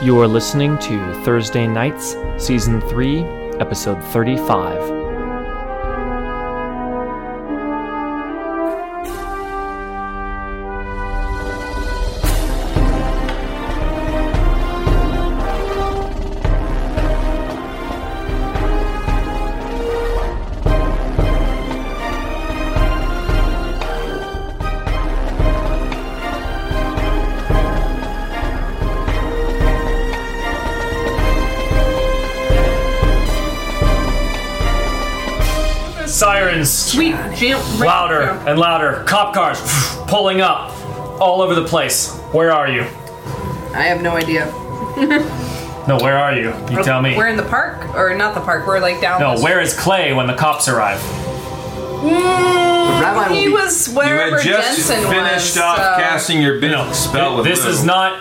You are listening to Thursday Nights, Season 3, Episode 35. Sirens Sweet jam- louder and louder. Cop cars pulling up all over the place. Where are you? I have no idea. No, where are you? You tell me. We're in the park, or not the park? We're like down. No, the- where is Clay when the cops arrive? Rabbi will He be- was You wherever had just Jensen finished was. off so- casting your big No, spell with this Lou. is not.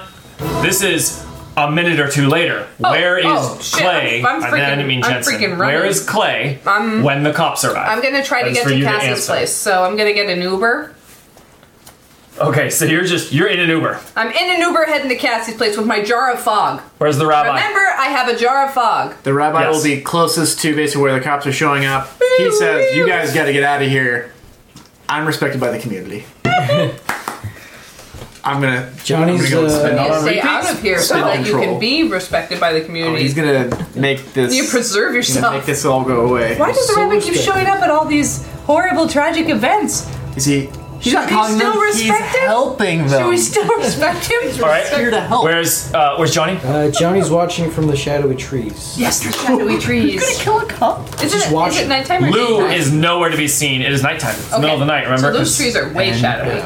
This is a minute or two later. Oh, Where is oh, shit, Clay? I'm- I'm I- I didn't freaking- mean I'm Jensen. freaking running. where is Clay when the cops arrive? I'm gonna try That to is get for to you Cassie's answer. place, so I'm gonna get an Uber. Okay, so you're just you're in an Uber. I'm in an Uber heading to Cassie's place with my jar of fog. Where's the rabbi? Remember, I have a jar of fog. The rabbi Yes. will be closest to basically where the cops are showing up. He says, "You guys got to get out of here. I'm respected by the community. I'm gonna Johnny's, I'm gonna go uh, spend You all need to my stay repeats. out of here so Spend that you control. can be respected Oh, by the community. He's gonna make this. you preserve he's gonna make yourself. this all go away. Why does the So rabbi keep respected. showing up at all these horrible, tragic events? Is he? He's Should not we calling still them. respect he's him? helping Do them. we still respect him? All right. here to Oh. help. Where's uh, where's Johnny? Uh, Johnny's watching from the shadowy trees. Yes, the shadowy trees. You're gonna kill a cop. Is it, is it watching. nighttime or Lou daytime? is nowhere to be seen. It is nighttime. It's the middle of the night. Remember? So those trees are way shadowy.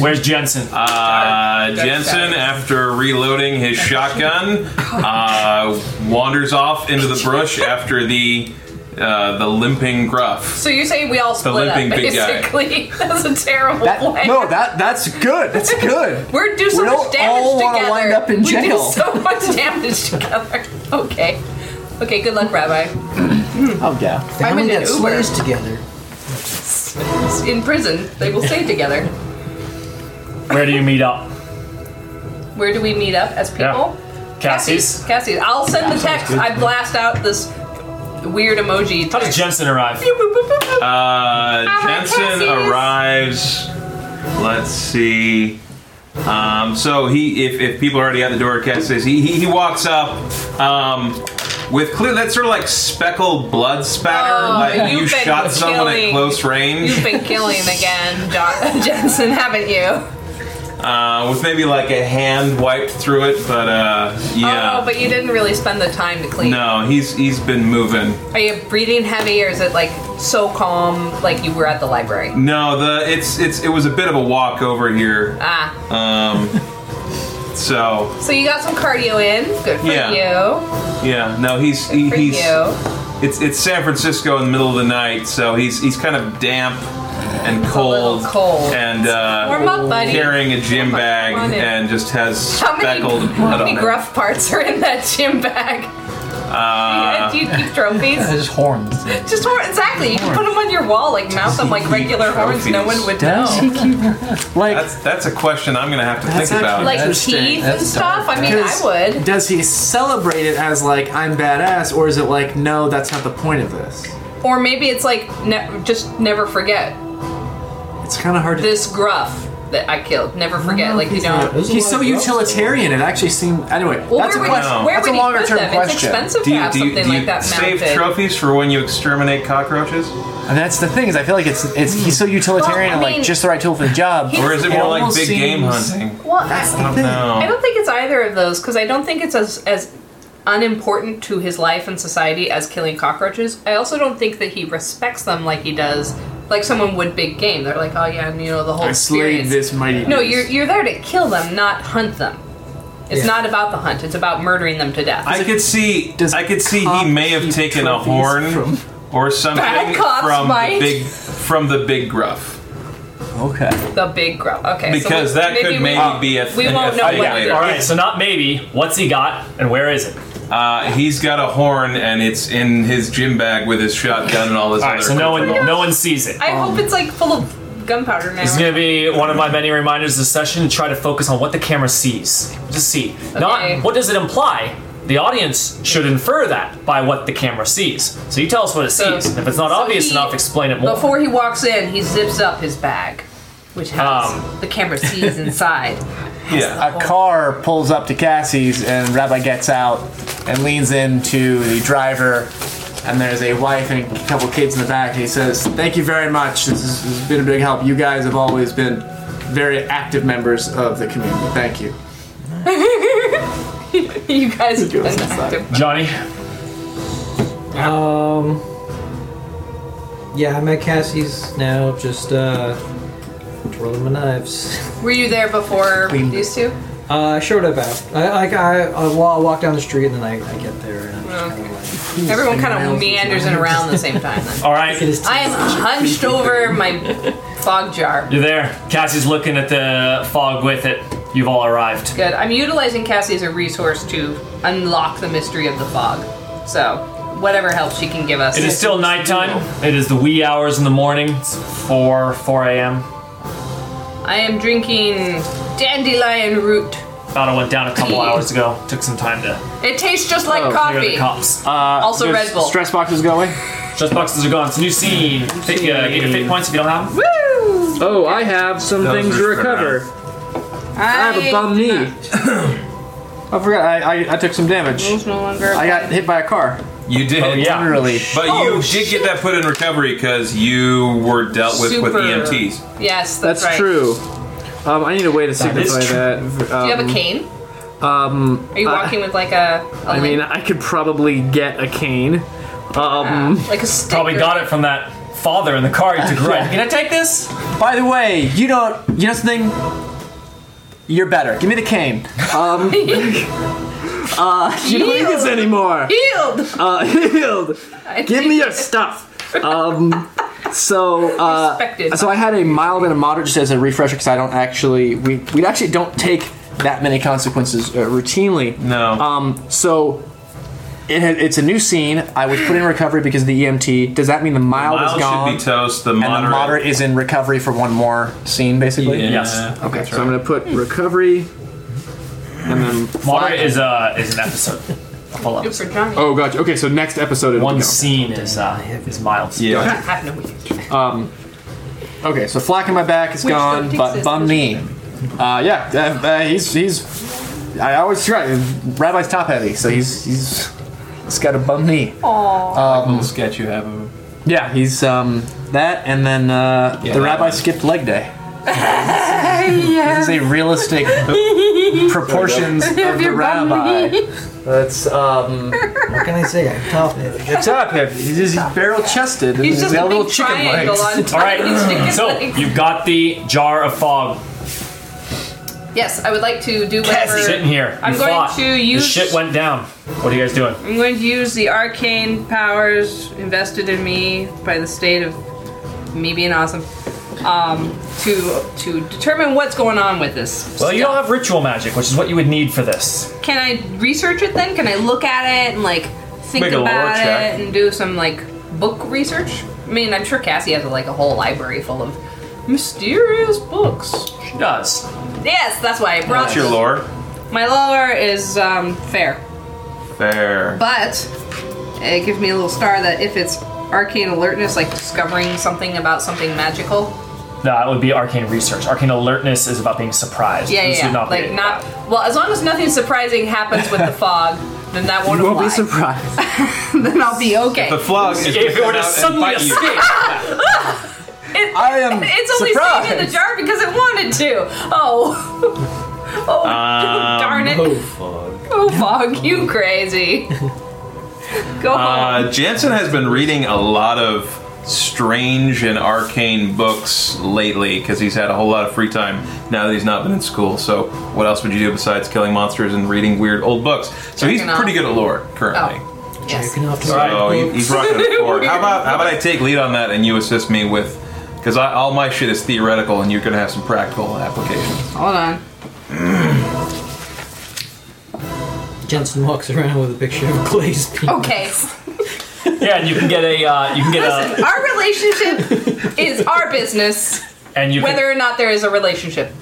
Where's Jensen? Uh, That's Jensen, bad. after reloading his shotgun, uh, wanders off into the brush after the uh, the limping gruff. So you're saying we all split up, limping big guy. basically? That's a terrible That, plan. no, that that's good. That's good. We're do so we much don't damage all wanna together. wind up in We do jail. so much damage together. Okay. Okay, good luck, Rabbi. oh yeah. I'm in Family an that Uber. slays together. In prison, they will stay together. Where do you meet up? Where do we meet up as people? Cassie's. Cassie's. I'll send the text. I blast out this weird emoji. How does text. Jensen arrive? Boop, boop, boop, boop, boop. Uh, my Jensen pussies. arrives. Let's see. Um, so he, if, if people are already at the door, Cass says he, he he walks up um, with clear that sort of like speckled blood spatter, Oh, like you you've been shot someone at killing- close range. You've been killing again, John- Jensen, haven't you? uh, with maybe like a hand wiped through it, but uh, yeah. Oh, but you didn't really spend the time to clean. no, he's he's been moving. Are you breathing heavy, or is it like so calm, like you were at the library? No, the it's it's it was a bit of a walk over here. Ah, Um, so so you got some cardio in. Good for Yeah. you. yeah, no, he's Good he, for he's you. it's it's San Francisco in the middle of the night, so he's he's kind of damp and little cold, cold. and Warm uh, up, buddy. carrying a gym bag on in. and just has How many, speckled how blood many on gruff parts are in that gym bag? Uh, Do you keep trophies? There's horns. Just hor- exactly. You can put them on your wall, like mount them like regular horns. No one would know. Like That's that's a question I'm gonna have to That's think about. actually- Like Interesting. teeth and That's stuff. I mean, I Because would. Does he celebrate it as like I'm badass, or is it like no, that's not the point of this? Or maybe it's like ne- just never forget. It's kind of hard to. this gruff that I killed. Never forget. Like you don't. There's a He's lot so of drugs. utilitarian. It actually seemed anyway. Well, that's a where would, question. where that's would a you put longer term them? It's question. expensive do to you, have do you, something do you like that save mounted. trophies for when you exterminate cockroaches? And that's the thing is, I feel like it's it's he's so Well, utilitarian I and mean- like just the right tool for the job. He- Or is it more like almost big game seems- hunting? well, I, I don't I know. don't think it's either of those because I don't think it's as as unimportant to his life and society as killing cockroaches. I also don't think that he respects them like he does. Like someone would big game. They're like, oh yeah, and you know the whole I slayed experience. this mighty. No, beast. you're you're there to kill them, not hunt them. It's Yeah. not about the hunt. It's about murdering them to death. I could see. does I could see cop he may have keep taken a trophies horn from- or something Bad cops from might. the big from the big gruff. Okay. the big grow. Okay, so Because we- that could maybe we- maybe be a we thing- won't a know thing what later. All right, so not maybe. What's he got, and where is it? Uh, he's got a horn and it's in his gym bag with his shotgun and all this. All other right, so no one, no one sees it. I hope it's like full of gunpowder now. This is gonna be one of my many reminders this session to try to focus on what the camera sees. Just see. Okay. Not what does it imply? The audience should infer that by what the camera sees. So you tell us what it So- sees. If it's not so obvious he- enough, explain it more. Before he walks in, he zips up his bag, which has Um. the camera sees inside. Yeah. A car pulls up to Cassie's, and Rabbi gets out and leans into the driver. And there's a wife and a couple kids in the back. And he says, "Thank you very much. This, is, this has been a big help. You guys have always been very active members of the community. Thank you." you guys have been goes inside. active. Johnny, Um. Yeah, I'm at Cassie's now. Just uh, twirling my knives. Were you there before Clean. these two? Uh, I showed up after. I like I, I, wa- I walk down the street and then I, I get there and I'm just kind of Everyone kind of meanders in around the same time. Then alright, like. I am hunched over my fog jar. you're there. Cassie's looking at the fog with it. You've all arrived. Good. I'm utilizing Cassie as a resource to unlock the mystery of the fog. So whatever help she can give us. It is still nighttime. It is the wee hours in the morning. It's 4, 4 a.m. I am drinking dandelion root. Thought I went down a couple Tea. hours ago. Took some time to It tastes just like clear coffee. the cops. Uh, also Those Red Bull. Stress boxes go away. Stress boxes are gone. It's a new scene. Fit, uh, get your fit points if you don't have them. Woo! Oh, I have some Those things to are spread recover. I I have a bum knee. I forgot. I, I, I took some damage. It's no longer. I got hit by a car. You did. Oh, yeah. Literally. But Oh, you did get that put in recovery because you were dealt with with E Super. EMTs. Yes, that's, That's right. true. Um, I need a way to is signify true. that. Do you have a Um, cane? Um, Are you walking with like a? a I mean, link- I could probably get a cane. Um, like a stick Probably or- got it from that father in the car you took right. Can I take this? By the way, you don't. You know something? You're better. Give me the cane. you don't need this anymore. Healed. Uh, healed. I Give me think your stuff. Um, so, uh, Respected. So I had a mild and a moderate just as a refresher because I don't actually we we actually don't take that many consequences uh, routinely. No. Um, so it had, it's a new scene. I was put in recovery because of the EMT. Does that mean the mild, Miles is gone should be toast. The and moderate. the moderate is in recovery for one more scene, basically? Yeah. Yes. okay, so I'm gonna put recovery, and then Moderate is uh is an episode. A full Good episode. for Johnny. oh, gotcha. Okay, so next episode it'll One go. scene is uh is mild. Yeah. I have no idea. Okay, so flack in my back is Which gone, don't but exist, bum does knee. Uh, yeah, uh, uh, he's he's. I always try. Rabbi's top heavy, so he's he's. He's got a bum knee. Oh, um, Aww. Little sketch you have of Yeah, he's um that, and then uh, Yeah, the that rabbi one. skipped leg day. This is a realistic proportions of the rabbi. That's um What can I say? I'm tough. the top heavy. He's just he's barrel chested. He's just got a little big chicken triangle legs. on top. All He's sticking right. his So legs. you've got the jar of fog Yes, I would like to do whatever. sitting here. I'm You going fought. to use- This shit went down. What are you guys doing? I'm going to use the arcane powers invested in me by the state of me being awesome um, to to determine what's going on with this. Well, you don't have ritual magic, which is what you would need for this. Can I research it then? Can I look at it and like think Make a lore about check. it and do some like book research? I mean, I'm sure Cassie has like a whole library full of mysterious books. She does. Yes, that's why I brought What's your lore? My lore is um, fair. Fair. But it gives me a little star that if it's arcane alertness, like discovering something about something magical. That would be arcane research. Arcane alertness is about being surprised. Yeah, This yeah, would yeah. not be like it. not. Well, as long as nothing surprising happens with the fog, then that won't, You won't apply. be surprised. then I'll be okay. The flog is If it were to suddenly escape, It- I am it's only surprised. stayed in the jar because it wanted to. Oh. Oh, Um, darn it. oh, Oh, fog, you crazy. Go home. Uh, Jansen has been reading a lot of strange and arcane books lately because he's had a whole lot of free time now that he's not been in school. So, what else would you do besides killing monsters and reading weird old books? So he's Checking off. pretty good at lore currently. Oh. Yes. Jerking off to Alright, So he, right. he's rocking the floor. How about how about I take lead on that and you assist me with because all my shit is theoretical and you're gonna have some practical applications. Hold on. Jensen walks around with a picture of glazed peanut. Okay. yeah, and you can get a uh, you can get a Listen, our relationship is our business. And you can- Whether or not there is a relationship.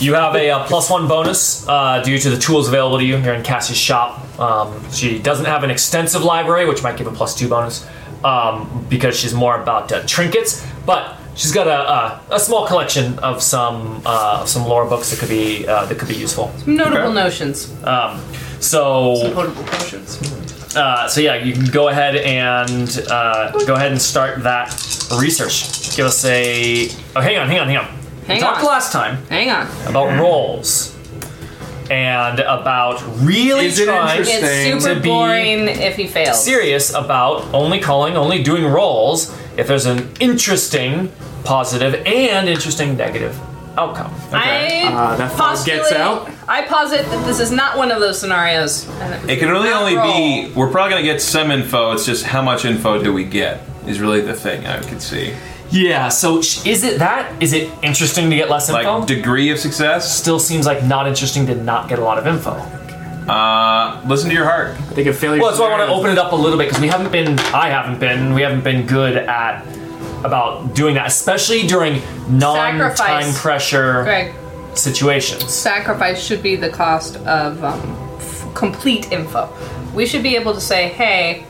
You have a, uh plus one bonus uh, due to the tools available to you here in Cassie's shop. Um, she doesn't have an extensive library, which might give a plus two bonus um, because she's more about uh, trinkets. But she's got a, a, a small collection of some uh, of some lore books that could be uh, that could be useful. Notable notions. So Notable potions. uh, so yeah, you can go ahead and uh, go ahead and start that research. Give us a oh, hang on, hang on, hang on. we Hang talked on. last time Hang on. about roles and about really Is it trying interesting? It's to super be boring if he fails. serious about only calling, only doing roles if there's an interesting positive and interesting negative outcome. I Uh, that fog postulate- gets out. I posit that this is not one of those scenarios. and that we It can really cannot only roll. be. We're probably gonna get some info. It's just how much info do we get is really the thing I could see. Yeah, so sh- is it that? Is it interesting to get less Like info? degree of success. Still seems like not interesting to not get a lot of info. Uh, listen to your heart. I think a failure. Well, that's why I want to open it up a little bit because we haven't been, I haven't been, we haven't been good at about doing that, especially during non-time Sacrifice. pressure Greg, situations. sacrifice should be the cost of um, f- complete info. We should be able to say, hey,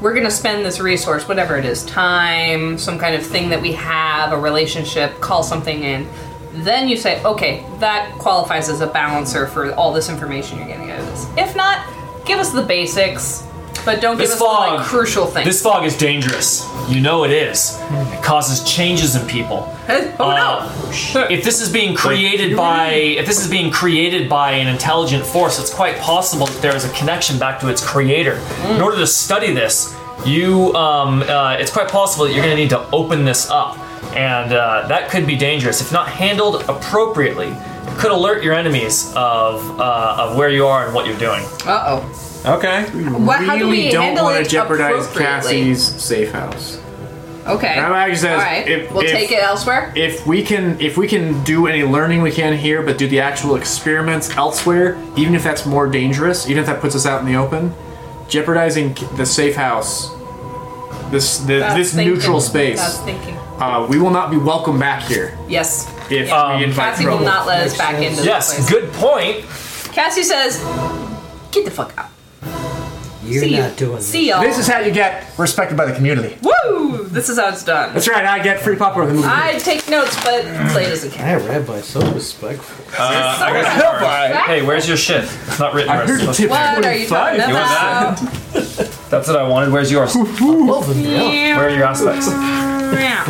we're going to spend this resource, whatever it is time, some kind of thing that we have, a relationship, call something in. Then you say, okay, that qualifies as a balancer for all this information you're getting out of this. If not, give us the basics, but don't This give us the fog- like, crucial thing. This fog is dangerous. You know it is. It causes changes in people. oh no! Uh, if this is being created by if this is being created by an intelligent force, it's quite possible that there is a connection back to its creator. In order to study this, you um, uh, it's quite possible that you're going to need to open this up, and uh, that could be dangerous if not handled appropriately. It could alert your enemies of uh, of where you are and what you're doing. Uh oh. Okay. What, how do really we don't handle wanna it jeopardize appropriately? Cassie's safe house. Okay. Rabbi actually says All right. if- we'll if- take it elsewhere. If we can, if we can do any learning we can here, but do the actual experiments elsewhere, even if that's more dangerous, even if that puts us out in the open, jeopardizing c- the safe house, this the, That's this thinking. neutral space, That's thinking. uh, we will not be welcome back here Yes. if Um, we invite Cassie will trouble. not let us back into this Yes, place. good point. Cassie says, "Get the fuck out." You're See not you. doing See y'all. This is how you get respected by the community. Woo! This is how it's done. That's right. I get free popcorn. in The movie. I take notes, but Clay doesn't care. I read by so respectful. Uh, I guess- Hey, where's your shit? It's not written. where I it's heard supposed tip What are you talking You want about? to- That's what I wanted. Where's yours? Where are your aspects? Yeah.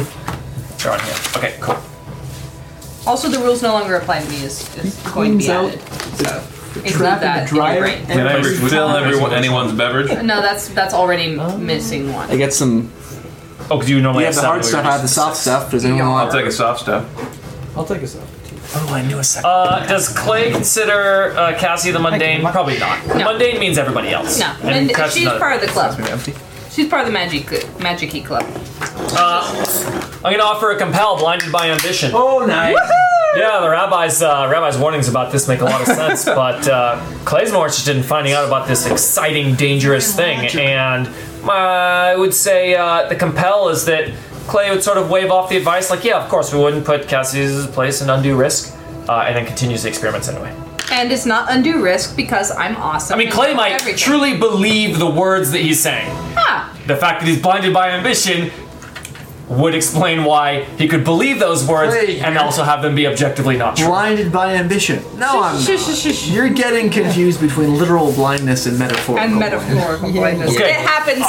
They're on here. Okay, cool. Also, the rules no longer apply to me. Is, is going to be added. So include that in your brain. Did I Place- refill everyone, anyone's beverage? No, that's that's already Oh. missing one. I get some. Oh, because you normally We have the seven, hard we were stuff. I have the just- soft stuff. Does anyone I'll want? take a soft stuff. I'll take us out. Uh, does Clay consider uh, Cassie the mundane? Probably not. Mundane means everybody else. No, And and Cassie's she's not- part of the club. She's part of the magic magic key club. I'm gonna offer a compel, blinded by ambition. Oh, nice. Yeah, the rabbi's uh, rabbi's warnings about this make a lot of sense, but uh, Clay's more interested in finding out about this exciting, dangerous thing, and uh, I would say uh, the compel is that Clay would sort of wave off the advice, like, yeah, of course, we wouldn't put Cassie's place in undue risk, uh, and then continues the experiments anyway. And it's not undue risk because I'm awesome. I mean, and Clay know might everything. truly believe the words that he's saying. Ah, The fact that he's blinded by ambition would explain why he could believe those words Clay, and you're- also have them be objectively not true. Blinded by ambition. No, I'm. Shh, shh, shh, shh. not. You're getting confused between literal blindness and metaphorical. and blindness. metaphorical blindness. Okay. It happens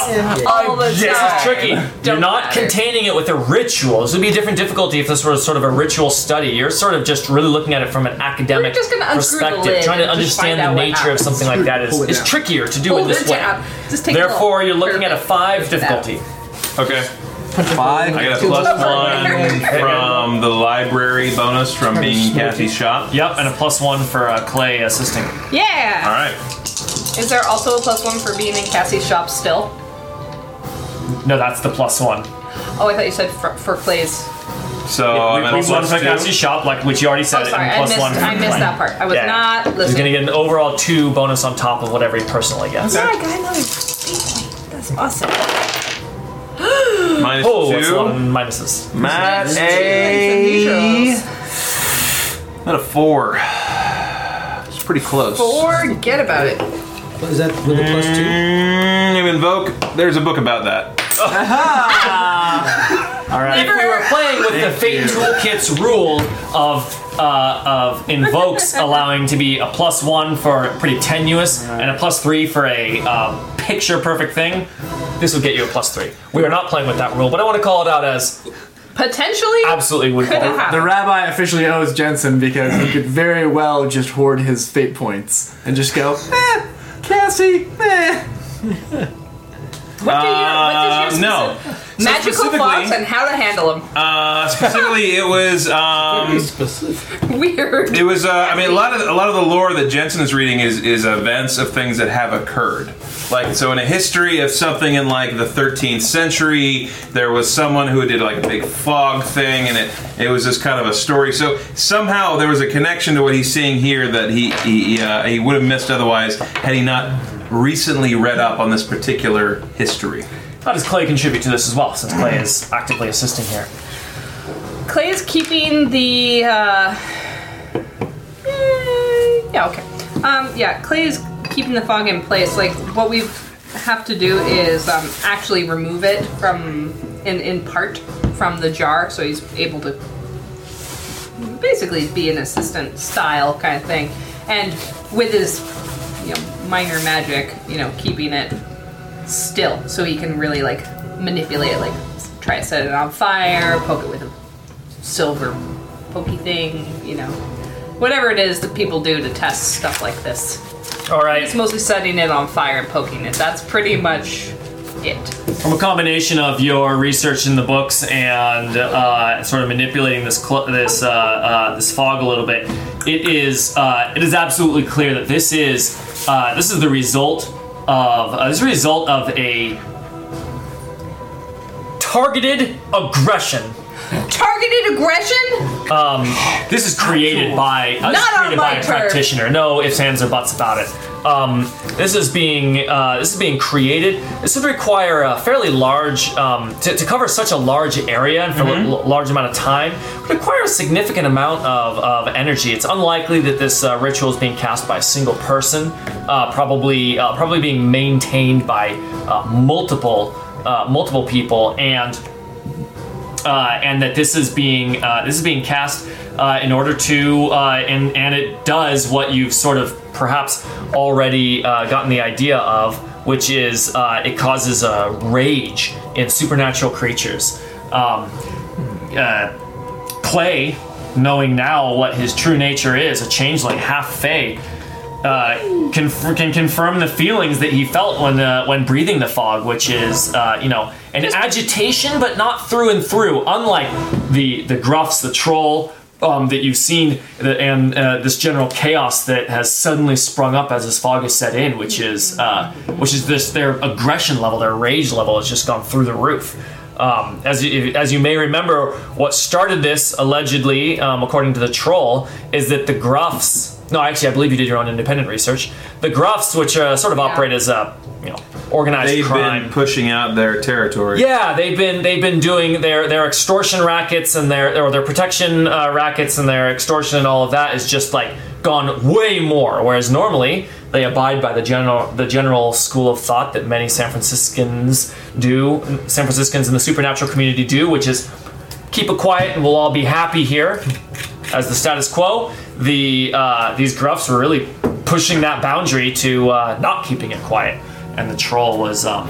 all the This time. is tricky. You're Don't not matter. containing it with a ritual. This would be a different difficulty if this were sort of a ritual study. You're sort of just really looking at it from an academic We're just gonna unscrew the perspective. lid Trying to and just understand find the out what nature of happens. something like that is, Pull it is down. trickier to do Pull in this it way. down. Just take a Therefore, little you're looking at a survey. five Look at that. difficulty. Okay. Five. I got a plus one from the library bonus from being Kathy's shop. Yep, and a plus one for uh, Clay assisting. All Yeah. right. Is there also a plus one for being in Cassie's shop still? No, that's the plus one. Oh, I thought you said for, for Clay's. So I'm at a plus one for plus two. Cassie's shop, like which you already said. Oh, it, sorry, and I plus missed. one for I missed Clay. that part. I was Yeah. not He's gonna listening. get an overall two bonus on top of whatever he personally gets. Yeah, I got another big point. That's awesome. Minus Oh, that's a two. lot of minuses. Matt Minus two. a. Minus Not a four. It's pretty close. Forget about it. Is that with a plus two? Mm, you invoke. There's a book about that. All right. If we were playing with the Fate Toolkit's rule of uh, of invokes allowing to be a plus one for pretty tenuous and a plus three for a uh, picture perfect thing, this would get you a plus three. We are not playing with that rule, but I want to call it out as Potentially absolutely would could have fall. The happened. rabbi officially owes Jensen because he could very well just hoard his fate points and just go, eh, Cassie, eh. What do you? What Uh, does your no. specific- Magical specifically- thoughts and how to handle them. Uh, specifically, it was. Um, Weird. It was. Uh, I mean, a lot of a lot of the lore that Jensen is reading is is events of things that have occurred. Like so, in a history of something in like the 13th century, there was someone who did like a big fog thing, and it it was just kind of a story. So somehow there was a connection to what he's seeing here that he he, uh, he would have missed otherwise had he not recently read up on this particular history. How does Clay contribute to this as well? Since Clay is actively assisting here. Clay is keeping the. Uh, mm, yeah. Okay. Um, yeah. Clay is keeping the fog in place. Like what we have to do is um, actually remove it from in in part from the jar, so he's able to basically be an assistant style kind of thing, and with his you know minor magic, you know, keeping it still, so he can really like manipulate it, like try to set it on fire, poke it with a silver pokey thing, you know, whatever it is that people do to test stuff like this. All right. It's mostly setting it on fire and poking it. That's pretty much it. From a combination of your research in the books and uh, sort of manipulating this cl- this uh, uh, this fog a little bit, it is uh, it is absolutely clear that this is uh, this is the result of uh, this is a result of a targeted aggression. Targeted aggression? This is created by uh, this is Not on created by my a turf. practitioner. No ifs, ands, or buts about it. Um, this is being uh, this is being created. This would require a fairly large um, to, to cover such a large area and for a l- large amount of time. Would require a significant amount of, of energy. It's unlikely that this uh, ritual is being cast by a single person. Uh, probably uh, probably being maintained by uh, multiple uh, multiple people and uh, and that this is being uh, this is being cast uh, in order to uh, and and it does what you've sort of perhaps already uh, gotten the idea of, which is uh, it causes a rage in supernatural creatures. Um, uh, Clay, knowing now what his true nature is, a changeling, half fae, uh, can, can confirm the feelings that he felt when uh, when breathing the fog, which is uh, you know an agitation, but not through and through. Unlike the the gruffs, the troll um, that you've seen, the, and uh, this general chaos that has suddenly sprung up as this fog has set in, which is uh, which is this their aggression level, their rage level has just gone through the roof. Um, as, you, as you may remember, what started this, allegedly, um, according to the troll, is that the Gruffs. No, actually, I believe you did your own independent research. The Gruffs, which uh, sort of operate as a you know organized They've crime. been pushing out their territory. Yeah, they've been they've been doing their their extortion rackets and their or their protection uh, rackets and their extortion and all of that is just like gone way more. Whereas normally they abide by the general the general school of thought that many San Franciscans do, San Franciscans in the supernatural community do, which is keep it quiet and we'll all be happy here as the status quo. The uh, these gruffs were really pushing that boundary to uh, not keeping it quiet, and the troll was um,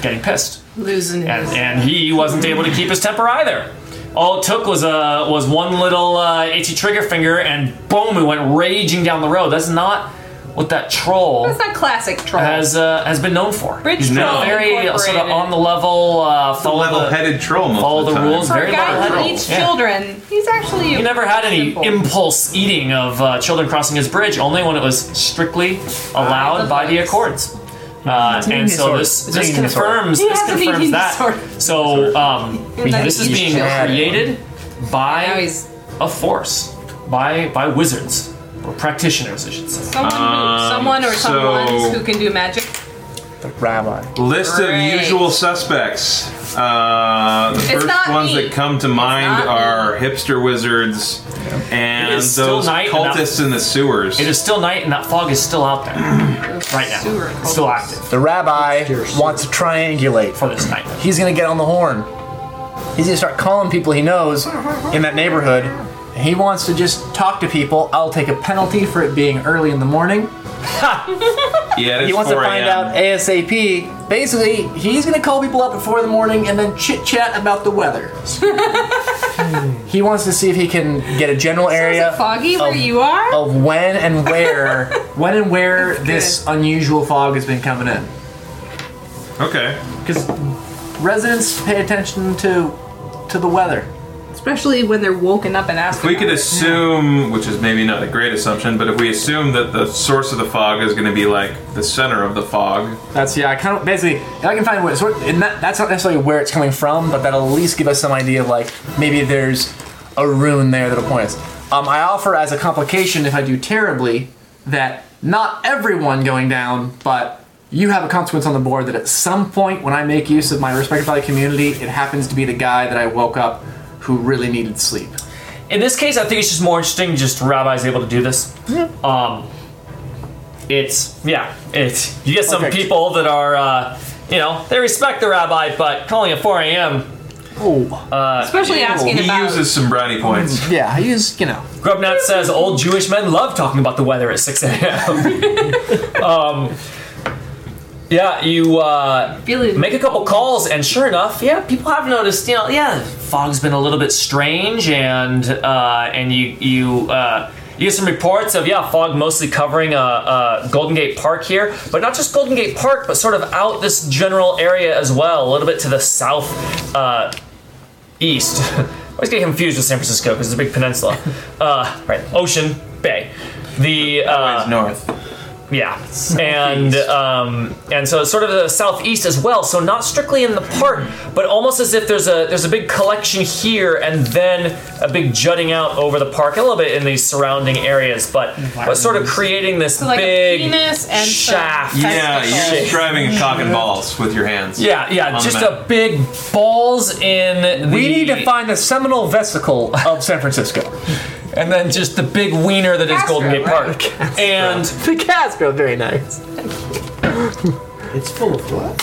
getting pissed Losing and, and he wasn't able to keep his temper either. All it took was a was one little uh, itchy trigger finger, and boom, it went raging down the road. That's not what that troll That's not classic troll. has uh, has been known for. Bridge He's troll very uh, sort of Incorporated. on the level, uh, follow the- Level-headed troll. Most follow of the, the time. rules. For very a much guy troll. who eats Yeah. children, he's actually. He never had any simple. impulse eating of uh, children crossing his bridge, only when it was strictly allowed the by the bugs. Accords. Uh, and so this, this confirms He this hasn't confirms eaten that. dinosaur. So um, Nice. this is being Yeah. created Now by he's a force, by by wizards or practitioners, I should say. someone, who- Um, someone or so- someone who can do magic. the rabbi. List Great. of usual suspects. Uh, the first not ones me. that come to mind not me. are hipster wizards and It those is still night and cultists in the sewers. It is still night and that fog is still out there right now. Sewer It's still cultists. active The rabbi Upstairs. wants to triangulate. for this night. He's gonna get on the horn. He's gonna start calling people he knows in that neighborhood. He wants to just talk to people. I'll take a penalty for it being early in the morning. yeah, it is He wants to 4 find a.m. out ASAP. Basically, he's gonna call people up at four in the morning and then chit chat about the weather. he wants to see if he can get a general Is area it foggy where of- you are? of when and where, when and where this unusual fog has been coming in. Okay. Because residents pay attention to to the weather. Especially when they're woken up and asked. If we could assume, which is maybe not a great assumption, but if we assume that the source of the fog is going to be like the center of the fog, That's yeah. I kind of basically if I can find what sort, and that, that's not necessarily where it's coming from, but that'll at least give us some idea of like maybe there's a rune there that'll point us. Um, I offer as a complication if I do terribly that not everyone going down, but you have a consequence on the board that at some point when I make use of my respected by the community, it happens to be the guy that I woke up who really needed sleep. In this case, I think it's just more interesting. Just Rabbi's able to do this. Um, it's yeah. It's you get some Perfect. people that are uh, you know they respect the Rabbi, but calling at 4 a.m. Oh, Especially asking he about. uses some brownie points. yeah. I use you know. Grubnat says old Jewish men love talking about the weather at 6 a.m. um, yeah, you uh, feeling make a couple calls, and sure enough, yeah, people have noticed. You know, yeah, fog's been a little bit strange, and uh, and you you uh, you get some reports of yeah, fog mostly covering uh, uh, Golden Gate Park here, but not just Golden Gate Park, but sort of out this general area as well, a little bit to the south uh, east. I always get confused with San Francisco because it's a big peninsula, uh, right? Ocean Bay. The uh, north. yeah, and um, and so it's sort of the southeast as well. So not strictly in the park, but almost as if there's a there's a big collection here, and then a big jutting out over the park, a little bit in these surrounding areas, but but sort of creating this like big a penis and some shaft. Yeah, testicles. you're driving a cock and balls with your hands. Yeah, yeah, On the just a map. big balls in. We the- need to find the seminal vesicle of San Francisco. and then just the big wiener that is Castro, Golden Gate right? Park, and the Casco, very nice. It's full of what?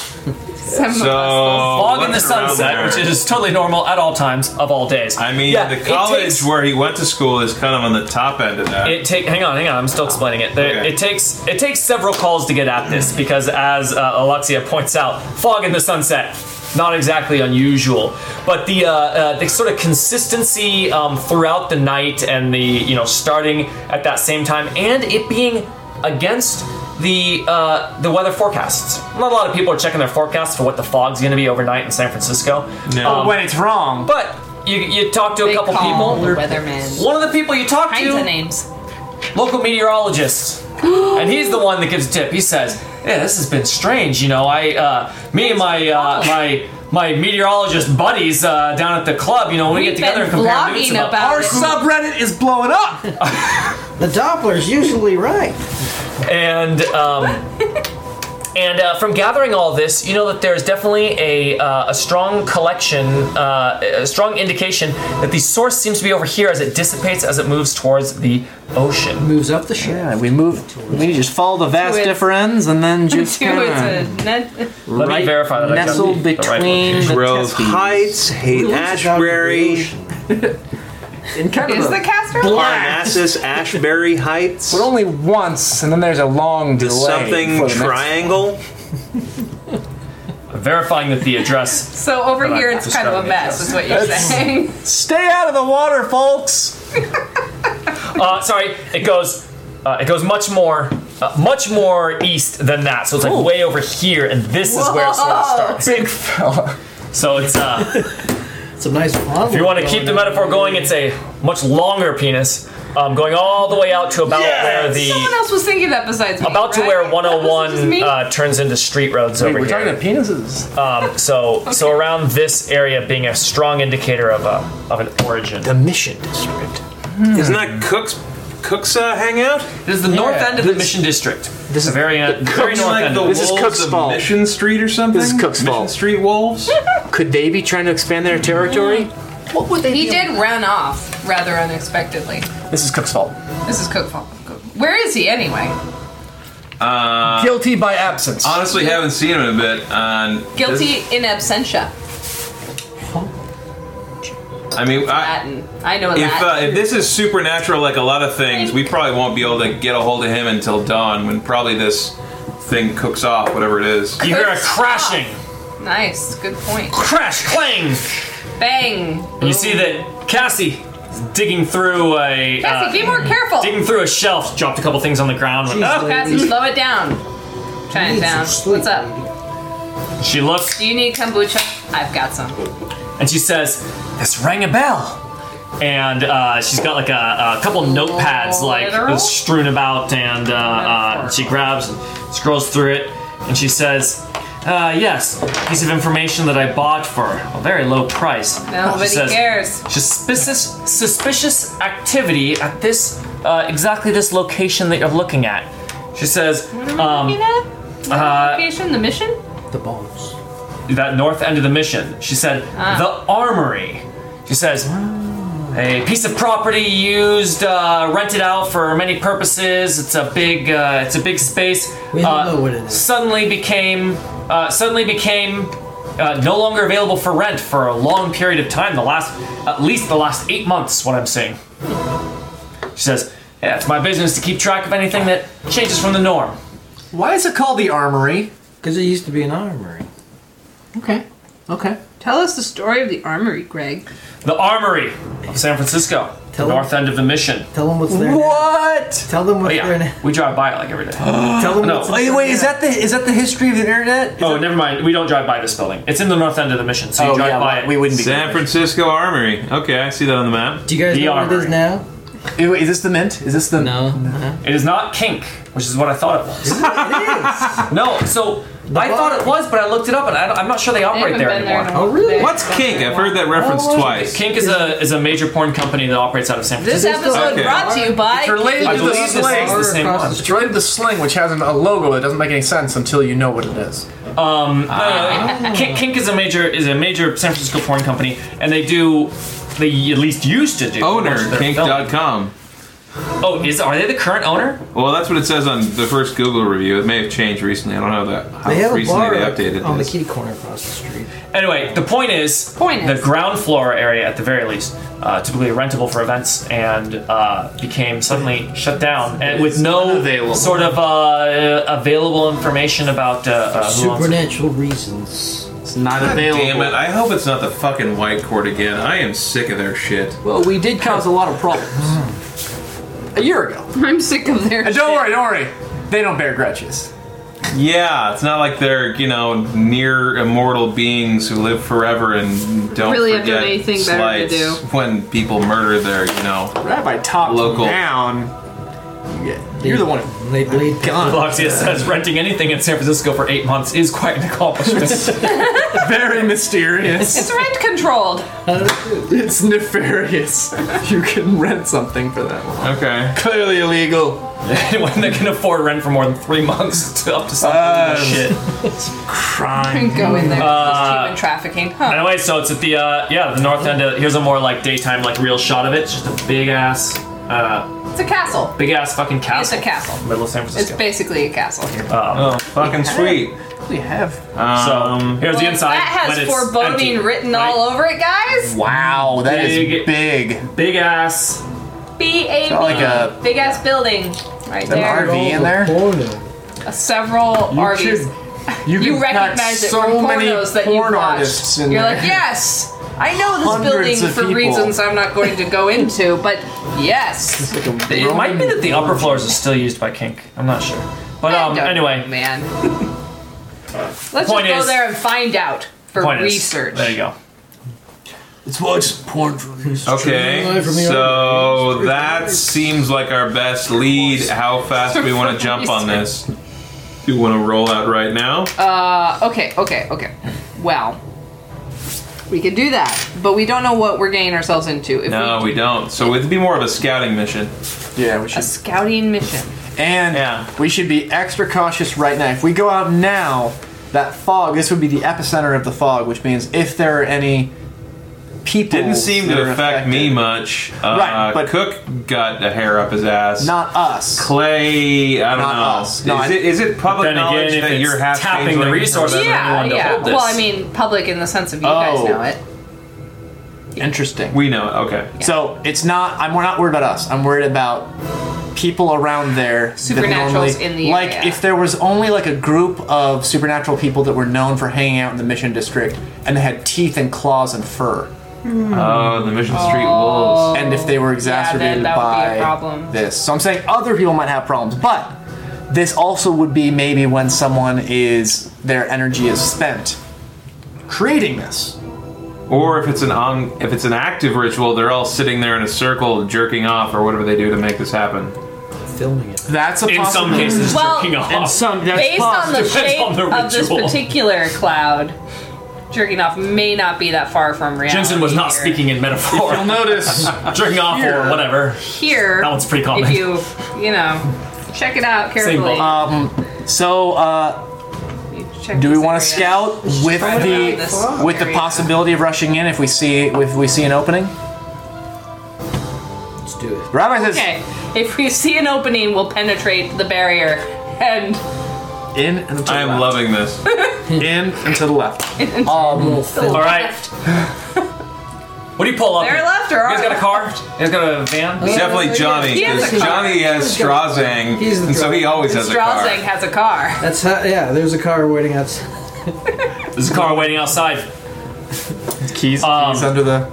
Some of So, us. fog in the what's around sunset, there? which is totally normal at all times of all days. I mean, Yeah, the it college takes- where he went to school is kind of on the top end of that. It take hang on, hang on. I'm still explaining it. There, Okay. It takes it takes several calls to get at this because, as uh, Alexia points out, fog in the sunset, not exactly unusual, but the uh, uh, the sort of consistency um, throughout the night and the you know starting at that same time and it being against the uh, the weather forecasts. Not a lot of people are checking their forecasts for what the fog's going to be overnight in San Francisco. No. um, when it's wrong, But you, you talk to a They couple call people. the weatherman. One of the people you talk Kinds to of names. local meteorologist. and he's the one that gives a tip. He says, "Yeah, this has been strange. You know, I, uh, me and my uh, my my meteorologist buddies uh, down at the club. You know, we get We've together and been compare notes blogging about, about our it." sub." subreddit is blowing up. The Doppler's usually right. And um, and uh, from gathering all this, you know that there is definitely a uh, a strong collection, uh, a strong indication that the source seems to be over here as it dissipates as it moves towards the ocean. Moves up the shaft. Yeah, we move. We just follow the vast To its- difference and then just Two, kind it's a net. Let me verify that. of I got nestled the- the right between the Rose testes. Heights, hate Ashbury, in kind of Is a- the caster? Parnassus, Ashbury Heights, but only once, and then there's a long delay. something before the next- triangle. Verifying that the address So over But here, I'm it's kind of a describing mess, it. is what you're saying. Stay out of the water, folks. Uh, sorry, it goes. Uh, it goes much more, uh, much more east than that. So it's like way over here, and this is where it sort of Whoa. starts. Big fella. So it's. Uh, It's a nice font. if you want to keep the metaphor going, it's a much longer penis, um, going all the way out to about where Someone the else was thinking that besides me. about to right? where That wasn't just 101 me. uh, turns into street roads over We're talking here. about penises. Um, so so around this area being a strong indicator uh, of a of an origin. the mission district. Hmm. Isn't that Cook's Cooks uh, hang out? This is the north end of the Mission District. This is very, uh, very Cooks north like end. the of wolves it. is Cook's of fault. Mission Street or something? This is Cook's Mission fault. Street wolves? Could they be trying to expand their territory? What would they He did run off rather unexpectedly. This is Cook's fault. This is Cook. Where is he anyway? Uh, Guilty by absence. Honestly, haven't seen him in a bit. On Guilty in absentia. I mean, I, Latin. I know if uh, that. if this is supernatural, like a lot of things, we probably won't be able to get a hold of him until dawn, when probably this thing cooks off, whatever it is. You hear a crashing, nice. Good point. crash, clang. Bang. And you see that Cassie is digging through a Cassie, uh, be more careful. digging through a shelf, dropped a couple things on the ground. went, Jeez, "Oh." Cassie, slow it down. Trying it down. What's up? She looks Do you need kombucha? I've got some. and she says, "This rang a bell." And uh, she's got like a, a couple notepads like Literal? strewn about, and uh, uh, she grabs and scrolls through it, and she says, uh, "Yes, piece of information that I bought for a very low price." Nobody She says, cares. suspicious suspicious activity at this uh, exactly this location that you're looking at. She says you um, know, uh, location, the mission. The bones. that north end of the mission. She said Ah. the armory. She says a piece of property used uh, rented out for many purposes. It's a big uh, it's a big space. We don't uh, know what it is. Suddenly became uh, suddenly became. Uh, no longer available for rent for a long period of time. The last, at least the last eight months, what I'm seeing. She says, "Yeah, it's my business to keep track of anything that changes from the norm." Why is it called the armory? Because it used to be an armory. Okay. Okay. Tell us the story of the armory, Greg. The Armory of San Francisco, Tell the them- north end of the mission. Tell them what's there. now. What? Tell them Oh, what's there. yeah, now. we drive by it like every day. Tell them No. what's Wait, there wait, is now. that the is that the history of the internet? oh, never mind. We don't drive by this building. It's in the north end of the mission, so you Oh, drive yeah, by it. we wouldn't be. San Francisco Armory. Okay, I see that on the map. Do you guys The know what it armory. is now? Wait, wait, Is this the mint? Is this the No. It is not kink, which is what I thought it was. no, so I thought it was, but I looked it up, and I, am not sure they I operate haven't there been anymore. there. in a Oh, while. really? They- What's kink? I've heard that referenced twice. Kink is a is a major porn company that operates out of San This Francisco. episode Okay. brought to you by. It's related I to the believe this sling. is the same Across one. the It's related to the sling, which has an, a logo that doesn't make any sense until you know what it is. Um, no, no, no. Kink, Kink is a major is a major San Francisco porn company, and they do they at least used to do Owner, most of their filming. kink.com. Oh, is are they the current owner? Well, that's what it says on the first Google review. It may have changed recently. I don't know that how They have a recently bar they up updated on the this. kitty corner across the street. Anyway, the point is, Point is- the ground floor area at the very least, uh, typically rentable for events, and uh, became suddenly shut down and with no Unavailable. sort of uh, available information about uh, uh, who owns it. Supernatural reasons. It's not God available. damn it! I hope it's not the fucking white court again. I am sick of their shit. Well, we did cause a lot of problems. a year ago. I'm sick of their. And don't worry, don't worry. They don't bear grudges. Yeah, it's not like they're you know near immortal beings who live forever and don't Really have forget anything better to slights when people murder their you know. Rabbi top Local. down. Yeah, You're the one who They bleed. Loxia says renting anything in San Francisco for eight months is quite an accomplishment. very mysterious. It's rent controlled. it's nefarious. You can rent something for that long. Okay. Clearly illegal. Anyone that can afford rent for more than three months to up to something Um, Uh, shit. Crime. Go in there. Uh, It's human trafficking. Huh. Anyway, so it's at the uh, yeah the north end. Of, here's a more like daytime like real shot of it. It's just a big ass uh, It's a castle. big ass fucking It's castle. a castle. Middle of San It's Francisco. basically a castle. Oh, fucking sweet. We have. so Um, here's the inside. That when has it's foreboding empty, written right? all over it, guys. Wow, that is Big- big. Big ass. B A B. Felt like a- Big ass building. Right An there. RV in there. Several RVs. should- You, You can recognize catch it so from many pornos that you've porn watched. artists in You're there. like, yes, I know this Hundreds building of for people. reasons I'm not going to go into, but yes. It might be that the upper floors are still used by Kink. I'm not sure. But I um, don't know, anyway, man, let's just Point go is- there and find out for point is- research. there you go. It's watched porn for Okay, so that seems like our best lead. How fast we want to jump on this? Do Uh, you want to roll out right now? Uh, okay, okay, okay. Well, We can do that, but we don't know what we're getting ourselves into. If No, we don't. So it'd be more of a scouting mission. Yeah, we a should. scouting mission. And Yeah. we should be extra cautious right now. If we go out now, that fog, this would be the epicenter of the fog, which means if there are any people. Didn't seem that are to affect me Oh, affected- much. Uh, Right, but- Cook got a hair up his ass. Not us. Clay, I don't Not know. us. No, is, I- it, is it public Then again, knowledge if that it's you're half tapping the changeling? resources- Doesn't Yeah, anyone know yeah. about Well, I this? mean, public in the sense of you guys Oh. know it. Interesting. We know. it, Okay. So it's not. I'm we're not worried about us. I'm worried about people around there. that Supernaturals normally- in the like area. if there was only like a group of supernatural people that were known for hanging out in the Mission District and they had teeth and claws and fur, Mm-hmm. Oh, the Mission Street Wolves. and if they were exacerbated Oh, that would be a by problem. this, so I'm saying other people might have problems, but this also would be maybe when someone is their energy is spent creating this. Or if it's an on, if it's an active ritual, they're all sitting there in a circle jerking off or whatever they do to make this happen. Filming it. That's a In some possibility. cases, Well, jerking off. And some that's Based on the possible. Depends shape on the of this ritual. particular cloud, jerking off may not be that far from reality. Jensen was not here. speaking in metaphor. You'll notice. jerking off or whatever. here. That one's pretty common. If you, you know, check it out carefully. boat. so uh, You check Do we this want to area. scout with Find out the this with the area. possibility of rushing in if we see if we see an opening? Let's do it. Rabbi says Okay, if we see an opening, we'll penetrate the barrier and in and to the I am left. loving this. in and to the left. All right. What do you pull up? They're in? left or You are guys got a left? car? You guys got a van? It's definitely Johnny. He has a 'cause car. Johnny has He's got a car. Strazang, He's the and so he always has a car. Stralzang has a car. That's how, yeah, there's a car waiting outside. There's a car waiting outside. Keys, Um, keys under the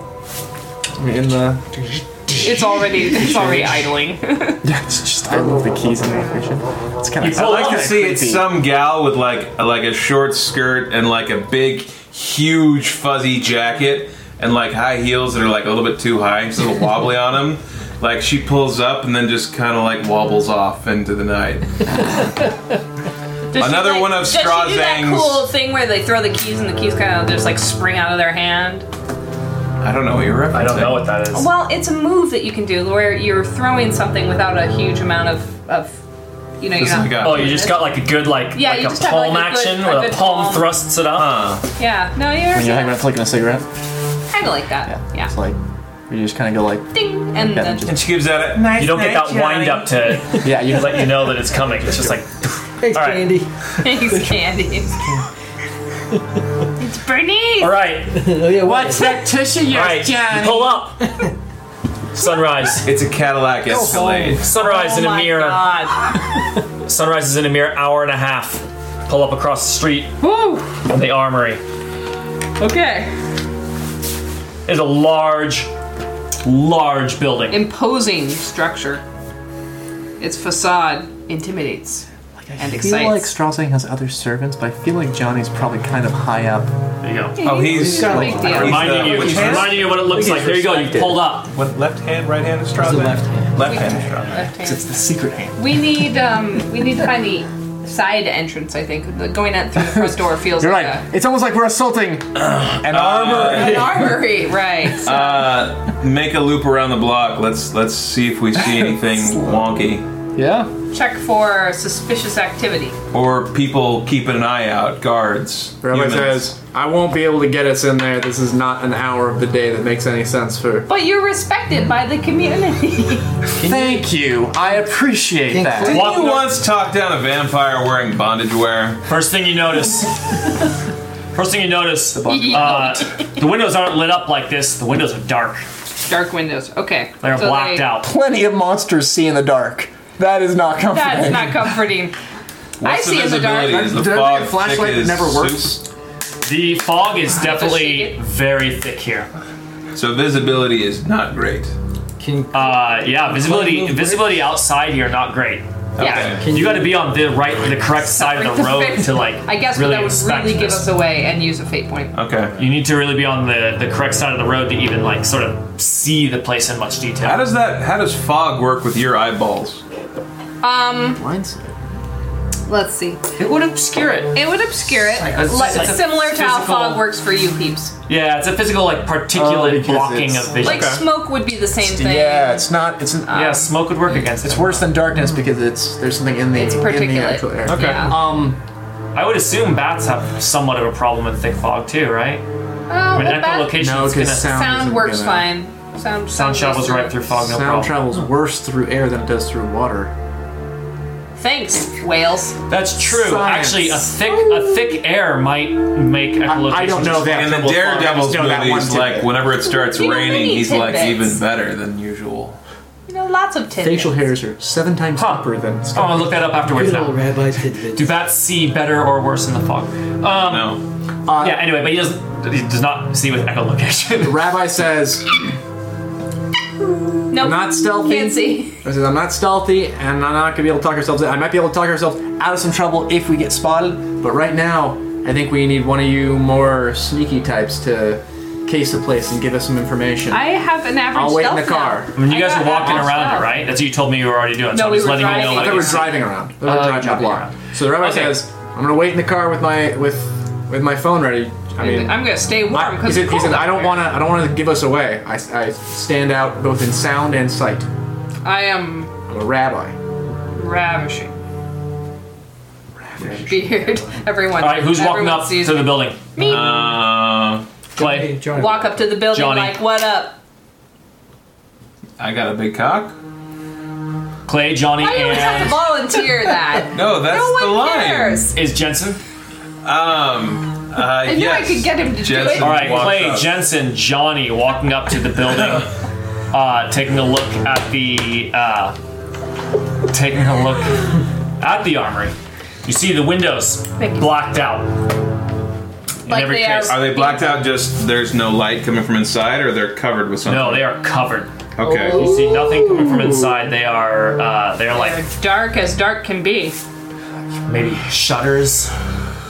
in the. It's already it's already idling. Yeah, it's just I love the keys in the equation. It's kind You of. pull I like to Okay, see it's some gal with like like a short skirt and like a big, huge fuzzy jacket and like high heels that are like a little bit too high, just a little wobbly on them. Like she pulls up and then just kind of like wobbles off into the night. Does she, Another like- one of does she do that Strazang's- cool thing where they throw the keys and the keys kind of just like spring out of their hand. I don't know what you're referencing. I don't know what that is. Well, it's a move that you can do where you're throwing something without a huge amount of of you know you're This is not. the guy. Oh, you just got like a good like Yeah, like you a just have, like, palm a good- action a where good the palm palm. thrusts it up. Huh. Yeah, no, you're, When you're hanging out flicking a cigarette, kind of like that. Yeah, it's like you just kind of go like, ding, and Yeah, then just- And she gives that a nice. You don't get night, that wind up to yeah, you let you know that it's coming. It's just like Thanks, All right. Candy. Thanks, candy. it's Bernice. all right, Oh, yeah, what? that tissue you're all right, you pull up. Sunrise, It's a Cadillac Escalade. sunrise in oh a my mere god. sunrise is in a mere hour and a half. Pull up across the street Woo. from the armory. Okay. It's a large, large building. Imposing structure. Its facade intimidates and I feel like excites. Straussing has other servants, but I feel like Johnny's probably kind of high up. There you go. Oh, he's got big like- deal. he's Reminding the- you, which he's hand? reminding you what it looks like. There you go. You pulled up. What left hand, right hand is the Strauss? left hand? Left hand is Strauss. Left hand. It's the secret hand. We need um we need to find the side entrance, I think. The- Going out through the front door feels You're like right. It's almost like we're assaulting an armor. a, an armory, right. So Uh, make a loop around the block. Let's let's see if we see anything wonky Yeah. check for suspicious activity. or people keeping an eye out. Guards. Rabbi humans. says, I won't be able to get us in there. This is not an hour of the day that makes any sense for. But you're respected by the community. Thank you. I appreciate Thank that. you. Walk "You once talked down a vampire wearing bondage wear." First thing you notice. First thing you notice. Uh, the windows aren't lit up like this. The windows are dark. Dark windows. Okay. They're So blacked they- out. Plenty of monsters see in the dark. That is not comforting. That's not comforting. I What's see the in the dark. visibility? Is the Does that fog mean a flashlight thick as never works? Zeus? The fog is shake definitely it. very thick here. So visibility is not great. Can, Uh, yeah, visibility visibility outside here not great. Yeah. Okay. can You got to be on the right, the correct side of the road to like. I guess really but that would inspect really give this. us away and use a fate point. Okay. You need to really be on the the correct side of the road to even like sort of see the place in much detail. How does that? How does fog work with your eyeballs? Um, Mine's Let's see. It would obscure it. It would obscure it, Like a- like- it's like a similar to how physical- fog works for you peeps. Yeah, it's a physical like Oh, particulate because blocking it's- of vision. Like smoke would be the same thing. Yeah, it's not. It's an, yeah, smoke would work against It's it. worse than darkness because it's there's something in the It's in the actual particulate. air. Okay. Yeah. Uh, Um, I would assume bats have somewhat of a problem with thick fog too, right? Uh, I mean, well, back- echolocation no, is gonna sound, because sound, sound isn't works gonna- fine. Sound sound travels goes right it. through fog, no sound problem. travels worse through air than it does through water. Thanks, whales. That's true. Science. Actually, a thick a thick air might make echolocation. I don't know that. In the Well, I just Daredevil's know that one movies, tidbit. like whenever it starts You don't raining, need he's like tidbits. even better than usual. You know, lots of tidbits. Facial hairs are seven times Huh. deeper than Oh, I'll look that up afterwards Good old now. rabbi tidbit. Do bats see better or worse in the fog? Um, No, Uh, Yeah. Anyway, but he does he does not see with echolocation. Rabbi says, Nope. I'm not stealthy. Can't see. I says, I'm not stealthy, and I'm not gonna be able to talk ourselves. I might be able to talk ourselves out of some trouble if we get spotted. But right now, I think we need one of you more sneaky types to case the place and give us some information. I have an average I'll wait in stealth the now. car. I mean, you I guys got were walking average around stealth. it, right? That's what you told me you were already doing. So No, I'm we just were letting you know. driving. Like, They They were it's- driving around. They were Oh, driving a driving block. around. So the rabbi Okay. says, "I'm gonna wait in the car with my with with my phone ready." I mean, I'm gonna stay I- warm he because said, he said, "I don't want to. I don't want to give us away. I, I stand out both in sound and sight. I am I'm a rabbi." ravishing. Beard. Everyone. All right, who's walking everyone up sees to the me. building? Me. uh, Hey, Clay. Johnny. Walk up to the building Johnny. like, what up? I got a big cock. Clay, Johnny, Why do you always have to and volunteer that? No, that's no one the line. cares. is Jensen. Um, uh, I knew I could get him to do it. All right, walks Clay, up. Jensen, Johnny walking up to the building, uh, taking a look at the uh, taking a look at the armory. You see the windows Thank you. blacked out. In Like every they are- case, Are they blacked out? Just there's no light coming from inside, or they're covered with something? no, they are covered. Okay. Oh. You see nothing coming from inside. They are uh, they are like They're dark as dark can be. maybe shutters,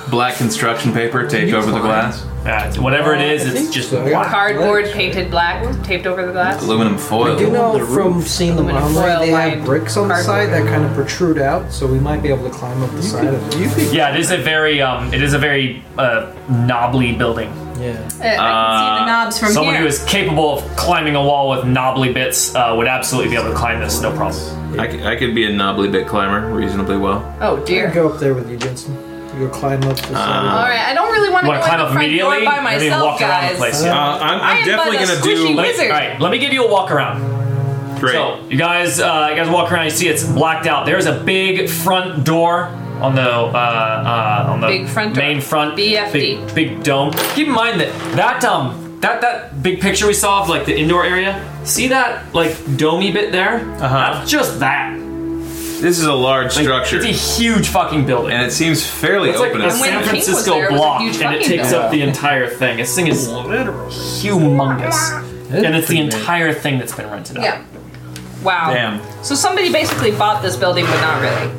Black construction paper taped over the glass. uh, whatever it is. I It's think just so, yeah. black. Cardboard painted black, taped over the glass. Uh, Aluminum foil. Do you on know the from seeing them Aluminum foil online, they lined have bricks on the cardboard. side that kind of protrude out, so we might be able to climb up the side of it. You could Yeah, it is a very um, it is a very uh, knobbly building. Yeah. Uh, I can see the knobs from Someone here. who is capable of climbing a wall with knobbly bits uh, would absolutely be able to climb this, no problem. I, c- I could be a knobbly bit climber reasonably well. oh I dear. go up there with you, Jensen. You go climb up the All side. right, I don't really want to You go in want to climb the up front immediately? door by I mean, myself, walk around guys. the place. Yeah. Uh, I'm, I I'm am definitely but a gonna do. squishy Let me, Wizard. all right, let me give you a walk around. Great. So you guys, uh, you guys walk around. You see it's blacked out. There's a big front door on the uh, uh, on the Big front door. main front BFD. big, big dome. Keep in mind that that um that that big picture we saw of like the indoor area. See that like domey bit there? Uh-huh. That's just that. this is a large Like, structure, It's a huge fucking building. and it seems fairly It's like open. a It's- when San the king was Francisco there, it was a block, huge and it fucking takes up the entire thing. This thing is humongous. And it's the entire thing that's been rented out. Yeah. Wow. Damn. So somebody basically bought this building, but not really.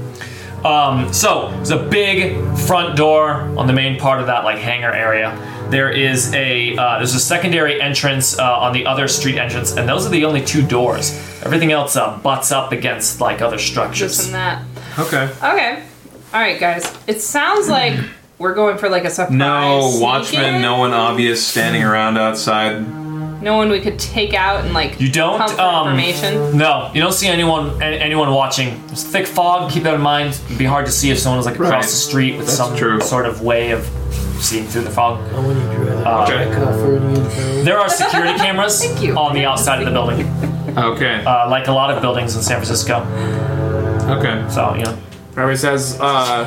Um, so there's a big front door on the main part of that like hangar area. There is a uh, there's a secondary entrance uh, on the other street entrance, and those are the only two doors. Everything else uh, butts up against like other This structures. and that. okay. Okay. All right, guys. It sounds like we're going for like a surprise. No sneak watchmen, in. no one obvious standing around outside. no one we could take out and like. You don't, pump for um, information. No, you don't see anyone a- anyone watching. There's thick fog. Keep that in mind. It'd be hard to see if someone was like across Right. the street with some true. sort of way of seeing through the fog. I want you to draw that Okay. cover and you know. There are security cameras Thank you. on the outside of the building, Okay. uh, like a lot of buildings in San Francisco. Okay. So you know, Rabbi says, uh,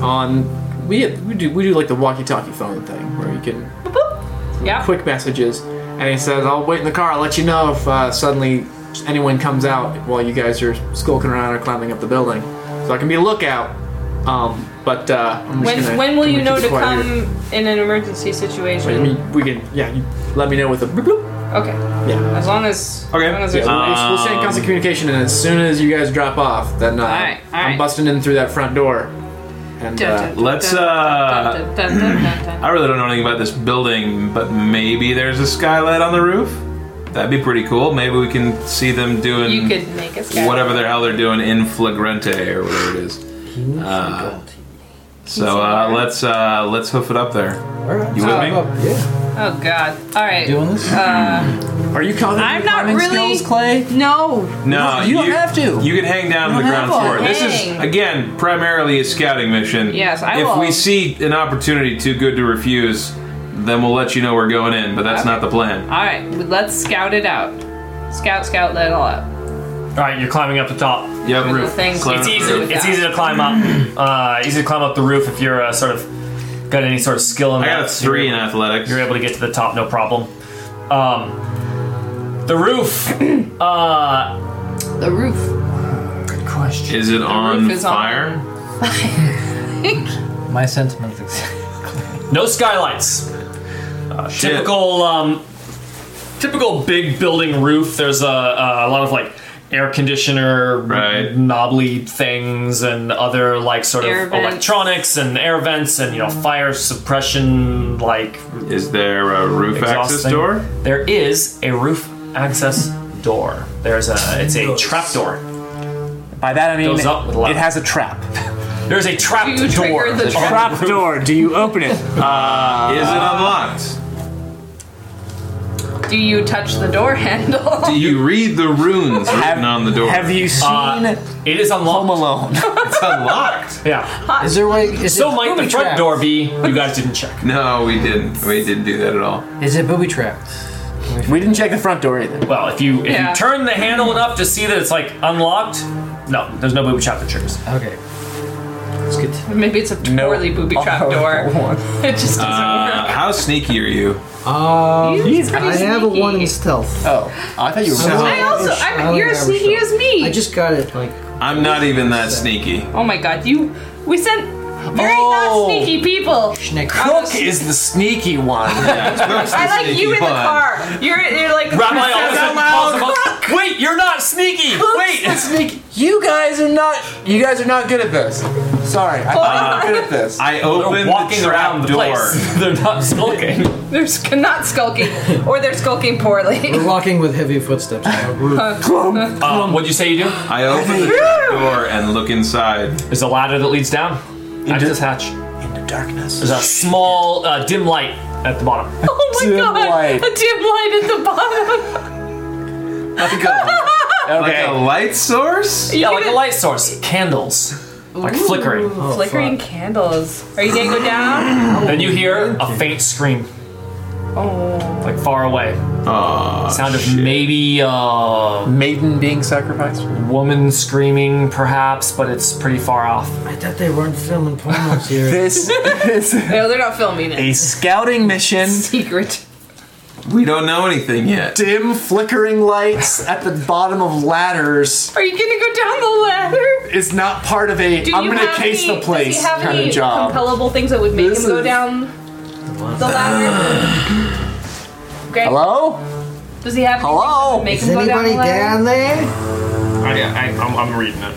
on we we do we do like the walkie-talkie phone thing where you can Yeah. quick messages, and he says, "I'll wait in the car. I'll let you know if uh, suddenly anyone comes out while you guys are skulking around or climbing up the building, so I can be a lookout." Um, but uh, I'm just When gonna- when will I'm you gonna know keep to quiet come here. in an emergency I situation? mean, we can yeah. You let me know with a bloop, bloop. Okay. yeah. As long as. Okay. As long as Yeah, there's we'll- we'll, we'll stay in constant communication, and as soon as you guys drop off, then uh, Alright, alright. I'm busting in through that front door. And Dun, uh, dun, dun, Let's dun, uh dun, dun, dun, dun, dun. I really don't know anything about this building, but maybe there's a skylight on the roof. That'd be pretty cool. Maybe we can see them doing You could make us go. whatever the hell they're doing in flagrante or whatever it is. Uh, So uh, let's uh, let's hoof it up there. All right. You with me? Yeah. Oh God! All right. Doing this? Are you calling I'm not climbing really- skills, Clay? No. No, You don't have to. You can hang down on the You don't ground have floor. to. This is Hang. again primarily a scouting mission. Yes, I If will. we see an opportunity too good to refuse, then we'll let you know we're going in. But that's not the plan. All right. Let's scout it out. Scout, scout, let it all out. All right, you're climbing up the top. Yep. Through the roof. things. Climb It's up the easy. roof. It's easy to climb up. Uh, easy to climb up the roof if you're uh, sort of got any sort of skill in I that. got a three in You're, athletics. you're able to get to the top, no problem. Um, the roof. Uh, The roof. good question. Is it on roof is on. fire? My sentiments. exactly. No skylights. Shit. Typical, um, typical big building roof. There's a, a lot of like air conditioner Right. knobbly things and other like sort Air of vents. Mm. electronics and air vents and you know fire suppression like Is there a roof exhaust access thing. door? There is a roof access door. There's a it's a trap door. By that I mean Goes up with loud. it has a trap. There's a trap Do you door. trigger the on trap? Trap door. Do you open it? Is it unlocked? Do you touch the door handle? Do you read the runes written on the door? Have you seen Uh, It is Home unlocked. Alone? It's unlocked. Yeah. Is there way? Is So it might the booby front trapped? door be? You guys didn't check. No, we didn't. We didn't do that at all. Is it booby trapped? we didn't check the front door either. Well, if you if Yeah. you turn the handle enough to see that it's like unlocked, no, there's no booby trap that triggers. Okay. Let's get. To, Maybe it's a No. poorly booby trap door. It just doesn't Uh, work. how sneaky are you? um, He's pretty I have a sneaky. one in stealth. Oh, I thought you were. So- I also, I'm, I don't you're as have a sneaky shot. as me. I just got it. Like I'm not even that sneaky. oh my God! You, we sent very Oh. not sneaky people. Schnick. Cook is the sneaky one. I like you in the car. You're, you're like Rabbi all of a sudden calls him up. Wait, you're not sneaky. Wait. sneaky. You guys are not. You guys are not good at this. Sorry, I Uh, thought you were good at this. I They're opened the walking trap around the door. place. They're not smoking. They're sk- not skulking, or they're skulking We're poorly. walking with heavy footsteps. now. We're- um, what'd you say you do? I open the trap door and look inside. There's a ladder that leads down. Into this hatch. Into darkness. There's a small uh, dim light at the bottom. Oh my Dim god! light. A dim light at the bottom. Like a Okay. light source? Yeah, like a light source. Candles. Like flickering. Oh, Flickering candles. Are you gonna go down? Then you hear a faint scream, Oh. like far away. Aw. Sound of maybe uh, Maiden being sacrificed. woman screaming, perhaps, but it's pretty far off. I thought they weren't filming pornos here. This is No, they're not filming it. a scouting mission. Secret. we don't know anything yet. Dim flickering lights at the bottom of ladders Are you gonna go down the ladder? is not part of a. Do am you gonna have case any, the place does he have kind any of job. compellable things that would make This him go is- down the ladder? Greg, Hello? does he have anything Hello? that would make Is him go down anybody the ladder? down there? I, I, I'm, I'm reading it.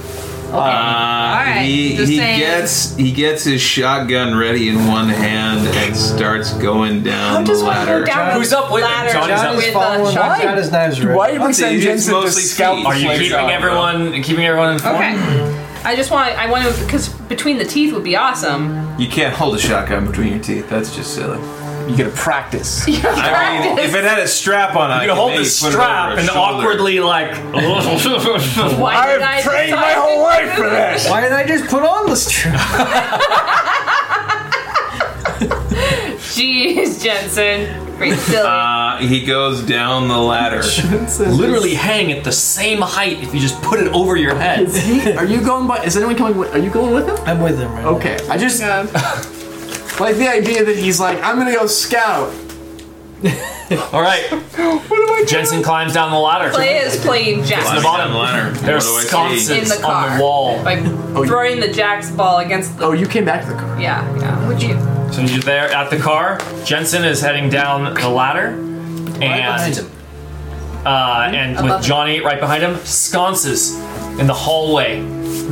Uh, right, he just he saying. gets he gets his shotgun ready in one hand and starts going down How the does one ladder. go down Who's the up with him? ladder Johnny's up. with uh, a following. shotgun? Got his knives ready. Why did we That's send easy, it's Jensen to mostly scout? feet. the Are you place keeping out? everyone keeping everyone informed? Okay. I just want I want to because between the teeth would be awesome. You can't hold a shotgun between your teeth. That's just silly. You gotta practice. I mean, if it had a strap on, I You can could hold maybe the put it over strap a and shoulder. awkwardly like. Why did I decide to do this. Why did I just put on the strap? Jeez, Jensen, pretty silly. Uh, he goes down the ladder. literally hang at the same height if you just put it over your head. Are you going by? Is anyone coming? With, are you going with him? I'm with him right now. Okay. I just like the idea that he's like, I'm gonna go scout. All right. Jensen climbs down the ladder. Clay is playing Climbing jacks bottom. down the ladder. There's What do I see? in sconces the car on the wall. like you- throwing the jacks ball against the Oh, you came back to the car. yeah yeah. Would you? So you're there at the car. Jensen is heading down the ladder, behind and him. uh, and Above him. with Johnny right behind him, sconces in the hallway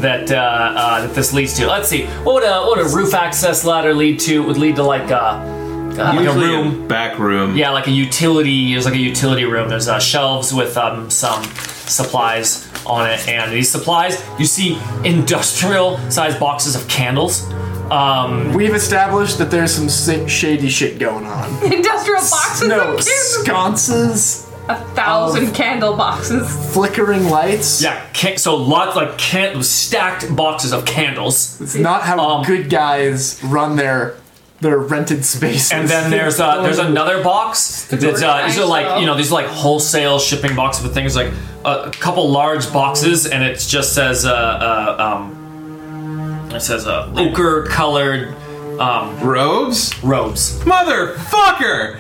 that uh, uh, that this leads to. Let's see, what would a what would a roof access ladder lead to? It would lead to like a, uh, like a Usually room. back room. Yeah, like a utility. There's like a utility room. There's uh, shelves with um, some supplies on it, and these supplies you see industrial-sized boxes of candles, Um, We've established that there's some si- shady shit going on. Industrial boxes no, of candles. sconces, A thousand candle boxes. flickering lights. yeah, can- so lots like can- stacked boxes of candles, It's not how Um, good guys run their their rented spaces. and then there's uh, there's another box that's uh, these are like you know these are like wholesale shipping boxes with things like a, a couple large boxes, and it just says uh, uh, um, it says uh, ochre colored um, Robes? robes. Motherfucker!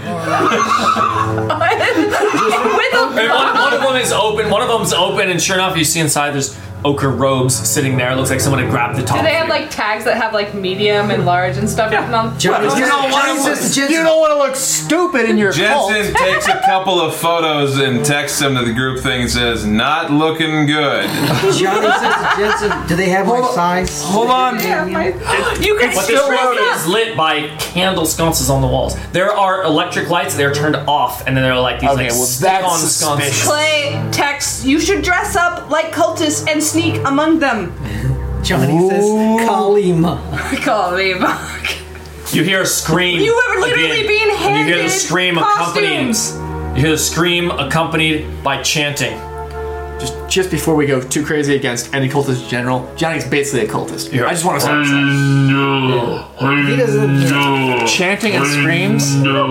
With a And one, one of them is open. One of them's open, and sure enough, you see inside there's ochre robes sitting there. It looks like someone had grabbed the top. Do they have few. like tags that have like medium and large and "Oh, stuff written on? Johnny's you don't wanna Johnny's just- You don't want to look stupid in your cult. Jensen takes a couple of photos and texts them to the group thing and says, Not looking good. Johnny says Jensen. Do they have like signs? Hold on. Yeah, my- you can But see this this room is up. lit by candle sconces on the walls. There are electric lights that are turned off, and then there are like these Okay, like well, stick-on that's sconces. suspicious. Clay texts, you should dress up like cultists and sneak among them. Johnny says Kalima. Call me back. You hear a scream. You are literally again, being and You hear handed the scream costumes. accompanied. You hear the scream accompanied by chanting. just, just before we go too crazy against any cultist in general, Johnny's basically a cultist. I just want to say Mm. He doesn't. Chanting and screams. Mm.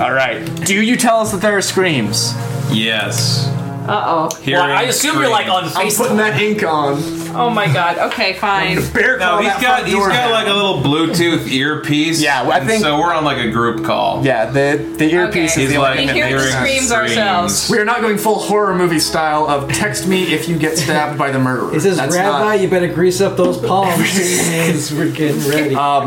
All right. Do you tell us that there are screams? Yes. Uh oh. Well, I assume you're like on I'm Facebook. putting that ink on. Oh my god. Okay, fine. Bear claw No, he's that got front he's door got handle. like a little Bluetooth earpiece. Yeah, well, I and think- so we're on like a group call. Yeah, the the earpiece Okay. is He's the like We only hear the hearing screams ourselves. We are not going full horror movie style of text me if you get stabbed by the murderer. He says, That's Rabbi, not- you better grease up those palms because we're getting ready. Uh,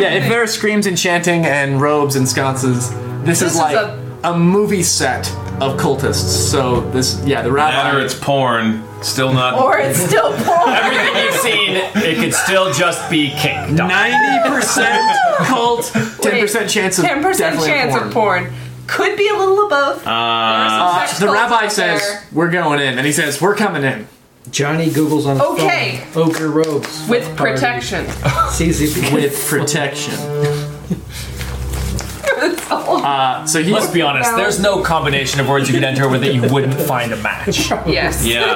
yeah, if there are screams and chanting and robes and sconces, this, is is like a- a... movie set of cultists. So this, yeah, the Matter rabbi. it's porn. Still not. Or it's still porn. Everything you've seen, it could still just be kink. No. Ninety percent cult, ten percent chance of Ten percent definitely chance porn. of porn. Could be a little of both. Uh, the rabbi says we're going in, and he says we're coming in. Johnny Googles on his Okay. phone. Ogre robes. with protection. CZ. with protection. Uh, so he's Let's be honest. There's no combination of words you could enter with that you wouldn't find a match. yes. Yeah.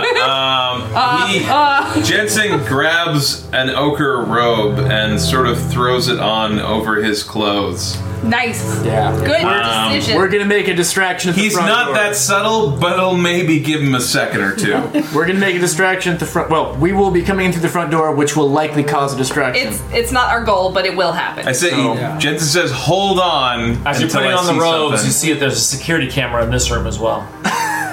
Um, he, Jensen grabs an ochre robe and sort of throws it on over his clothes. Nice. yeah. Good decision. We're gonna make a distraction. At the He's front not door. that subtle, but it'll maybe give him a second or two. We're gonna make a distraction at the front. Well, we will be coming in through the front door, which will likely cause a distraction. it's it's not our goal, but it will happen. I say, So- Jensen says, "Hold on." As you're until putting I on the see robes, something." you see that there's a security camera in this room as well.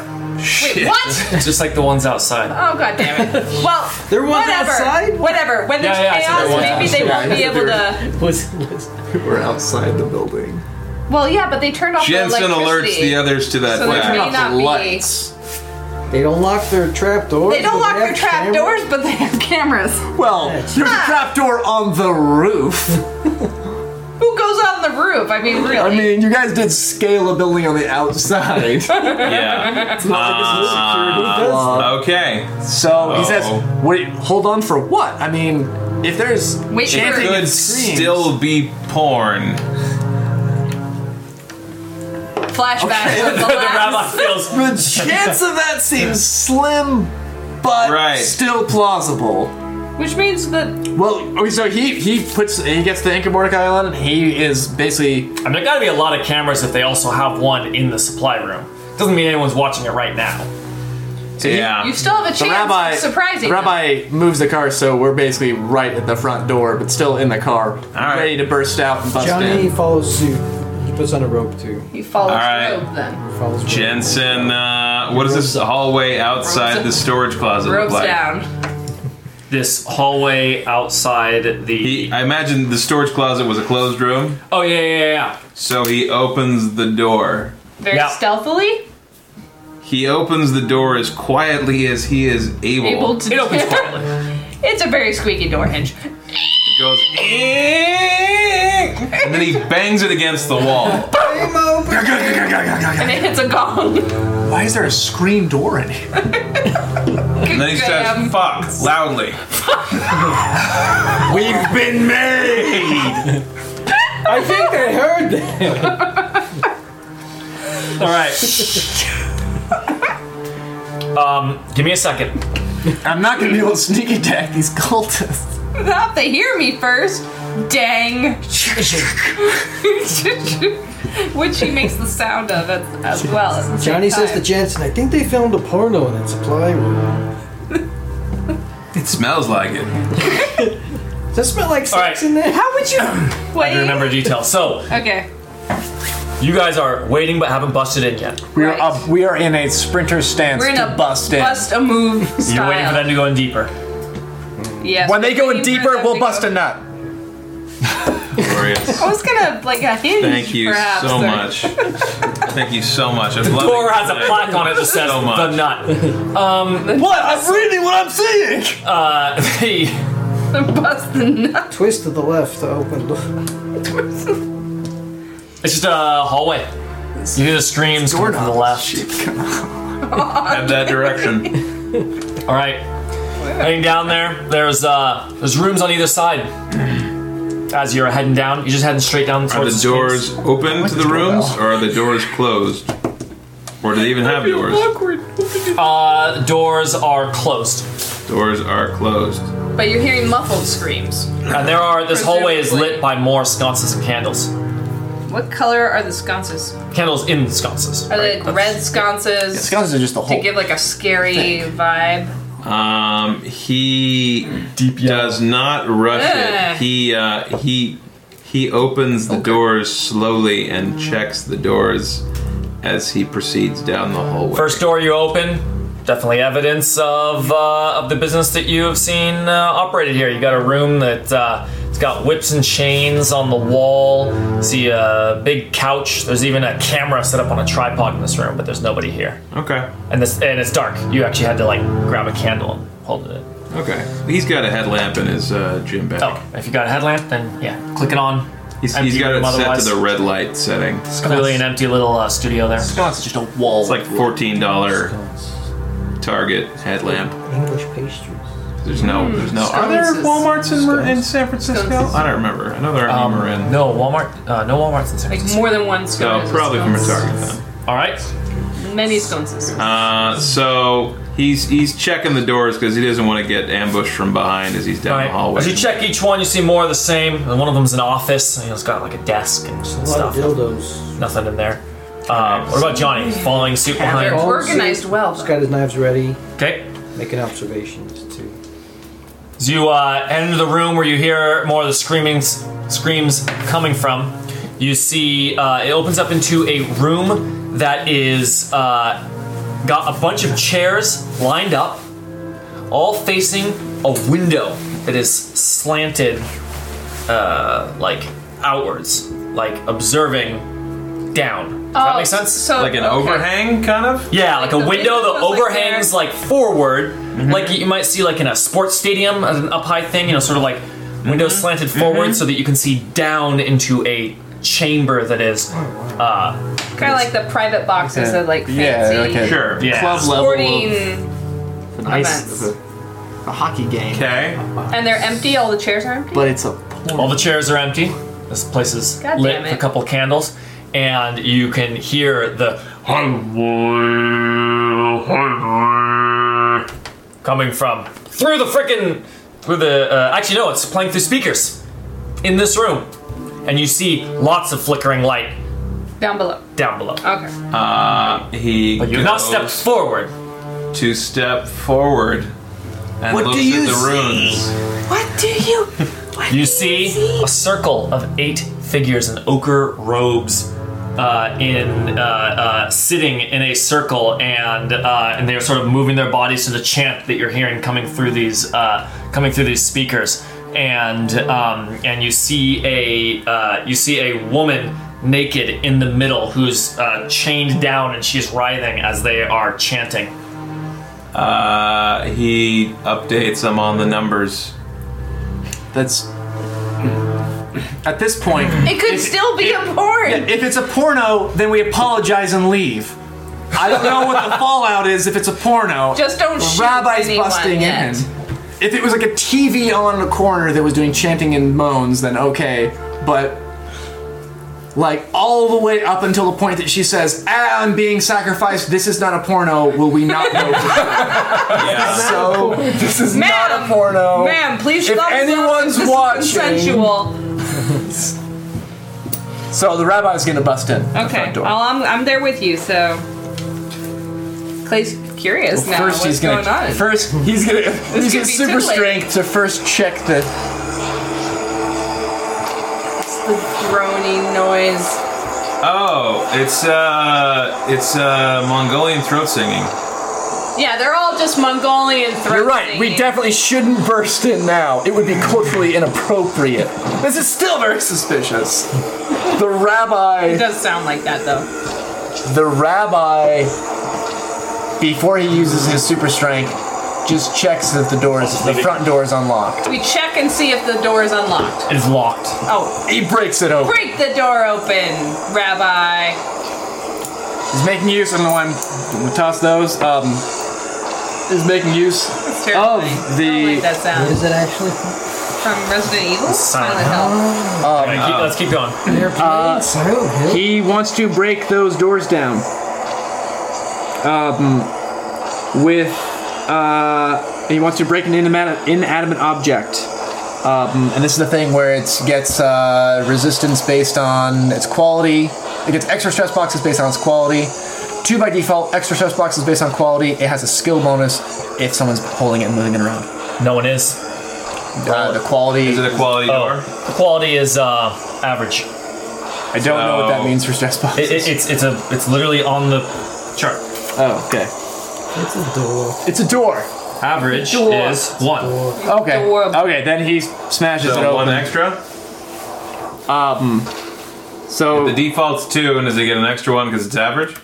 Wait, what? just like the ones outside. Oh god damn it. Well There was whatever. outside? Whatever. When there's Yeah, yeah, I said chaos, there was maybe they outside. won't be Yeah, able to Was, was, We're outside the building. Well yeah, but they turned off Jensen the alerts electricity. the others to that So there's fact. May not be. lights. they don't lock their trap doors. They don't but lock their have trap cameras. doors, but they have cameras. Well, there's a Ah! trap door on the roof. Who goes on the roof? I mean really. I mean, you guys did scale a building on the outside. Yeah. Uh, Okay. So he Uh, Uh-oh. says, "Wait, hold on for what? I mean, if there's Wait for- chanting Could and screams, still be porn. flashback of the the rabbi last feels the chance of that seems slim, but Right. still plausible." Which means that Well, okay, so he he puts he gets the anchor Mordecai on, and he is basically I mean, there gotta be a lot of cameras if they also have one in the supply room. Doesn't mean anyone's watching it right now. yeah. you still have a the chance rabbi. of surprising. the rabbi moves the car, so we're basically right at the front door, but still in the car, right. ready to burst out and bust Johnny in. follows suit. He puts on a rope too. You follow All right. through then. Follows rope. Jensen, uh, what is this hallway outside the storage closet look Ropes like? down. This hallway outside the. He, I imagine the storage closet was a closed room, oh yeah, yeah, yeah, yeah. so he opens the door. Very Yeah. stealthily. He opens the door as quietly as he is able. Able to It opens quietly. It's a very squeaky door hinge. Goes "Eek!" and then he bangs it against the wall. And it hits a gong. Why is there a screen door in here? And then he says, Graham. fuck, loudly. We've been made! I think I heard that. All right. um, give me a second. I'm not gonna be able to sneak attack these cultists. Not they hear me first. Dang. Which he makes the sound of it as well. at the same Johnny says to time. Jensen, I think they filmed a porno in that supply room. It smells like it. Does that smell like right. sex in there? How would you I wait? don't remember details. So Okay. you guys are waiting but haven't busted in yet. We are Right. up. We are in a sprinter stance We're in to a bust in. Bust a move style. You're waiting for them to go in deeper. Yes. When they go in waiting for deeper, them we'll to go- bust a nut. Glorious. I was gonna like a hinge. Thank you perhaps, so or- much. Thank you so much. I'm the Or has a plaque on it that says So much. the nut. What? I'm reading what I'm seeing. um, Uh, the- Bust the nut. Twist to the left to open the. it's just a hallway. You hear the screams coming from the left. Head that direction. All right, heading down there. There's uh, there's rooms on either side. As you're heading down, you're just heading straight down Are towards the screams. doors open to the rooms, or are the doors closed? Or do they even have doors? Uh, doors are closed, Doors are closed. But you're hearing muffled screams. and there are. This hallway is Presumably. lit by more sconces and candles. What color are the sconces? Candles in sconces. Are right? they like red sconces? Skulls are just a to hole. give like a scary vibe. Um, he Deep does not rush Ugh. it. He uh, he he opens the doors slowly and checks the doors as he proceeds down the hallway. First door you open, definitely evidence of uh, of the business that you have seen uh, operated here. You got a room that uh, it's got whips and chains on the wall. See a big couch. There's even a camera set up on a tripod in this room, but there's nobody here. Okay. And this and it's dark. You actually had to like grab a candle and hold it. Okay. He's got a headlamp in his uh, gym bag. Oh, if you got a headlamp, then yeah, click it on. He's, Empty he's got room it set otherwise. to the red light setting. It's clearly an empty little uh, studio there. Sconce is just a wall. It's like fourteen dollar Target headlamp. English pastries. There's no, there's no. Are there Sconces. WalMarts in, in San Francisco? Sconces. I don't remember. I know there are Um, more in. no Walmart. Uh, no Walmart's in San Like Francisco. more than one So sconce. probably from a Target then. All right. Many sconces. Uh, so he's he's checking the doors because he doesn't want to get ambushed from behind as he's down All the right. hallway. As you check each one, you see more of the same. And one of them's an office. And, you know, it's got like a desk and A lot stuff. of dildos. Nothing in there. Um, what about Johnny? Following suit They're behind. organized well. He's though. got his knives ready, Okay. making observations too. As you uh, enter the room where you hear more of the screaming screams coming from, you see uh, it opens up into a room that is uh, got a bunch of chairs lined up, all facing a window that is slanted, uh, like outwards, like observing down. Does that Oh, make sense? So, like an okay. overhang, kind of. Yeah, Like like, the a window that windows, like, overhangs they're- like, forward, like you might see like in a sports stadium, as an up high thing, you know, sort of like windows slanted forward so that you can see down into a chamber that is uh Kind of like the private boxes Okay. of like fancy Yeah, okay. Sure. yeah. Club level. of- sporting, an ice, events. of a, a hockey game, Okay. and they're empty. All the chairs are empty. but it's a All the chairs are empty. This place is God lit damn with a it. couple candles, and you can hear the highway, highway coming from through the frickin' through the. Uh, actually, no, it's playing through speakers in this room, and you see lots of flickering light Down below. down below. Okay. Uh, he But you've not goes stepped forward. to step forward and What looks do you at the runes. What do you? You see a circle of eight figures in ochre robes, uh, in uh, uh, sitting in a circle, and uh, and they are sort of moving their bodies to the chant that you're hearing coming through these uh, coming through these speakers, and um, and you see a uh, you see a woman naked in the middle who's uh, chained down and she's writhing as they are chanting. Uh, he updates them on the numbers. That's. At this point, It could still be a porn. if it's a porno, then we apologize and leave. I don't know what the fallout is if it's a porno. Just don't The shoot Rabbi's anyone busting yet. in. If it was like a TV on the corner that was doing chanting and moans, then okay. But like all the way up until the point that she says, ah, "I'm being sacrificed. This is not a porno." Will we not know? for sure? Yeah. so This is Ma'am. not a porno. Ma'am, please If thumbs up anyone's this is watching- consensual. So the rabbi's gonna bust in. the Okay. front door. Well, I'm, I'm there with you, so. Clay's curious now. first What's he's gonna going on? first he's gonna he's could gonna be super titillating. strength to first check the the groaning noise. Oh, it's uh, it's uh, Mongolian throat singing. Yeah, they're all just Mongolian throat You're right. We singing. definitely shouldn't burst in now. It would be culturally inappropriate. This is still very suspicious. The It rabbi, does sound like that though. the rabbi, before he uses his super strength, just checks that the door is, the front door is unlocked. We check and see if the door is unlocked. It's locked. Oh, He breaks it open. break the door open, Rabbi. he's making use. I don't know why I'm gonna toss those. Um, he's making use It's of terrifying. I don't the like that What sound is it actually? from Resident Evil. Silent Hill. Okay, keep- let's keep going. They're playing Silent Hill. He wants to break those doors down. Um, with uh, he wants to break an inanimate, inanimate object. Um, And this is the thing where it gets uh, resistance based on its quality. It gets extra stress boxes based on its quality. Two by default, extra stress boxes based on quality. It has a skill bonus if someone's holding it and moving it around. No one is. Uh, the quality. Is it a quality Oh, door? the quality is uh, average. I don't know what that means for stress It, boxes. it, it's it's a it's literally on the chart. Oh, okay. It's a door. it's a door. Average Door. is one. Okay. The world. Okay, then he smashes it So one um, open. extra. So The default's two, and does it get an extra one because it's average?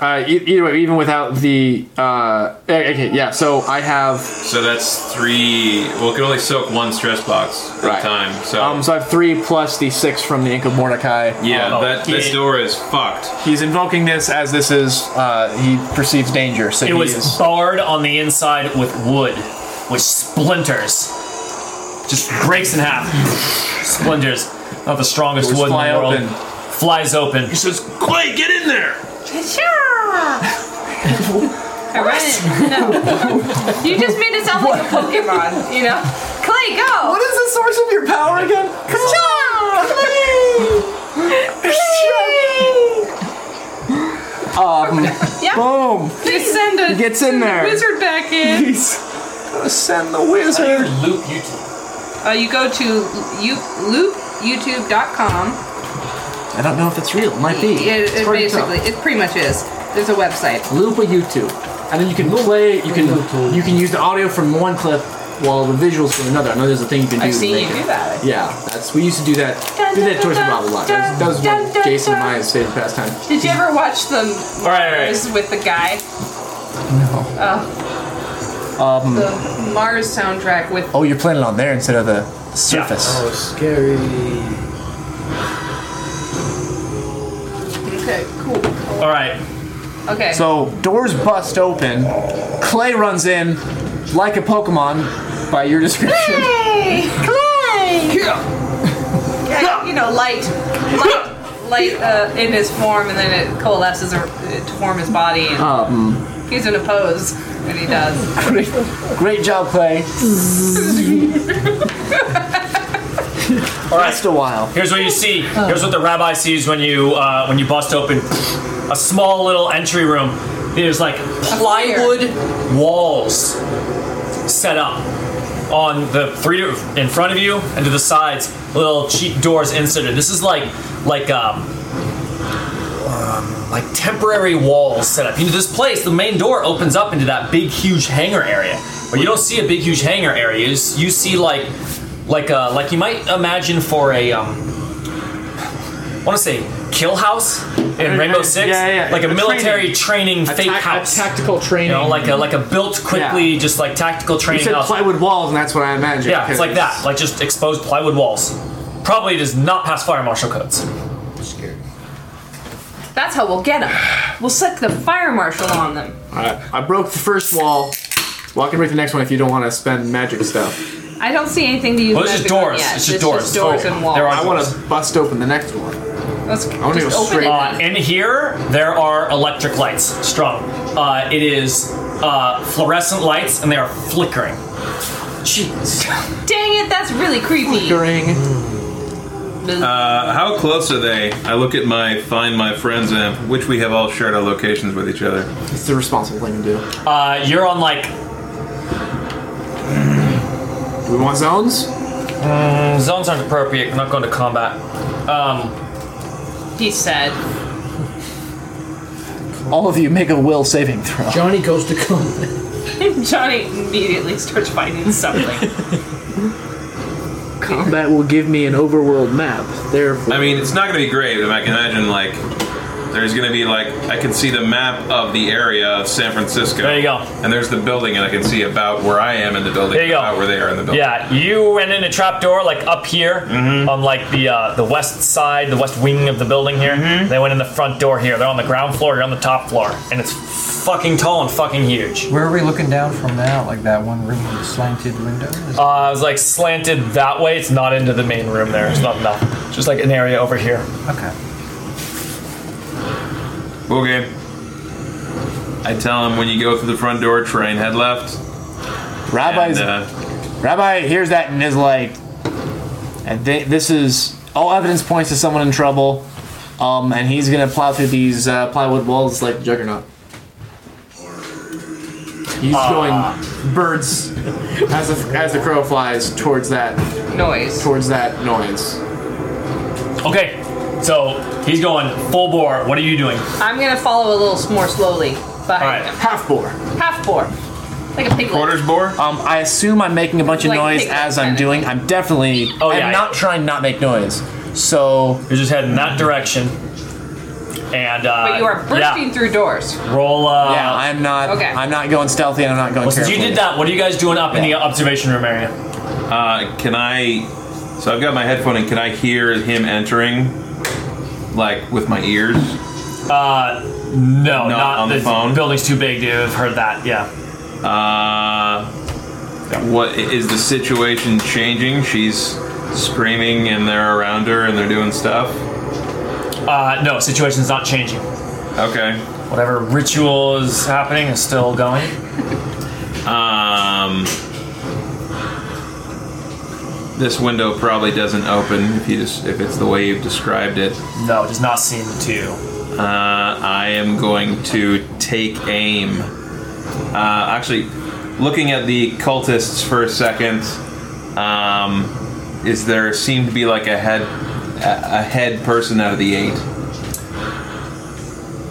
uh, e- either way, even without the uh, eh, okay, yeah. So I have So that's three. Well, it can only soak one stress box at Right. a time. So um, so I have three plus the six from the Ink of Mordecai. Um, yeah, Oh, that yeah. this door is fucked. He's invoking this as this is Uh, he perceives danger, so It he was is barred on the inside with wood, which splinters, just breaks in half. splinters of the strongest wood Doors in fly the world. open. Flies open. He says, "Clay, get in there." I read it. No. you just made it sound like a Pokemon, you know? Clay, go! What is the source of your power again? Come on! yeah, Um, boom. just send a Gets in send the there. wizard back in. He's gonna send the wizard. Luke, you two. Uh, you go to you, loopyoutube.com I don't know if it's real. It might be. It, it hard to tell. basically, it pretty much is. There's a website. loop with YouTube, and then you can play. You can you can use the audio from one clip while the visuals from another. I know there's a thing you can do. I've to seen make you it. do that. Yeah, that's we used to do that. We did that towards the Rob a lot. That was, that was what Jason and I saved the past time. Did you ever watch the All right, all right. Mars with the guy? No. um, the Mars soundtrack with Oh, you're playing it on there instead of the surface. Oh, scary. okay, cool. All right. Okay, So Doors bust open. Clay runs in like a Pokemon, by your description. Hey, Clay! Yeah, you know, light, light, light uh, in his form, and then it coalesces ar- to form his body. And he's in a pose, and he does. Great, great job, Clay. All right. Just a while. Here's what you see. Here's what the rabbi sees when you uh, when you bust open a small little entry room. There's like plywood walls set up on the three to- in front of you and to the sides. Little cheap doors inserted. This is like like um, um, like temporary walls set up. You know, this place, the main door opens up into that big, huge hangar area, but you don't see a big, huge hangar area. You, s- you see like, like uh like you might imagine for a um, want to say kill house in Rainbow Six, yeah, yeah. like a, A military training, fake tac- house. a tactical training. you know, like a like a built quickly, Yeah. just like tactical you training said house. plywood walls, and that's what I imagined. yeah, it's like that, like just exposed plywood walls. Probably does not pass fire marshal codes. Scary. That's how we'll get them. We'll set the fire marshal on them. I, I broke the first wall. Well, I can break the next one if you don't want to spend magic stuff. I don't see anything to use. Well, it's just magic on doors. yet. It's just doors. doors Oh, and walls. there are- I want to bust open the next one. Let's wanna just go open straight it. Uh, in here, there are electric lights, strong. Uh, it is uh, fluorescent lights, and they are flickering. Jeez. Dang it, that's really creepy. During Uh, how close are they? I look at my Find My Friends app, which we have all shared our locations with each other. it's the responsible thing to do. Uh, you're on like Do we want zones? Mm, zones aren't appropriate. We're not going to combat. Um, he said. All of you make a will saving throw. Johnny goes to come. Johnny immediately starts finding something. Combat will give me an overworld map. Therefore, I mean, it's not going to be great, but I can imagine, like, there's going to be, like, I can see the map of the area of San Francisco. There you go. And there's the building, and I can see about where I am in the building, There you go. about where they are in the building. yeah, you went in a trap door like up here on like the uh, the west side, the west wing of the building here. They went in the front door here. They're on the ground floor. You're on the top floor, and it's fucking tall and fucking huge. Where are we looking down from now? Like that one room with the slanted window? Is- Uh, I was like slanted that way. It's not into the main room there. It's not enough. It's just like an area over here. okay. Okay. I tell him when you go through the front door, train head left. Rabbi's And, uh, Rabbi hears that and is like, and they, this is all evidence points to someone in trouble, um, and he's gonna plow through these uh, plywood walls like the Juggernaut. He's going birds as the, as the crow flies towards that Noise. towards that noise. Okay, so he's going full bore. What are you doing? I'm gonna follow a little more slowly behind Alright. him. Half bore. Half four. Like a piglet. quarters bore? Um, I assume I'm making a bunch of Like, noise pick up as I'm kinda. doing. I'm definitely. Oh, I'm yeah, not yeah. trying to not make noise. So You're just heading that direction. And uh, But you are bursting through doors. Yeah, roll. Uh, yeah, I'm not. okay. I'm not going stealthy and I'm not going. well, since you carefully. did that, what are you guys doing up in the observation room area? Uh, can I? So I've got my headphone in. Can I hear him entering, like with my ears? No, Not not on the phone? Building's too big to have heard that. Yeah. Uh, what is the situation changing? She's screaming, and they're around her, and they're doing stuff. Uh, no, situation's not changing. Okay. Whatever ritual is happening is still going. Um, this window probably doesn't open if you just if it's the way you've described it. No, it does not seem to. Uh, I am going to take aim. Uh, actually, looking at the cultists for a second, um, is there seemed to be like a head a, a head person out of the eight?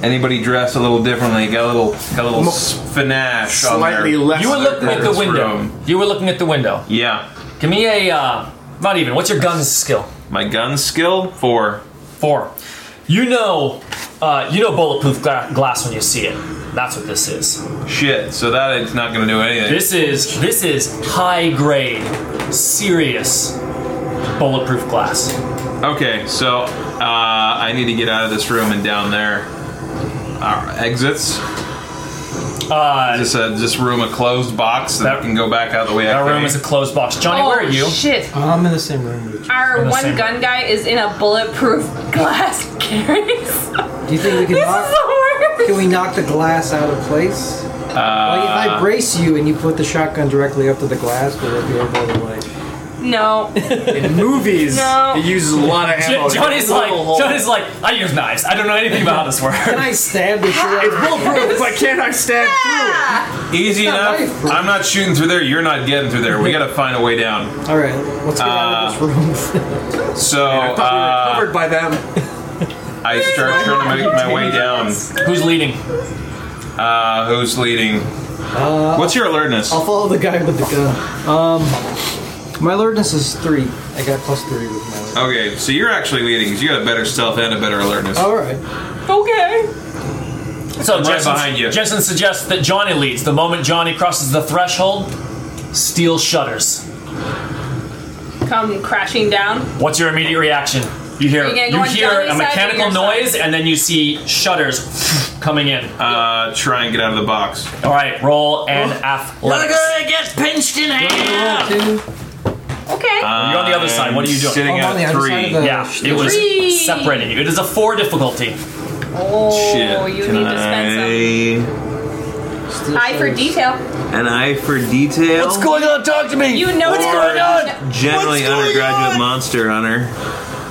Anybody dressed a little differently? Got a little got a little s- finesse. Slightly on their, less. You were looking at the This window. room. You were looking at the window. Yeah, Give me a. Uh, not even. What's your gun's skill? my gun skill for Four. You know, uh, you know bulletproof gla- glass when you see it. That's what this is. shit. So that it's not going to do anything. This is this is high grade, serious bulletproof glass. Okay, so uh, I need to get out of this room and down there. Uh, exits. Uh, Is this a this room a closed box that, That- can go back out the way I that came? room is a closed box. Johnny, oh, where are you? Shit. I'm in the same room with you. Our the one same- gun guy is in a bulletproof glass case. Do you think we can this knock? is the worst. Can we knock the glass out of place? like if Uh. I brace you and you put the shotgun directly up to the glass, will it be able to like? No. In movies, No. it uses a lot of ammo. Jo- to Johnny's get a like, little hole. Johnny's like, I use knives. I don't know anything about how this works. Can I stab the shit out of It's bulletproof. It's like, can't I stab Easy not enough. life. I'm not shooting through there. You're not getting through there. We got to find a way down. All right, let's get out Uh. of this room. So through? I thought uh, we were covered by them. I start trying to make my way down. Who's leading? Uh, who's leading? What's your alertness? I'll follow the guy with the gun. Um, my alertness is three. I got plus three with my. Alertness. Okay, so you're actually leading 'cause you got a better stealth and a better alertness. All right. okay. So right Jensen, behind you. Jensen suggests that Johnny leads. The moment Johnny crosses the threshold, steel shutters. Come crashing down. What's your immediate reaction? You hear You can't go You on hear Johnny's a side or mechanical your side? noise, and then you see shutters coming in. Uh, try and get out of the box. All right, roll and athletics. gets pinched in half. Two. Okay. Uh, You're on the other side. What are you doing? Sitting Oh, I'm on the at other three. side of the- Yeah, it was Three. separating you. It is a four difficulty. oh, Shit. you Can need to spend I- some eye for detail. An eye for detail. What's going on? Talk to me. You know what's that- going on? Generally, What's going undergraduate on? monster hunter.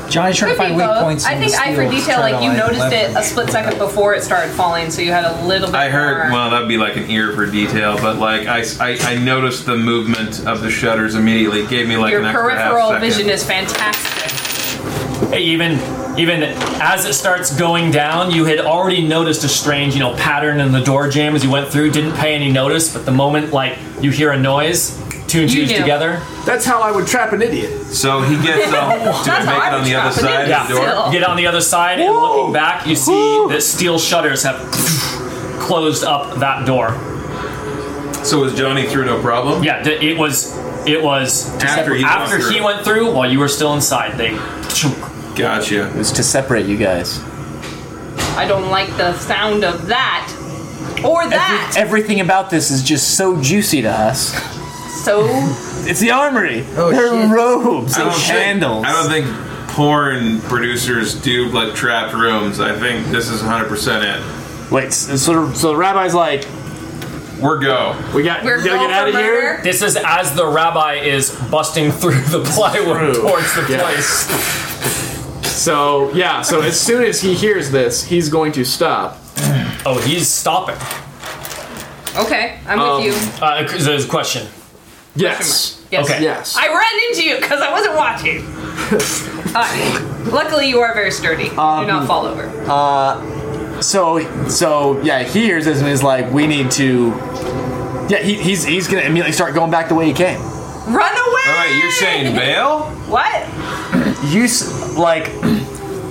Johnny's trying to Could be find weak both. points. I in think the eye for steel detail, try to, like you noticed it a leverage. split second before it started falling, so you had a little bit. I heard. more- Well, that'd be like an ear for detail, but like I, I, I noticed the movement of the shutters immediately. It gave me like Your an extra peripheral half second. vision is fantastic. Hey, even even as it starts going down, you had already noticed a strange, you know, pattern in the door jam as you went through. Didn't pay any notice, but the moment like you hear a noise, two and You two's knew. together, That's how I would trap an idiot. So he gets up. That's Do I how make it I on would the trap other an side idiot of the door? still. get on the other side, and looking back, you see that steel shutters have closed up that door. So was Johnny through no problem? Yeah, th- it was it was After he after went he through. went through while you were still inside. They Gotcha. was to separate you guys. I don't like the sound of that or that. Everything about this is just so juicy to us. So It's the armory. Oh, They're shit. robes I and don't candles. Think, Oh, I don't think porn producers do like trapped rooms. I think this is 100 percent it. Wait, s- so, so the rabbi's like, We're go. We got. we're we gotta going get for out of here. murder. This is as the rabbi is busting through the plywood Through. towards the Yeah. place. So yeah. So as soon as he hears this, he's going to stop. Oh, he's stopping. Okay, I'm Um, with you. Uh, there's a question. Yes. Yes. Okay. Yes. I ran into you because I wasn't watching. Uh, luckily, you are very sturdy. Um, Do not fall over. so so yeah. He hears this and is like, we need to. Yeah, he, he's he's gonna immediately start going back the way he came. Run away! All right, you're saying bail? what? You s- like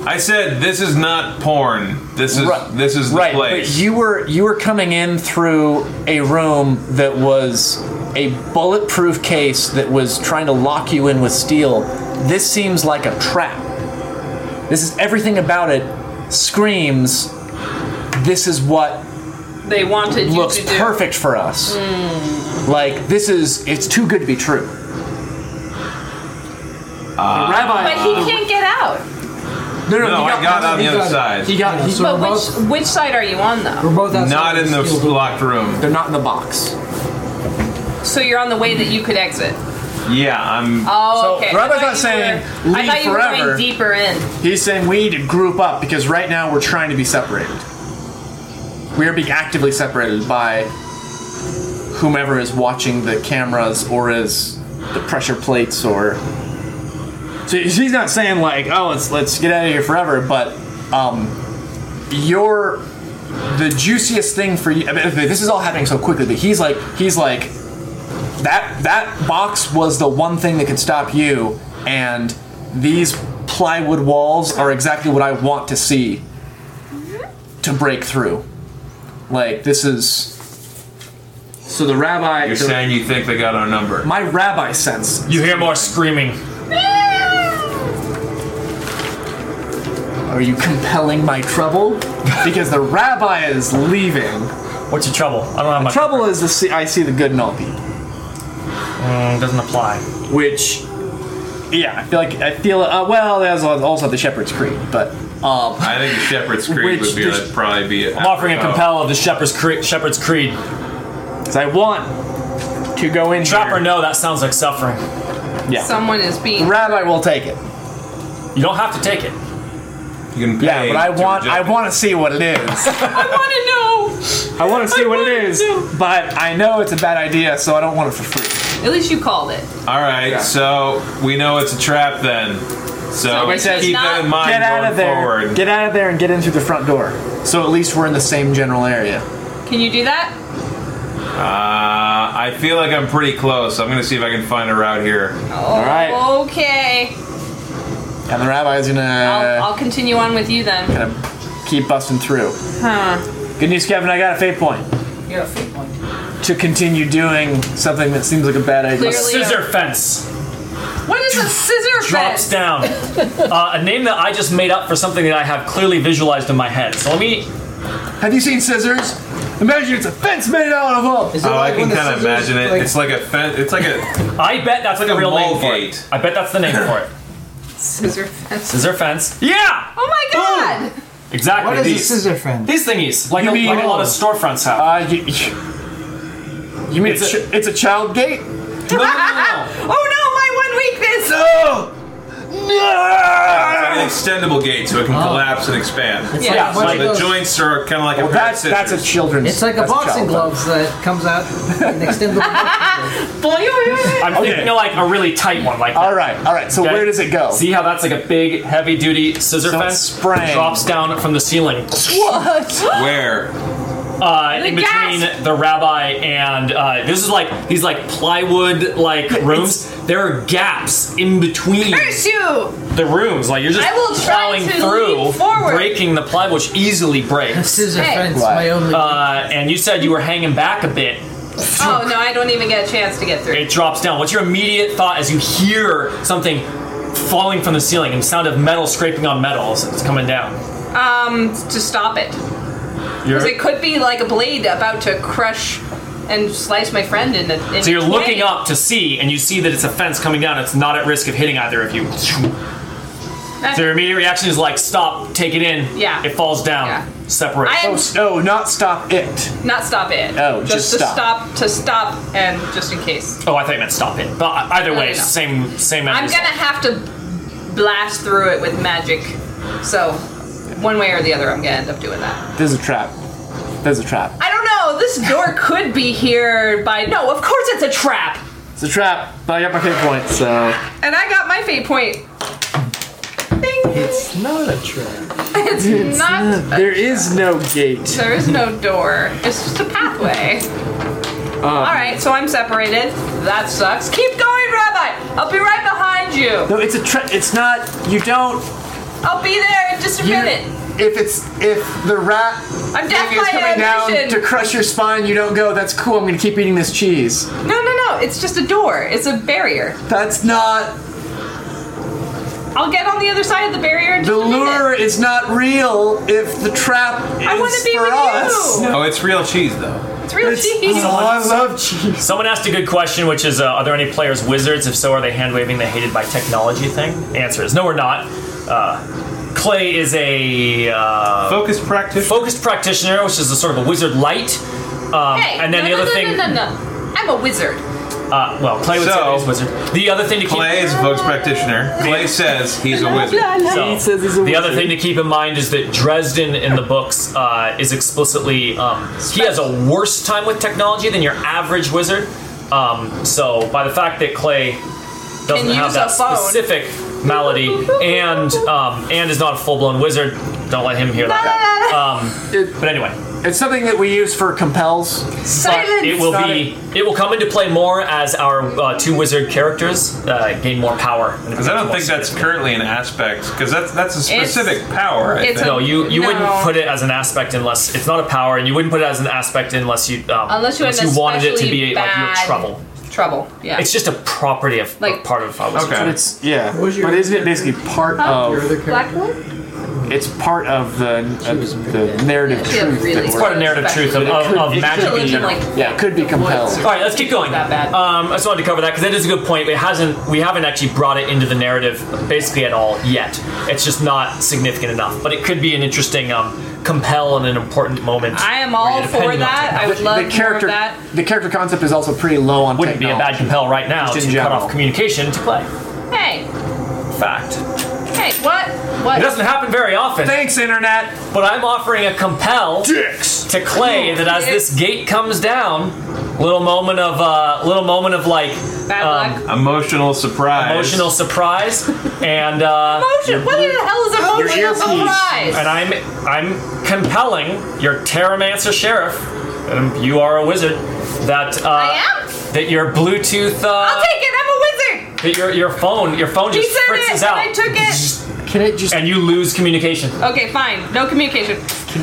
I said this is not porn. This is Right. this is the right, place. but you were you were coming in through a room that was a bulletproof case that was trying to lock you in with steel. This seems like a trap. This is everything about it screams. This is what They wanted you looks to do. perfect for us. Hmm. Like this is it's too good to be true. The rabbi. But he can't get out. no, no, no, he I got on the he other got- side. He got. He, So But we're both, which which side are you on though? we're both outside Not of in the steel door. locked room. they're not in the box. So you're on the way that you could exit. Yeah, I'm. Oh, So, okay. I Rabbi's thought not you saying were, I leave thought you were forever. going deeper in. He's saying we need to group up because right now we're trying to be separated. We are being actively separated by whomever is watching the cameras or is the pressure plates or. So he's not saying like, oh, let's let's get out of here forever, but um, you're the juiciest thing for you. I mean, this is all happening so quickly, but he's like, he's like, that that box was the one thing that could stop you and these plywood walls are exactly what i want to see to break through like this is So the rabbi. You're the- saying you think they got our number. my rabbi sense You hear more screaming. are you compelling my trouble because the rabbi is leaving What's your trouble? I don't have much. trouble is the see, i see the good in all people Mm, doesn't apply. which yeah i feel like i feel uh, well there's also the shepherd's creed but um I think the Shepherd's Creed Which would be this- like, probably be. I'm offering a compel of the Shepherd's Creed. Shepherd's Creed. 'cause i want to go in Trap here. or no, that sounds like suffering. yeah Someone is the being. rabbi will take it You don't have to take it. You can pay Yeah, but I to want I reject it. want to see what it is. I want to I want to see what it is, too. but I know it's a bad idea, so I don't want it for free. know. At least you called it. All right, so we know it's a trap then. So we should keep not- that in mind Get out going of there. forward. Get out of there and get in through the front door. So at least we're in the same general area. Can you do that? uh, I feel like I'm pretty close. I'm gonna see if I can find a route here. All right. Okay. And the rabbi's gonna Uh, I'll, I'll continue on with you then. gonna Um, keep busting through. Huh. Good news, Kevin. I got a fate point You got a fate point. to continue doing something that seems like a bad idea. Clearly- uh, Scissor fence. What is a scissor drops fence? down. Uh, a name that I just made up for something that I have clearly visualized in my head. So let me. Have you seen scissors? Imagine it's a fence made out of all. Is it Oh, I like can when the kind of scissors, imagine it. like- it's like a fen- it's like a I bet that's like a a real name for Mulgate. it. I bet that's the name for it. Scissor fence. Scissor fence. Yeah, Oh my god! exactly. What is a these scissor friend? these thingies, like, You a, mean- like a lot of storefronts have. Uh, you, you mean it's, a, it's a child gate? no, no, no, Oh no, my one weakness! no. Ah! It's like an extendable gate, so it can collapse and expand. Yeah. Like a bunch So of the those- joints are kind of like a Well, pair that's of that's a scissors. children's. It's like a that's boxing child gloves that comes out and extends the. no. I'm Uh, Okay. thinking of like a really tight one, like. that. All right, all right. So Okay. where does it go? See how that's like a big, heavy-duty scissor So it fence sprang. drops down from the ceiling, what? Where? uh, The in between the rabbi and uh, this is like these like plywood like rooms. there are gaps in between. Curse you! the rooms. Like you're just I will try plowing to through, leap forward. breaking the plywood, which easily breaks. Scissor Hey. friends, Right. my only. Uh, and you said you were hanging back a bit. Oh no, I don't even get a chance to get through. It drops down. What's your immediate thought as you hear something falling from the ceiling and the sound of metal scraping on metal as it's coming down? Um, to stop it. You're, Because it could be like a blade about to crush and slice my friend in the. In so you're looking twain. up to see, and you see that it's a fence coming down. It's not at risk of hitting either of you. So your immediate reaction is like, stop, take it in. Yeah. It falls down. Yeah. Separate. I am No, Oh, not stop it. not stop it. Oh, just to stop. to stop and just in case. oh, I thought you meant stop it. But uh, either No, way, no, no. same same. end I'm result. gonna have to blast through it with magic. So one way or the other, I'm gonna end up doing that. There's a trap. There's a trap. I don't know. This door could be here by no. Of course, it's a trap. It's a trap, but I got my hit point, so And I got my fate point. Ding. it's not a trap. It's, not. There is no gate. There is no door. It's just a pathway. Um, All right, so I'm separated. That sucks. Keep going, Rabbi. I'll be right behind you. No, it's a trap. It's not. You don't. I'll be there in just a You, minute. if it's if the rat I'm deaf thing is by coming down ambition. to crush your spine, you don't go. That's cool. I'm gonna keep eating this cheese. No, no, no. It's just a door. It's a barrier. That's not. I'll get on the other side of the barrier. In just The a minute. lure is not real if the trap is I want to be for with us. you. Oh, it's real cheese though. It's real It's- cheese. oh, I love cheese. Someone asked a good question, which is, uh, are there any players wizards? If so, are they hand waving the hated by technology thing? Answer is no, we're not. Uh, Clay is a uh, Focus practice. focused practitioner, which is a sort of a wizard light. Um, Hey, and then no, the no, other no, thing, no, no, no. I'm a wizard. Uh, well, Clay would So- say he's a wizard. The other thing to keep Clay is a focus practitioner. Clay says he's a wizard. So, the other thing to keep in mind is that Dresden in the books uh, is explicitly um, he has a worse time with technology than your average wizard. Um, so by the fact that Clay doesn't Can have use that a phone. specific malady and um, and is not a full blown wizard, don't let him hear that. Um, but anyway, It's something that we use for compels. but Silence. it will be it will come into play more as our uh, two wizard characters uh, gain more power. Because I don't think that's currently an aspect. Because that's that's a specific power. I it's think. No, you you No. wouldn't put it as an aspect unless it's not a power, and you wouldn't put it as an aspect unless you um, Unless you had an wanted it to especially be like your bad- trouble. Trouble. Yeah. It's just a property of Like- of part of uh, wizardry. Okay. It's yeah. was your- But isn't it basically part Your of? other Black character. one? It's part of the was of pretty the narrative She had truth. really that It's we're- part of narrative truth of, It of, could- of it could magic in general. yeah, it could be All compelled. right, let's keep going. That bad. Um, I just wanted to cover that because that is a good point. It hasn't we haven't actually brought it into the narrative basically at all yet. It's just not significant enough, but it could be an interesting um, compel and an important moment. I am where all you're for depending on that. I technology. would The- love the character, more of that. the character concept is also pretty low on Wouldn't be a bad technology. compel right now Just to in cut general. off communication to play. Hey, Fact. hey, what? What? It doesn't happen very often, Thanks, internet. but I'm offering a compel to Clay that as this gate comes down, little moment of uh, little moment of like Bad um, luck. Emotional surprise. emotional surprise, and uh, Emotion. What the hell is emotional earpiece. and uh, surprise? I'm I'm compelling your Terramancer sheriff, and you are a wizard, that uh, I am. that your Bluetooth I'll uh, take it. I'm a wizard. that your your phone your phone He just said it, fritzes and I out, took it. Can it just and you lose communication. Okay, fine. No communication.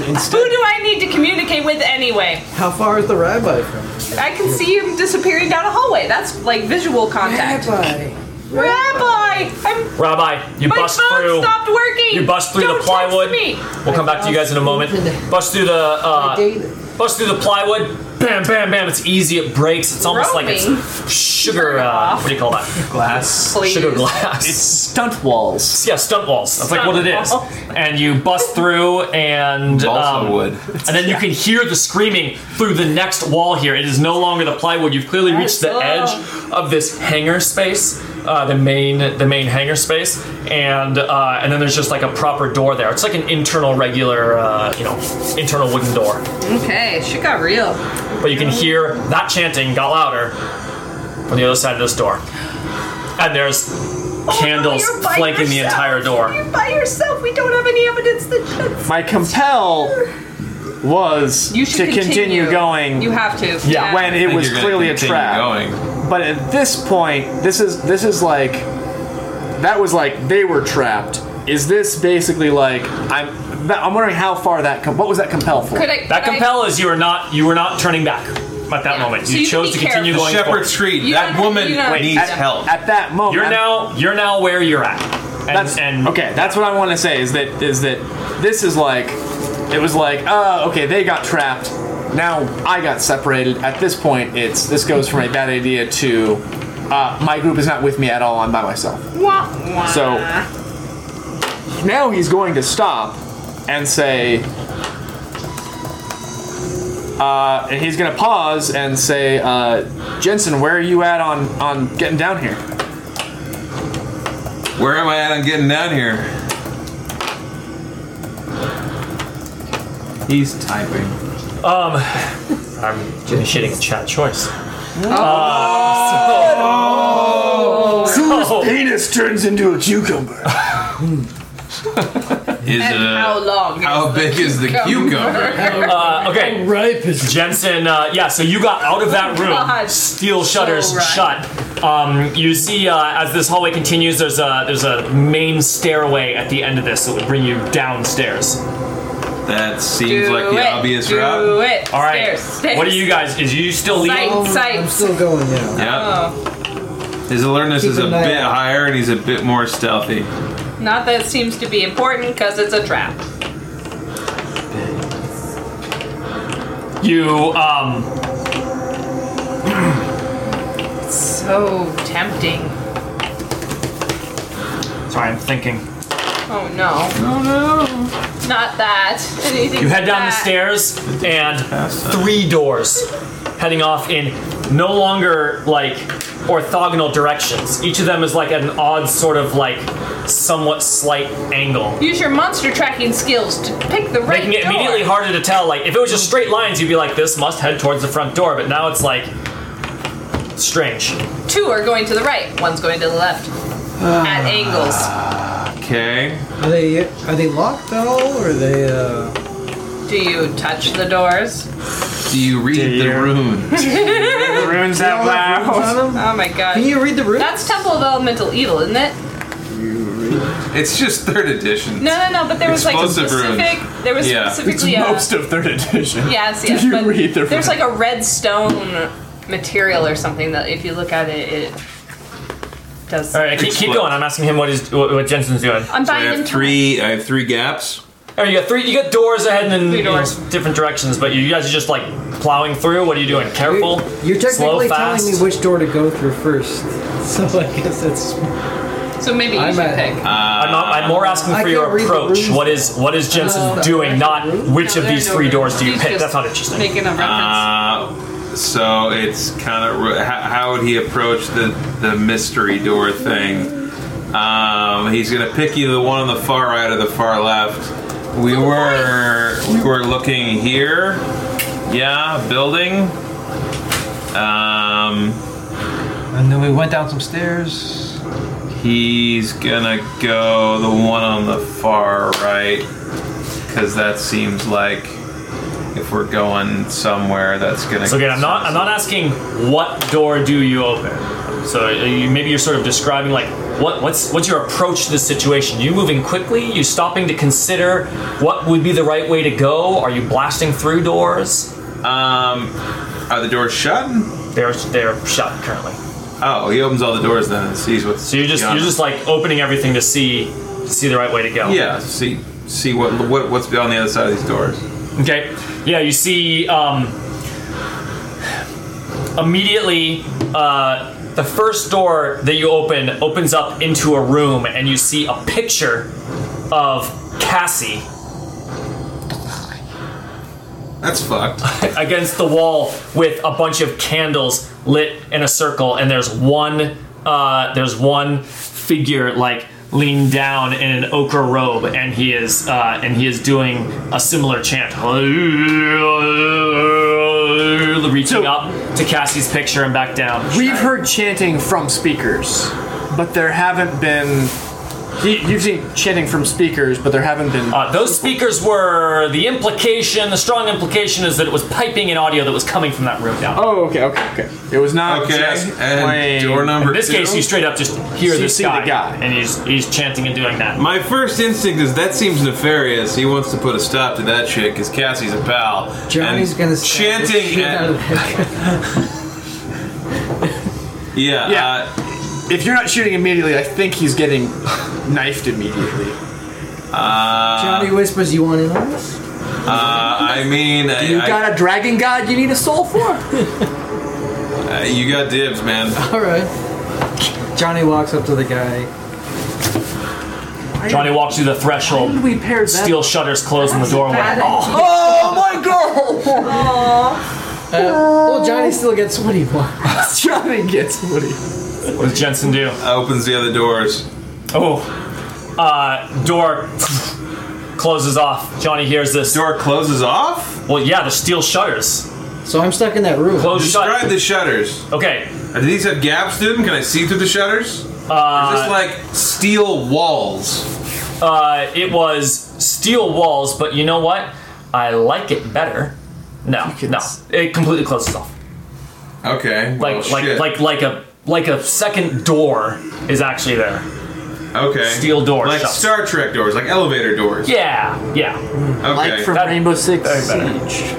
instead? Who do I need to communicate with anyway? How far is the rabbi from? I can see him disappearing down a hallway. That's like visual contact. Rabbi. Rabbi, I'm. Rabbi, you My bust phone through. stopped working. You bust through Don't the plywood. text me. We'll come back to you guys in a moment. Bust through the uh, bust through the plywood. Bam, bam, bam. It's easy. It breaks. It's almost like it's sugar. Uh, what do you call that? Glass. Please. Sugar glass. It's stunt walls. yeah, stunt walls. That's like Stunt what it is. wall. And you bust through, and Balsa um, wood. and then you can hear the screaming through the next wall here. It is no longer the plywood. You've clearly reached the edge of this hangar space, uh, the main the main hangar space, and uh, and then there's just like a proper door there. It's like an internal regular, uh, you know, internal wooden door. Okay, shit got real. But you can hear that chanting got louder on the other side of this door, and there's candles Oh, You're by flanking the yourself. entire door. You're by yourself. We don't have any evidence that. My compel was You to should continue, going You have to. Yeah, when it think was you're gonna clearly a continue trap. Going. But at this point, this is this is like that was like they were trapped. Is this basically like I'm? that- I'm wondering how far that. Com- what was that compel for? could I, That could I- compel is you are not you were not turning back at that Yeah. moment. So You, you chose to can be continue careful. going. forward. Shepherd's Creek. You That don't- woman you don't- needs at, help. At that moment, You're I'm- now you're now where you're at. And, That's Oh. and okay. That's what I want to say. Is that is that this is like it was like uh, okay they got trapped. Now I got separated. At this point, it's this goes from a bad idea to uh, my group is not with me at all. I'm by myself. Wah, wah. So- Now he's going to stop and say. Uh, and he's gonna pause and say, uh, "Jensen, where are you at on on getting down here?" Where am I at? I'm getting down here. He's typing. I'm initiating a chat choice. Uh, Oh. penis turns into a cucumber. Is and uh, how long? how big is the cucumber? Uh, okay. Ripe is Jensen, uh, yeah, so you got out of that room, God. steel shutters So right. shut. Um, you see, uh, as this hallway continues, there's a there's a main stairway at the end of this that would bring you downstairs. that seems Do like the it. obvious Do route. it. All right, Stairs, stairs. what are you guys? Is you still leaving? Sight, Oh, I'm sight. still going now. Yeah. Oh, His alertness Keep is a an eye bit out. higher, and he's a bit more stealthy. not that it seems to be important because it's a trap. You um, So tempting. sorry, I'm thinking. Oh no. Oh no. Not that. Anything You head but down the that. stairs and three doors heading off in no longer like orthogonal directions. Each of them is like at an odd sort of like somewhat slight angle. Use your monster tracking skills to pick the right Making it door. immediately harder to tell. Like if it was just straight lines, you'd be like, this must head towards the front door, but now it's like strange. Two are going to the right. One's going to the left. Ah. At angles. Okay. Are they are they locked at all, or are they? Uh, Do you touch the doors? Do you read the runes? Runes out runes on loud. 'em? Oh my god. Can you read the room? That's Temple of Elemental Evil, isn't it? It's just third edition. No, no, no. But there was like a Explosive runes. specific. There was Yeah. specifically a. Most of third edition. Yes, yes. you but read the there's like a red stone material or something that if you look at it, it does. All right, keep, keep going. I'm asking him what he's what, what Jensen's doing. I'm I buying have into three. I have three gaps. All right, you got three. You got doors ahead and then Three you know, doors. different directions, but you guys are just like plowing through. What are you doing? Careful. You're, you're slow, technically fast. telling me which door to go through first, so I guess that's. So maybe you I'm should at- pick. Uh, I'm, not, I'm more asking for I can't your read the approach. rooms. What is what is Jensen Oh. doing? Not which No, of they're these three doing- doors do you he's pick? just That's not interesting. Making a reference. Uh, so it's kind of how, how would he approach the the mystery door thing? Um, he's gonna pick either the one on the far right or the far left. We were we were looking here. Yeah, building. Um, And then we went down some stairs. He's gonna go the one on the far right, because that seems like if we're going somewhere, that's gonna. So again, I'm not I'm not asking what door do you open. So uh, you, maybe you're sort of describing like what what's what's your approach to this situation? You moving quickly? You stopping to consider what would be the right way to go? Are you blasting through doors? Um, are the doors shut? They're they're shut currently. Oh, he opens all the doors then and sees what's. So you're just beyond you're just like opening everything to see to see the right way to go. Yeah, see see what, what what's on the other side of these doors. Okay. Yeah, you see um, immediately uh, the first door that you open opens up into a room, and you see a picture of Cassie That's fucked. against the wall with a bunch of candles lit in a circle, and there's one uh, there's one figure like leaned down in an ochre robe, and he is uh, and he is doing a similar chant, reaching up to Cassie's picture and back down. We've heard chanting from speakers, but there haven't been. you- You've seen chanting from speakers, but there haven't been. Uh, those speakers were the implication. The strong implication is that it was piping and audio that was coming from that room down. oh, okay, okay, okay. It was not Okay, just plain- and door number In this two. case, you straight up just hear So you this see the guy, guy. and he's he's chanting and doing that. My first instinct is that seems nefarious. He wants to put a stop to that shit because Cassie's a pal. Johnny's And gonna stab the chanting. shit out At, of him. yeah, Yeah. Uh, If you're not shooting immediately, I think he's getting knifed immediately. uh, Johnny whispers, "You want in on this?" I mean, I, You I- got a dragon god you need a soul for? I- you got dibs, man. All right. Johnny walks up to the guy. Johnny walks through the threshold. We paired that. Steel shutters close in the doorway. Oh, Oh my god! Uh, well, Oh. Johnny still gets what he wants. Johnny gets Woody. What does Jensen do? Opens the other doors. Oh, uh, door closes off. Johnny hears this. Door closes off. Well, yeah, the steel shutters So I'm stuck in that room. close shut. Describe the shutters. Okay, Uh, Do these have gaps to them? Can I see through the shutters? Uh, just like steel walls. uh, it was steel walls, but you know what? I like it better. No, no, it completely closes off. Okay. Like, well, like, Oh, shit. like, like a like a second door is actually there. okay. steel door Like shuts. Star Trek doors, like elevator doors. Yeah, yeah. Okay. Like from That- Rainbow Six very better. Siege.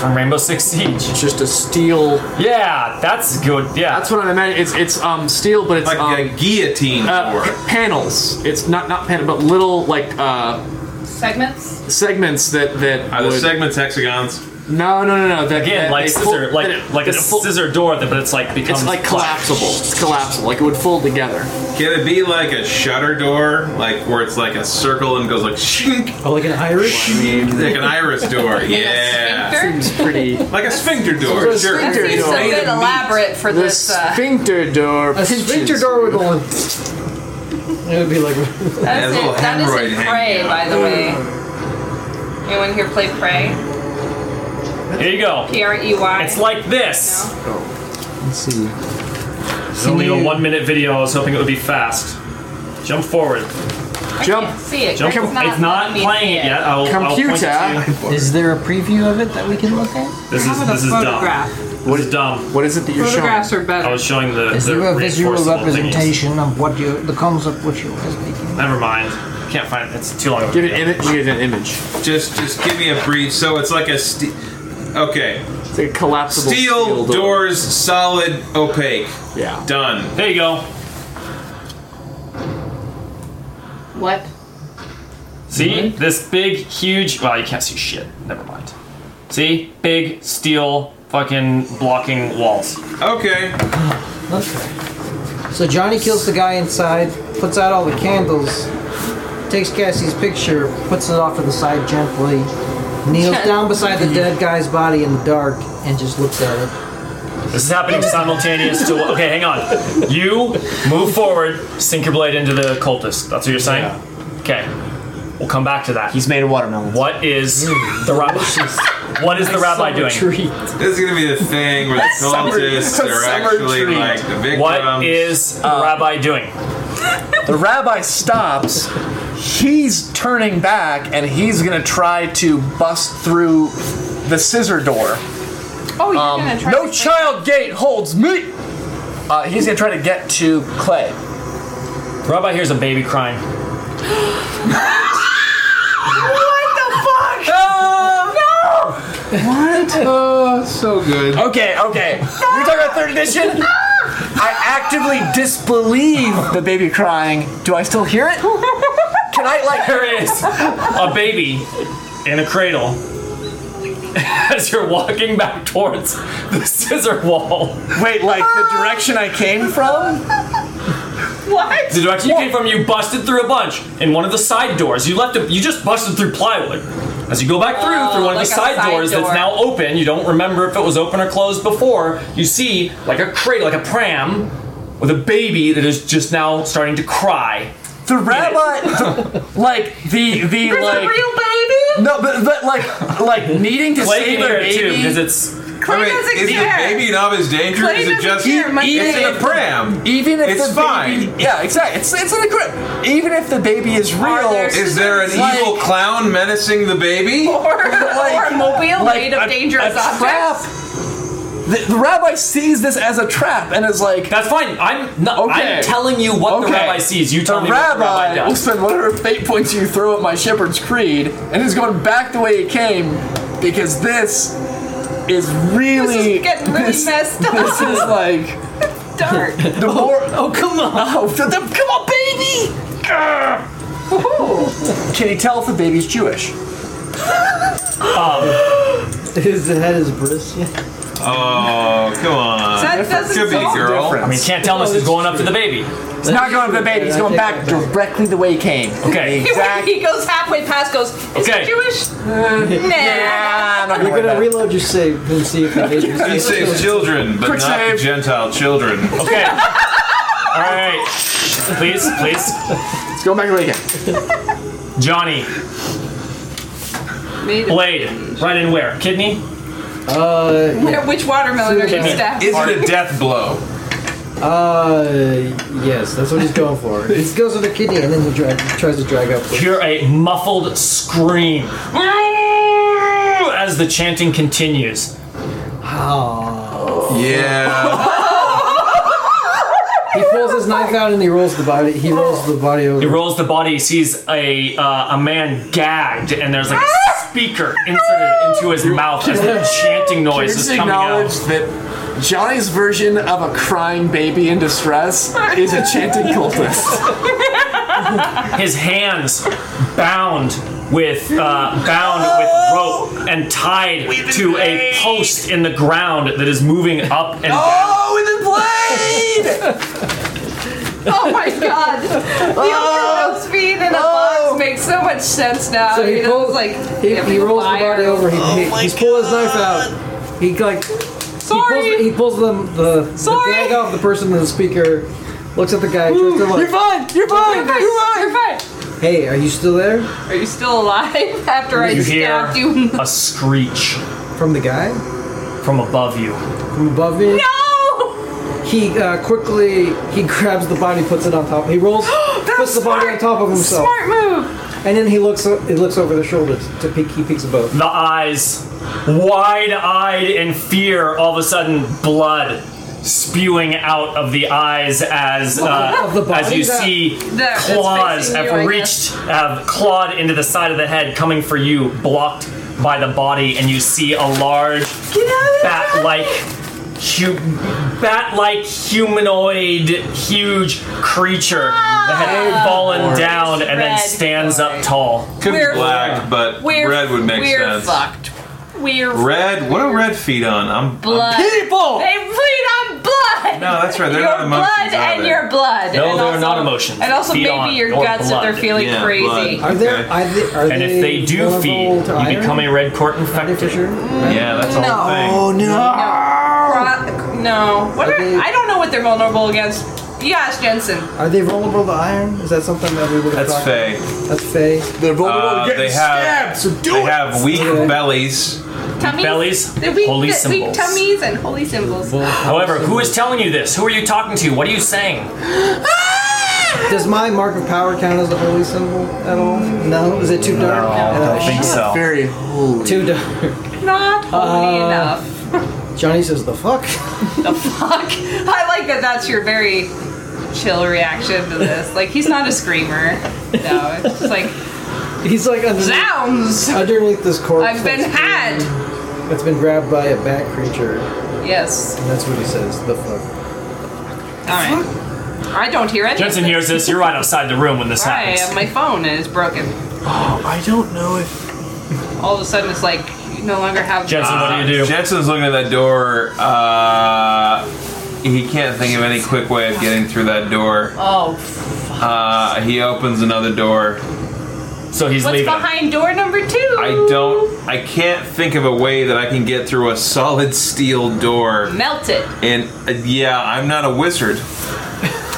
From Rainbow Six Siege. It's just a steel. Yeah, that's good. Yeah, That's what I imagine. It's it's um steel, but it's like um, a guillotine uh, door. panels. It's not not panel, but little like uh segments. segments that that Are the would. segments hexagons? no, no, no, no. That, Again, that like they scissor, pull- like that it- like a it's full- scissor door, but it's like becomes It's like collapsible. It's collapsible. Like it would fold together. Can it be like a shutter door, like where it's like a circle and goes like shink, Oh, like an Irish. like an iris door? Yeah, Sphincter? Pretty. like a sphincter door. Sure. That sphincter seems so door. good elaborate for The this. Uh, sphincter door. A sphincter pinches door with you. a little. It would be like that has is, a little a, that is hemorrhoid a hanging prey, out. by the way. Anyone here play prey? Here you go. P R E Y. It's like this. No? Let's see. It's only a one minute video. I was hoping it would be fast. Jump forward. I Jump. can't see it. Jump. It's not, it's not letting me playing see it yet. I'll, I'll point it to Computer. Is there a preview of it that we can look at? you. This How is about this a is dumb. photograph? What is dumb? What is it that you're showing? Photographs are I better. was showing the. Is the there a visual reinforceable thingies. representation of what you the concept which you was making? Never mind. Can't find. it. It's too long. of a Give it video. image. Give it an image. Just, just give me a brief. So it's like a ste okay, It's like a collapsible steel doors, solid, opaque. Yeah. Done. There you go. What? See this big, huge. Well, you can't see shit. Never mind. See big steel fucking blocking walls. Okay. Okay. So Johnny kills the guy inside, puts out all the candles, takes Cassie's picture, puts it off to the side gently, kneels down beside the dead guy's body in the dark, and just looks at it. This is happening simultaneous to. Okay, hang on. You move forward, sink your blade into the cultist. That's what you're saying. Okay, we'll come back to that. He's made of watermelon. what is the rabbi? What is the rabbi doing? Treat. This is gonna be the thing where the cultists summer- are a summer actually treat. like um, the victims. What is the rabbi doing? The rabbi stops. He's turning back and he's gonna try to bust through the scissor door. Um, Oh, you're gonna try. No to- child gate holds me! Uh, he's gonna try to get to Clay. The rabbi hears a baby crying. Oh, Okay, okay. We talking about third edition? I actively disbelieve the baby crying. Do I still hear it? Can I like There is a baby in a cradle as you're walking back towards the scissor wall. wait like the direction I came from? The direction you came from, you busted through a bunch in one of the side doors. You left. A, you just busted through plywood. As you go back through Oh, through one like a of the side, side doors door. that's now open, you don't remember if it was open or closed before. You see like a crate, like a pram, with a baby that is just now starting to cry. The rabbi, like the the There's a like real baby? no, but, but like like needing to Plague save a there too, baby. because it's Clay doesn't is care. the baby in obvious danger? Clay is it doesn't E, just care, my it's in baby. a pram? even if It's the fine. baby, yeah, exactly. It's it's an equip. Even if the baby is real, there Is there an Like- evil clown menacing the baby? Oh, Or, or a mobile like made of a- dangerous a objects? trap. The, the rabbi sees this as a trap and is like, that's fine. I'm not, Okay. I'm telling you what the Okay. rabbi sees. You tell the me what the rabbi rabbi will does. spend whatever fate points you throw at my shepherd's creed, and is going back the way it came because this is really This is getting really this- messed This up. is like Dark. the more. Oh come on! come on, baby! Grr. Can you tell if the baby's Jewish? His head is bristling. Oh, come on. That doesn't Could be, solve it. girl. I mean, you can't tell unless he's going up to the baby. It's not going to the baby. It's Yeah, I going take back that back. directly the way it came. Okay. Exactly. He goes halfway past, goes, Is Okay. it Jewish? nah. Ah, not gonna You're worry gonna about it. reload your save and see if the baby's He saves children, but Quick not save. the Gentile children. Okay. All right. Please, please, It's going back the way it came. Johnny, Made of- blade, right in where? Kidney? Uh, Where- Which watermelon are you Food. stabbed? Is it a death blow? uh, yes, that's what he's going for. He goes with the kidney and then he drag, tries to drag up. Hear a muffled scream as the chanting continues. Yeah. He pulls his knife out and he rolls the body. He rolls the body over. He rolls the body, sees a uh, a man gagged, and there's like a speaker inserted into his mouth as the chanting Can we noise just is coming out. acknowledge that Johnny's version of a crying baby in distress is a chanting cultist. his hands bound with uh, bound with rope and tied to a post in the ground that is moving up and down. Oh, with a blade! Oh my god! The overall speed in a box makes so much sense now. So he You know, pulls- it's like He, if he you rolls the fire- body over. He, Oh he, he's pulling his knife out. He like Sorry. he pulls, he pulls the the, the Sorry. gag off the person in the speaker. Looks at the guy. Tries to You're look. fine! You're fine! You're fine, you're fine. Hey, are you still there? Are you still alive after I You hear stabbed you? a screech From the guy from above you. from above me. No! He uh, quickly he grabs the body, puts it on top. He rolls, puts the body on top of himself, Smart move. and then he looks o- he looks over the shoulder to peek. He peeks above. The eyes, wide-eyed in fear, all of a sudden blood spewing out of the eyes as uh, Of the body as you that- see That- that's claws facing you, have I reached have clawed into the side of the head, coming for you, blocked by the body, and you see a large Get out of bat-like hu- bat-like humanoid huge creature that had fallen down and then Ah. Red stands up guy. tall. Could be We're- black, but We're, red would make we're sense. fucked. We're Red? What are red feet on? I'm blood. People! They feed on blood. No, that's right, they're your not emotions, blood are and they? your blood. No, and they're also- not emotions. And also Feed maybe on your or guts if blood. they're feeling Yeah, crazy. blood. Are there? Okay. Are they? Are And they if they do vulnerable feed, to you iron? become a Oh, red court Iron infected. fissure? Yeah, that's the whole No. thing. Pro- no. What are, Okay. I don't know what they're vulnerable against. You ask Jensen. Are they vulnerable to iron? Is that something that we would have That's talked fey. That's Faye. They're vulnerable Uh, to getting they stabbed, have- so do They it! have weak bellies. Tummies. Bellies, They're weak, holy weak symbols. tummies and holy symbols. However, who is telling you this? Who are you talking to? What are you saying? Does my mark of power count as a holy symbol at all? No? Is it too dark? No, so. Very holy. Too dark. Not holy enough. Johnny says, the fuck? Fuck. I like that. That's your very chill reaction to this. Like he's not a screamer. No, it's just like He's like underneath, sounds. underneath this corpse. I've been that's had. That's been grabbed by a bat creature. Yes. And that's what he says, the fuck. Alright. I don't hear anything. Jensen hears this. You're right outside the room when this I happens. my phone is broken. Oh, I don't know if All of a sudden, it's like you no longer have. Jensen, what do you do? Jensen's looking at that door. Uh, he can't think of any quick way of getting through that door. Oh, f- Uh, he opens another door. so he's what's leaving. behind door number two? I don't. I can't think of a way that I can get through a solid steel door. Melt it. And uh, yeah, I'm not a wizard.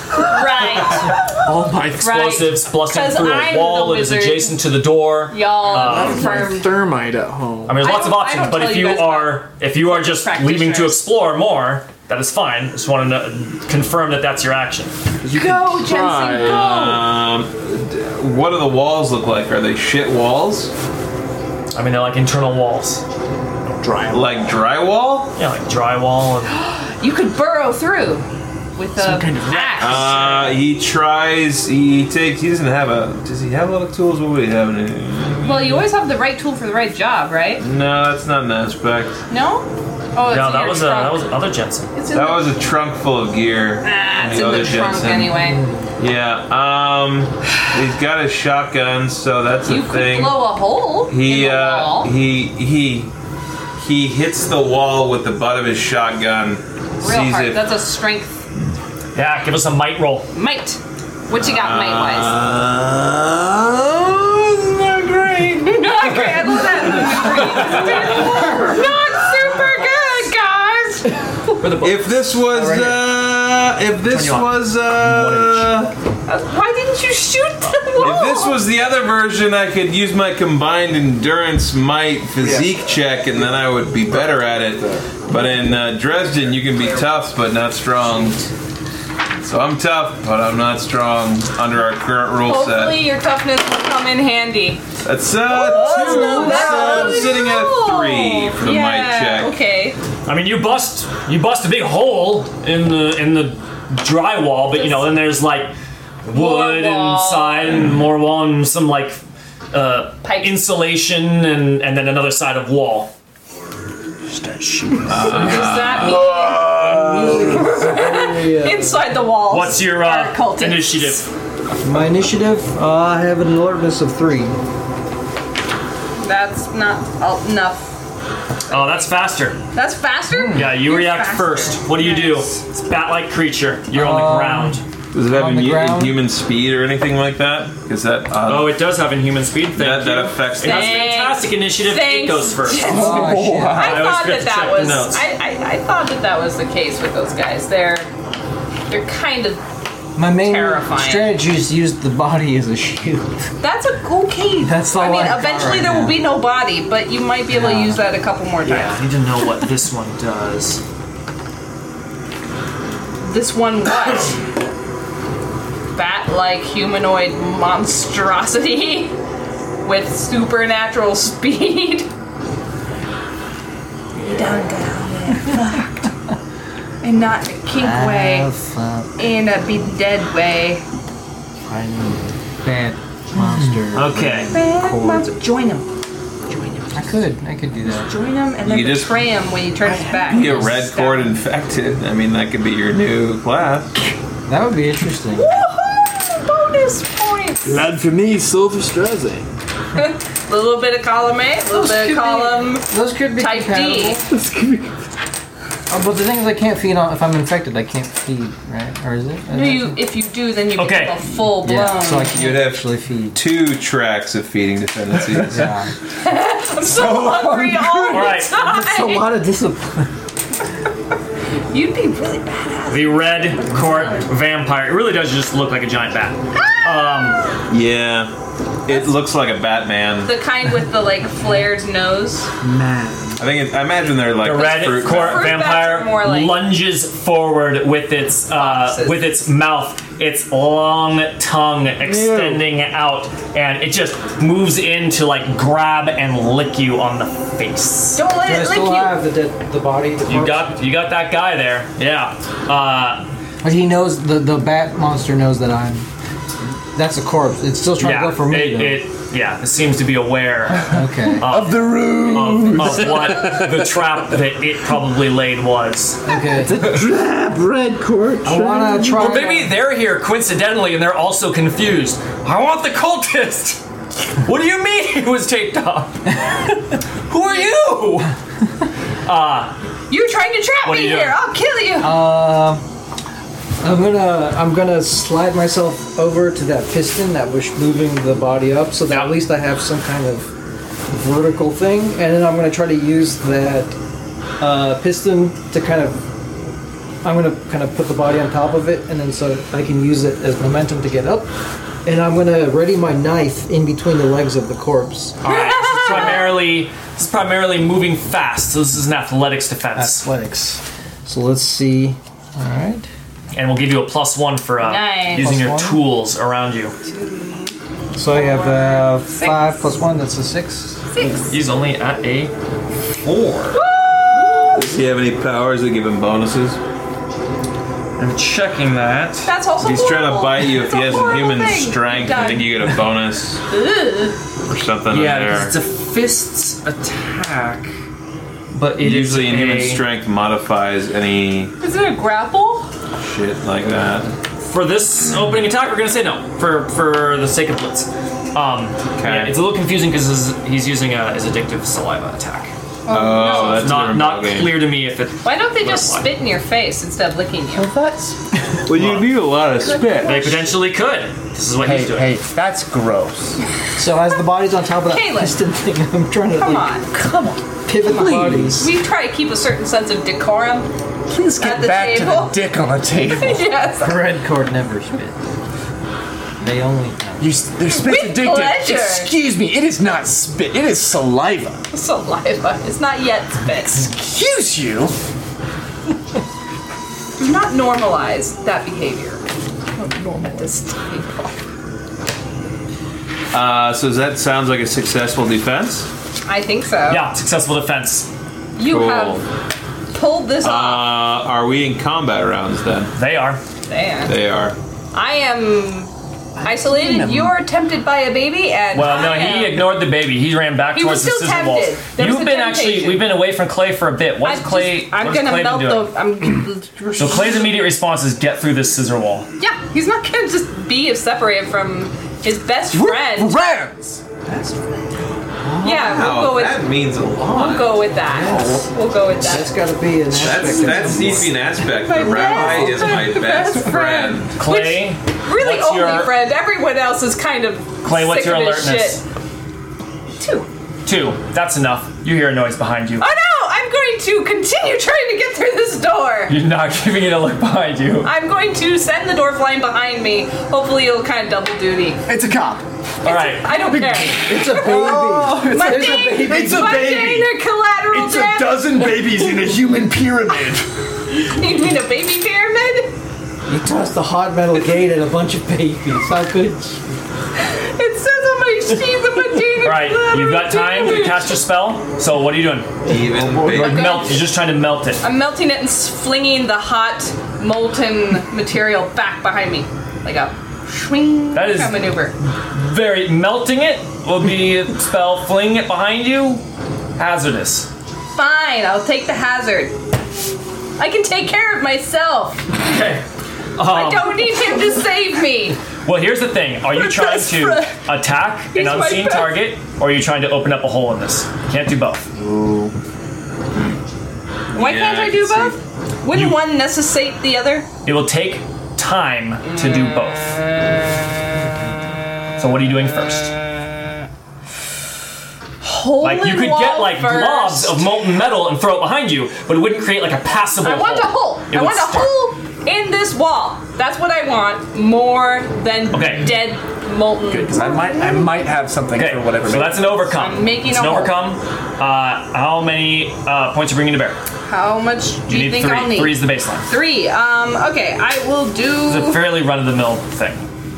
Right. all my Explosives blasting 'Cause through I'm a the wall that is wizard. adjacent to the door. Y'all Uh, confirm. thermite at home. I mean, there's I lots of don't- I options, don't but tell if you you guys are if you are just leaving to practitioners. explore more, that is fine. Just want to confirm that that's your action. Go, Jensen, try. go. Um, d- what do the walls look like? Are they shit walls? I mean, they're like internal walls, Dry. Like drywall? yeah, like drywall. And, You could burrow through with a kind of rat. axe. Uh, he tries. He takes. He doesn't have a. Does he have a lot of tools? What would he have? in- well, you always have the right tool for the right job, right? No, that's not an aspect. No. Oh, it's no, in that your was a, trunk. that was other Jensen. It's in That the- was a trunk full of gear. Ah, And it's the in the other trunk Jensen. anyway. Yeah. Um, he's got a shotgun, so that's You a could thing. blow a hole he in the uh, wall. he he he hits the wall with the butt of his shotgun. Real sees hard. it. That's a strength. Yeah, give us a might roll. Might. What you got, might wise? Uh, it's not great. Not good. Not super good, guys. if this was uh, if this Turn you on. was uh, Why didn't you shoot the if wall? this was the other version, I could use my combined endurance, might, physique check, and then I would be better at it. But in uh, Dresden, you can be tough but not strong. So I'm tough, but I'm not strong under our current rule Hopefully, set. your toughness will come in handy. That's uh, two. Oh, not so bad. I'm sitting at three for the mic Uh, yeah, check. Okay. I mean, you bust you bust a big hole in the in the drywall, but you know, then there's like More wood wall. inside and more wall and some like uh, Pipes. insulation and and then another side of wall. Does Uh, Oh. that mean inside the walls? What's your are uh, cultists? initiative? My initiative, uh, I have an alertness of three. That's not uh, enough. Oh, that's faster. That's faster. Yeah, you You're react faster. first. What do you do? Nice. It's bat-like creature. You're on Um, the ground. Does it have On the immu- ground? human speed or anything like that? Is that uh, Oh, it does have inhuman speed. Thank that, you. that affects It has that? Thanks. fantastic initiative. It Thanks. goes first. Oh, shit. I, I always thought forget that to that check was. the notes. I, I, I thought that that was the case with those guys. They're they're kind of. My main Terrifying. strategy is to use the body as a shield. That's a cool cave. That's all I mean, I got eventually right there will now. be no body, but you might be able to use that a couple more times. I need to know what this one does. This one what? Bat-like humanoid monstrosity with supernatural speed. Down, down, man, fucked. And not in a kink way, Alpha in a be dead way. bad monster. Okay. Bad Cool. monster. Eh, Join him. I could, I could do that. Join him and then You just- betray him when he turns back. You get red cord infected. I mean, that could be your new class. That would be interesting. Woohoo! Bonus points! Bad for me, Silver Strazing. A little bit of column A, a little bit of column Those could be type D. compatible. Oh, but the thing is, I can't feed on. If I'm infected, I can't feed, right? Or is it? No, you, if you do, then you Okay. become a full blown. Yeah. So I can You'd have- actually feed. Two tracks of feeding dependencies. Yeah. I'm so, hungry all the Alright. time. It's a lot of discipline. You'd be really bad. The red court vampire. It really does just look like a giant bat. yeah. It looks like a Batman. The kind with the like flared nose. I think it, I imagine they're like The red fruit court Fruit bats are vampire more like- lunges forward with its uh, Foxes. with its mouth, its long tongue extending out, and it just moves in to like grab and lick you on the face. Don't let I it lick still you. have the dead, the body. The You corpse? got you got that guy there. Yeah. Uh, But he knows the the bat monster knows that I'm. That's a corpse. It's still trying yeah. to go for me. it, though. it yeah, seems to be aware Okay. of, The room. of, of what the trap that it probably laid was. Okay. Red court. I wanna try. Well, maybe they're here coincidentally and they're also confused. I want the cultist! What do you mean he was taped up? Who are you? You're trying to trap What me are you here. doing? I'll kill you. Uh, I'm gonna I'm gonna slide myself over to that piston that was moving the body up, so that Yeah. at least I have some kind of vertical thing, and then I'm gonna try to use that uh, piston to kind of I'm gonna kind of put the body on top of it, and then so I can use it as momentum to get up, and I'm gonna ready my knife in between the legs of the corpse. Alright, this is primarily this is primarily moving fast, so this is an athletics defense. Athletics. So let's see. All right. And we'll give you a plus one for uh, Nice. using Plus your one? tools around you. So I have uh, five Six. plus one. That's a six. Six. He's only at a four. Does he have any powers that give him bonuses? I'm checking that. That's also He's trying to horrible. bite you if It's he has a horrible human thing. strength. I Done. think you get a bonus Ugh. or something Yeah, in because there. it's a fists attack, but it is Usually, in human a- strength modifies any Is it a grapple? shit like that. For this opening attack, we're gonna say no for for the sake of blitz. Um, yeah, it's a little confusing because he's using a, his addictive saliva attack. Oh, that's a Not different not ballgame. clear to me if it. Why don't they just Why? spit in your face instead of licking you? Well, you need a lot of spit. They potentially could. This is what Hey, he's doing. hey, that's gross. So as the body's on top of that Caleb. piston thing, I'm trying to Come like, on. pivot the bodies. We try to keep a certain sense of decorum. Please At get the back to table? the dick on the table. yes. Red cord never spit. They only. You, s- they're spit With addicted. pleasure. Excuse me, it is not spit. It is saliva. Saliva. It's not yet spit. Excuse you. Do not normalize that behavior. At this table. Uh, so that sounds like a successful defense. I think so. Yeah, successful defense. You Cool. have pulled this Uh, off. are we in combat rounds then? They are. Damn. They are. I am isolated. You're tempted by a baby, and Well, no, I am- he ignored the baby. He ran back He was towards the still scissor tempted. walls. There was You've a been actually. temptation. We've been away from Clay for a bit. I'm What's Clay? just- I'm what's gonna Clay been melt doing? the. I'm. So Clay's immediate response is get through this scissor wall. Yeah, he's not gonna just be separated from his best friend. Friends. Yeah, we'll go Oh, with that means a lot. we'll go with that. We'll go with That's that. got to be an That's aspect. that of needs to be an aspect. The My rabbi best is my friend, best best friend. friend. Clay, Really, what's only your- friend. Everyone else is kind of Clay, what's sick your of his alertness? Shit. Two. Two. That's enough. You hear a noise behind you. Oh no! I'm going to continue trying to get through this door. You're not giving it a look behind you. I'm going to send the door flying behind me. Hopefully, it'll kind of double duty. It's a cop. All right. I don't care. Oh, It's a baby. My There's a dang- baby. It's a my baby. dang, they're collateral It's a damage. dozen babies in a human pyramid. you mean a baby pyramid? You tossed the hot metal gate at a bunch of babies. How good? It says on my sheet that my dang All right. You've got time to cast your spell. So what are you doing? Even big. Okay. Melt. You're just trying to melt it. I'm melting it and flinging the hot, molten material back behind me, like a swing That is- kind of maneuver. Very melting it will be a spell. Fling it behind you. Hazardous. Fine, I'll take the hazard. I can take care of myself. Okay. Oh. I don't need him to save me. Well, here's the thing. Are you My trying best to friend. attack He's an my unseen best- target, or are you trying to open up a hole in this? Can't do both. Why Yeah, can't I I can do see. both? Wouldn't You- one necessitate the other? It will take time to do both. So what are you doing first? Hole Like you in could wall get like first. blobs of molten metal and throw it behind you, but it wouldn't create like a passable. I want a hole. It I would want a start- hole in this wall. That's what I want more than Okay. dead molten. Because I might, I might have something Okay, for whatever. so that's an overcome. I'm making it's a an hole. overcome. Uh, how many uh, points you bringing to bear? How much do you, need think three. I'll need? Three is the baseline. Three. Um. Okay. I will It's a do. fairly run-of-the-mill thing,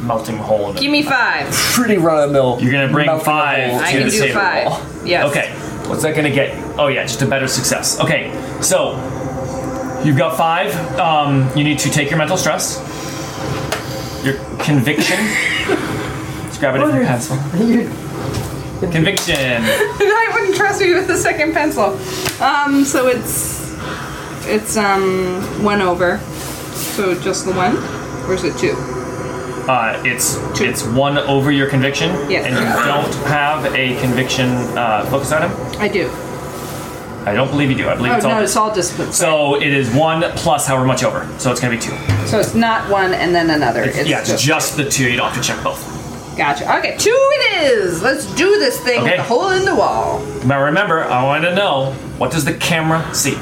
melting hole in it. Give me five. pretty run of the mill. You're gonna bring five I to can the do table five. wall. Yes. Okay, what's that gonna get? you? Oh yeah, just a better success. Okay, so you've got five. Um, you need to take your mental stress, your conviction. Just grab it in your pencil. You Conviction. I wouldn't trust me with the second pencil. Um, so it's it's um one over. So just the one, or is it two? Uh, it's it's one over your conviction, Yes. and you don't have a conviction uh, focus item. I do. I don't believe you do. I believe Oh it's no, all. it's all disciplines. so it is one plus however much over. So it's gonna be two. So it's not one and then another. It's, yeah, it's just the two. You don't have to check both. gotcha. Okay, two it is. Let's do this thing with Okay. the hole in the wall. Now remember, I want to know what does the camera see?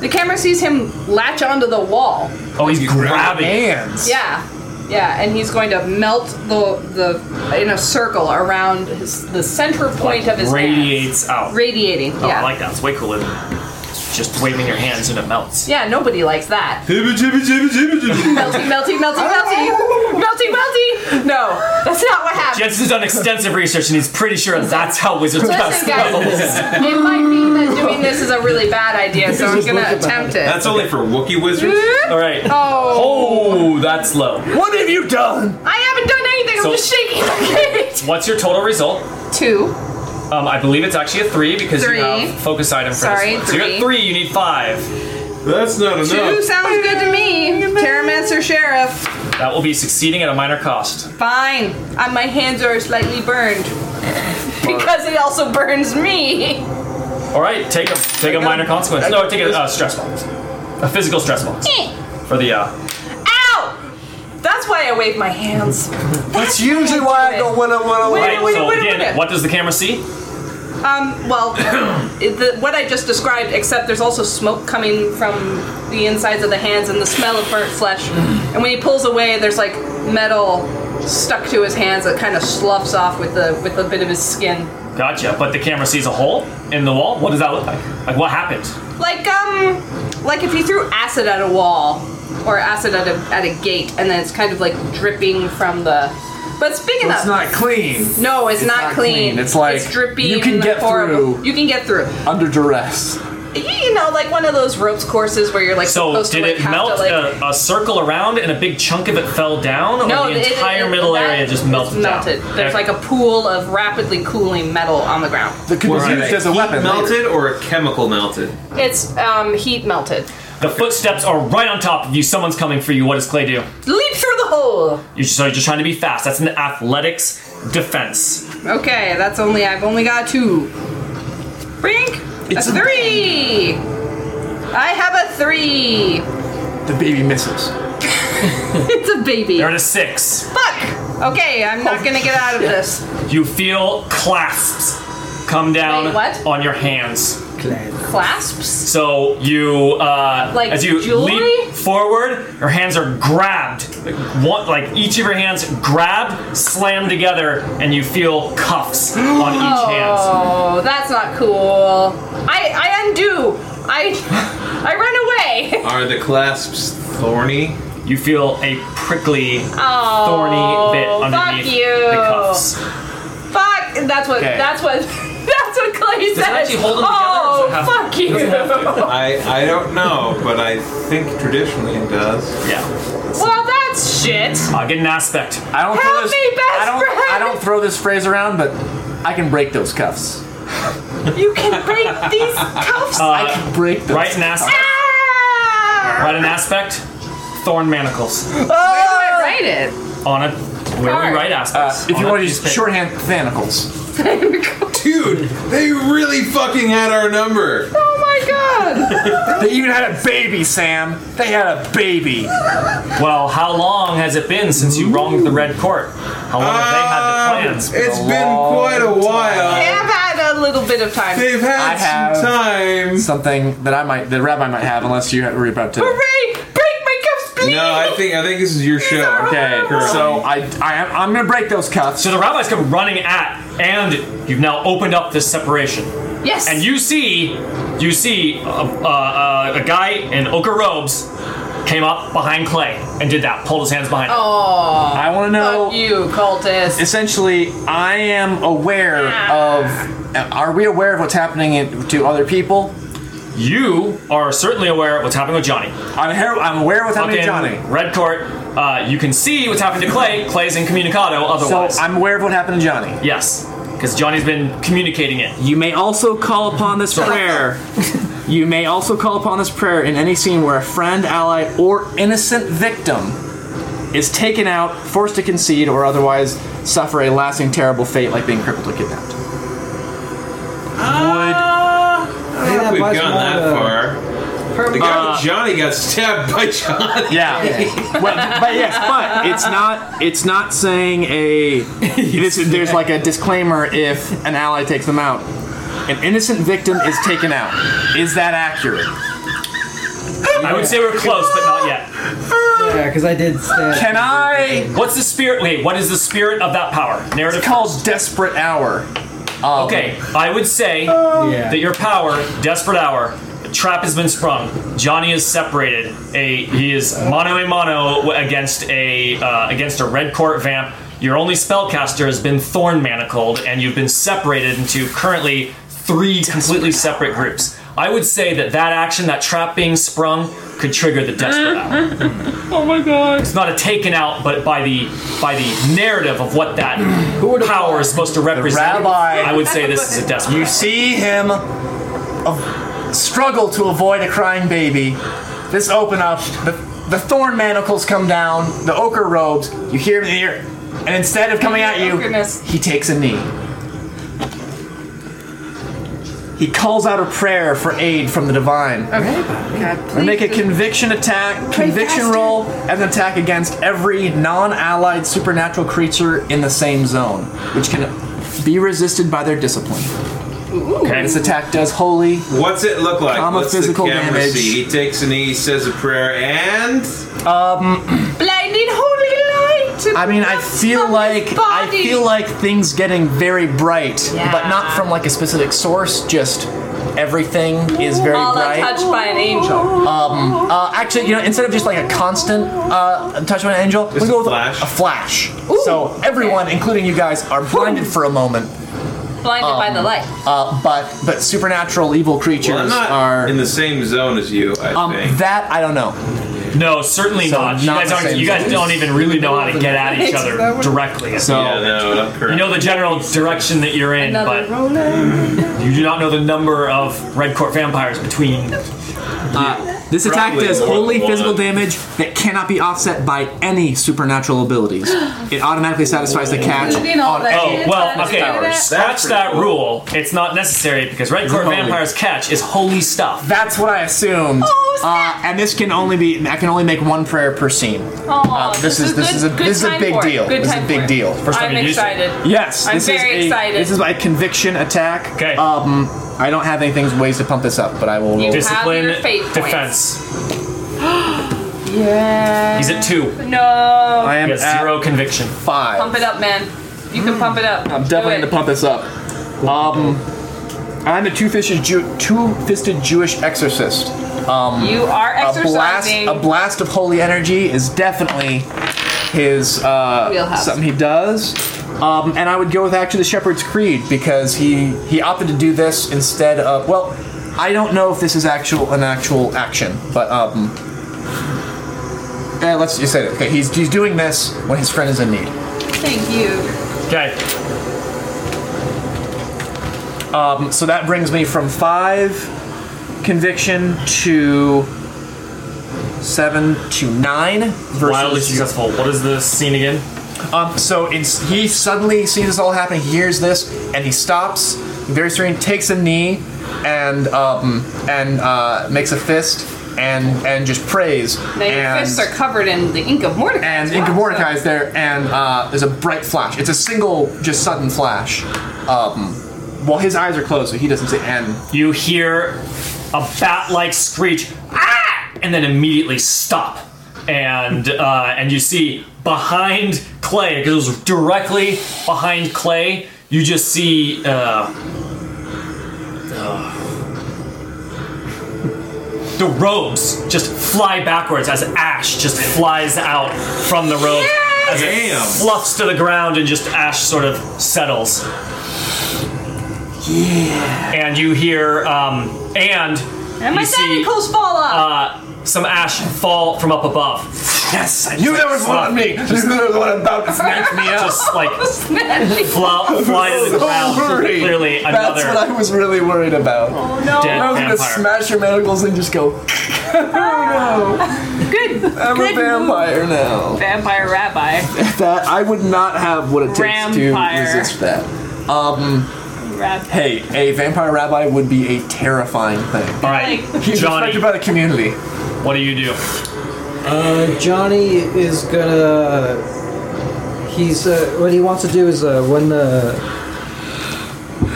The camera sees him latch onto the wall. Oh, he's grabbing. Hands. Yeah. Yeah, and he's going to melt the the in a circle around his, the center point of his hands. radiates out. Radiating. Oh, yeah. I like that. It's way cooler than just waving your hands and it melts. yeah, nobody likes that. melty, melty, melty, melty, melty, melty. No, that's not what happens. Jensen's done extensive research and he's pretty sure that's how wizards pass Listen, guys, levels. it might be that doing this is a really bad idea, so I'm Just gonna look about attempt it. That's only for Wookiee wizards. All right. Oh, Oh, that's low. What have you done? I haven't done anything. I'm So- just shaking the gate. What's your total result? Two. Um, I believe it's actually a three because Three. you have focus item for Sorry, this one. So you three. got three. You need five. That's not enough. Two sounds good to me. Terramancer Sheriff. That will be succeeding at a minor cost. Fine. Uh, my hands are slightly burned. because it also burns me. All right, take a take a minor consequence. No, take a uh, stress box, a physical stress box for the. Uh, Ow! That's why I wave my hands. That's usually why I go oh win a win a Wait, all right, wait, so wait, again, wait. what does the camera see? Um, well, it- the, what I just described, except there's also smoke coming from the insides of the hands and the smell of burnt flesh. And when he pulls away, there's like metal stuck to his hands that kind of sloughs off with the with a bit of his skin. Gotcha. But the camera sees a hole in the wall. What does that look like? Like what happened? Like um, like if you threw acid at a wall or acid at a at a gate, and then it's kind of like dripping from the. But speaking of, It's not clean. no, it's, not, not clean. clean. It's like, it's drippy. you can and get horrible. through. You can get through. Under duress. you know, like one of those ropes courses where you're like So supposed did to like, it have melt uh, to, like, a, a circle around and a big chunk of it fell down, no, or the it- it- entire it- middle that area just is melted, melted. down? There's Okay. like a pool of rapidly cooling metal on the ground. That could be Was it used as a heat weapon. later. melted or a chemical melted? It's um, heat melted. the footsteps are right on top of you. Someone's coming for you. What does Clay do? Leap through the hole. You so you're just trying to be fast. That's an athletics defense. Okay, that's only I've only got two. Brink. It's a a three. I have a three. The baby misses. It's a baby. You're at a six. Fuck. Okay, I'm not gonna get out of this. You feel clasps come down Wait, what? on your hands. Clasps. So you, uh, Like as you jewelry? leap forward, your hands are grabbed. Like, One, like each of your hands grabbed, slammed together, and you feel cuffs on each hand. Oh, that's not cool. I I undo. I I run away. Are the clasps thorny? You feel a prickly, Oh, thorny bit underneath fuck you. the cuffs. Fuck. That's what. Okay. That's what. That's what Clay says. it actually hold them oh, together, or fuck you. I I don't know, but I think traditionally it does. Yeah. well, that's shit. Uh, get an aspect. I don't Help throw this. me, best I don't. friend! I don't throw this phrase around, but I can break those cuffs. You can break these cuffs. Uh, Break those. right an aspect. ah! Right an aspect. Thorn manacles Where do Oh, I write it? on a. Where do Card. we write aspects? Uh, if On you a want to piece of paper. use shorthand, thanicles. Dude, they really fucking had our number. Oh my god. They even had a baby, Sam. They had a baby. Well, how long has it been since you wronged the Red Court? How long Um, have they had the plans? It's been quite a while. I've had a little bit of time. They've I had have- some time. Something that I might, that Rabbi might have, unless you were about to. Hooray! Break my cuffs, please. No, I think I think this is your show. Okay, so I, I am, I'm gonna break those cuffs. So the rabbis come running at, and you've now opened up this separation. Yes. And you see, you see, a, uh a guy in ochre robes came up behind Clay and did that, pulled his hands behind him. Oh, I want to know. fuck you, cultist. essentially i am aware of are we aware of what's happening in, to other people You are certainly aware of what's happening with Johnny. i'm, her- I'm aware of what's happening to Fucking johnny Red Court. Uh, you can see what's happening to Clay. Clay's incommunicado so otherwise. i'm aware of what happened to johnny yes. because Johnny's been communicating it. You may also call upon this prayer. You may also call upon this prayer in any scene where a friend, ally, or innocent victim is taken out, forced to concede, or otherwise suffer a lasting terrible fate like being crippled or kidnapped. I think that We've buys gone more that to- far. The Uh, guy with Johnny got stabbed by Johnny. Yeah. Well, but yes, but it's not it's not saying a this, there's like a disclaimer if an ally takes them out. An innocent victim is taken out. Is that accurate? I would say we're close, but not yet. Yeah, because I did stab. Can I What's the spirit? Wait, what is the spirit of that power? Narrative. it's called desperate hour? Um, Okay, I would say Oh. yeah. that your power, desperate hour, a trap has been sprung. Johnny is separated. A he is mono a mono against a uh, against a red court vamp. Your only spellcaster has been thorn manacled, and you've been separated into currently three completely separate groups. I would say that that action, that trap being sprung, could trigger the desperate hour. oh my god! It's not a taken out, but by the by the narrative of what that power is supposed to represent. rabbi- I would say this is a desperate. You see him av- struggle to avoid a crying baby. This open up, the, the thorn manacles come down, the ochre robes, you hear him in the ear, and instead of coming at you, Ochreness. he takes a knee. He calls out a prayer for aid from the divine. We make a conviction attack, conviction roll, and an attack against every non-allied supernatural creature in the same zone, which can be resisted by their discipline. Okay. This attack does holy. What's it look like? Comma, What's physical the camera damage. See? He takes a knee, says a prayer, and Blinding holy light. I mean, I feel like I feel like things getting very bright, Yeah. but not from like a specific source. Just everything is very all bright. touched by an angel. Uh, actually, you know, instead of just like a constant uh, touch of an angel, we Just go a with flash. a flash. so everyone, including you guys, are blinded for a moment. Blinded by the light. Uh, but but supernatural evil creatures well, I'm not are. in the same zone as you. I um, think. that I don't know. No, certainly So not. You not guys, the aren't, same you guys thing. don't even really know how to get at each other directly. So yeah, no, not You correct. know the general direction that you're in, Another but roller. you do not know the number of red court vampires between. This attack Probably does more only than physical one. damage that cannot be offset by any supernatural abilities. It automatically satisfies the catch. Including all on that any- Oh It's well, not okay. that- Scratch that rule. It's not necessary because red court Holy. vampires catch is holy stuff. That's what I assumed. Oh, uh, snap. and this can only be I can only make one prayer per scene. Aw, Uh, this is- this good- is a- good this is a time big for it. deal. Good This is a time big for it. deal. First time I'm you use it. excited. Yes, I'm this very is a, excited. This is my conviction attack. Okay. Um, I don't have any things ways to pump this up, but I will. Roll. You- Discipline your fate points. defense. Yeah. He's at two. No. I am He has at zero conviction. five. Pump it up, man. You can pump it up. I'm definitely Do gonna it. pump this up. Um, I'm a two-fisted Jew- two-fisted Jewish exorcist. You are A blast, exercising. a blast of holy energy is definitely his uh, Wheelhouse. something he does. Um, and I would go with actually the Shepherd's Creed because he he opted to do this instead of well, I don't know if this is actual an actual action, but um, eh, let's just say it. Okay, he's he's doing this when his friend is in need. Thank you. Okay. Um, So that brings me from five conviction to seven to nine versus Wildly successful. What is the scene again? Um, so it's, he suddenly sees this all happen. He hears this, and he stops. Very serene, takes a knee, and um, and uh, makes a fist, and and just prays. Now your and, fists are covered in the ink of Mordecai. and Wow. Inca Mordecai is there, and uh, there's a bright flash. It's a single, just sudden flash. Um, while his eyes are closed, so he doesn't see. And You hear a bat-like screech, ah! and then immediately stop. And uh, and you see behind Clay, because it was directly behind Clay. You just see. Uh, uh, the robes just fly backwards as ash just flies out from the robe as it Damn. fluffs to the ground and just ash sort of settles and you hear um, and And my you see tentacles fall off. uh, some ash fall from up above Yes, I Knew there was one on me. This is the one about to snatch me up. Just like Oh, fly, fly to the So ground. worried. Clearly That's what another I was really worried about. Oh no! dead I was gonna vampire. smash your manacles and just go. oh Good. no! I'm good a vampire now. Vampire rabbi. That I would not have what it takes Vampire. to resist that. Um, Rabbi. hey, a vampire rabbi would be a terrifying thing. All right, Like- He's Johnny, respected by the community. what do you do? Uh, Johnny is gonna. He's uh, what he wants to do is uh, when the.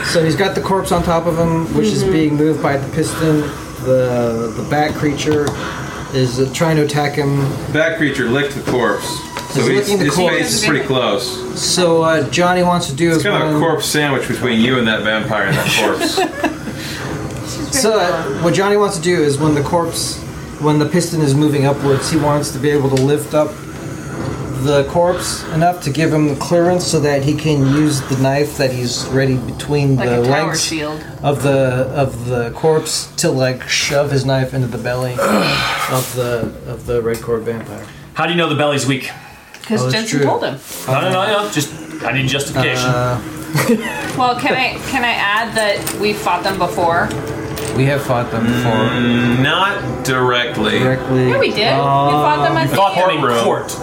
So he's got the corpse on top of him, which is being moved by the piston. The the bat creature is uh, trying to attack him. That creature licked the corpse. So He's he's, licking the his corpse. face is pretty close. So uh, Johnny wants to do is It's kind of a when- corpse sandwich between you and that vampire and that corpse. So uh, what Johnny wants to do is when the corpse, when the piston is moving upwards, he wants to be able to lift up the corpse enough to give him the clearance so that he can use the knife that he's ready between Like the a tower legs shield. of the of the corpse to like shove his knife into the belly of the of the red cord vampire. How do you know the belly's weak? Because Oh, that's Jensen true. told him. No, no, no, no. Just I need justification. Uh, Well, can I can I add that we fought them before? we have fought them before Not directly. directly. Yeah, we did. we fought them at the Fought them in courtroom. court.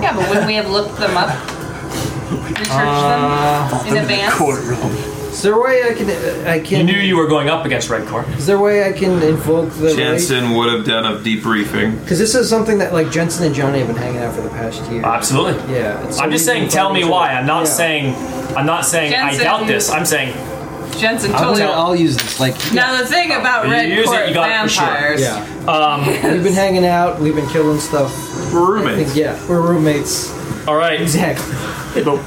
Yeah, but wouldn't we have looked them up? Researched them in advance? Is there a way I can I You can? knew you were going up against Red Corps. Is there a way I can invoke the? light? Jensen would have done a debriefing. Because this is something that like Jensen and Johnny have been hanging out for the past year. Absolutely. yeah, it's I'm just saying, tell me why. I'm not Yeah. saying, I'm not saying I Jensen. doubt this. I'm saying Jensen I'll, told him. I'll use this. Like, Now the thing about You red use it, court you got it for sure. vampires. yeah, Um, we've been hanging out. We've been killing stuff. We're I think, roommates. yeah, we're roommates. All right, Exactly. But,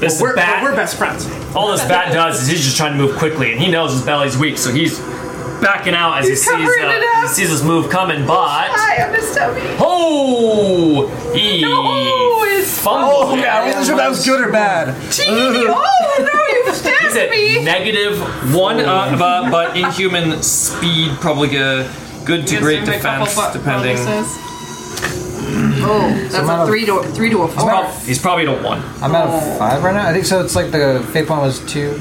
This but is we're, bad. but we're best friends. all this bat does is he's just trying to move quickly, and he knows his belly's weak, so he's backing out as He's he sees covering uh, it he up. sees this move coming. But Hi, I'm a stubby. oh, he No, it's- fumbled. Oh yeah, I wasn't sure if that was good or bad. Oh no, you He's stabbed at me! negative one, Oh. uh, but, but inhuman speed, probably a good to great defense, depending. Oh, that's out a of- three to three to a four. Prob- he's probably to one. I'm at a five right now. I think so. It's like the fate point was two,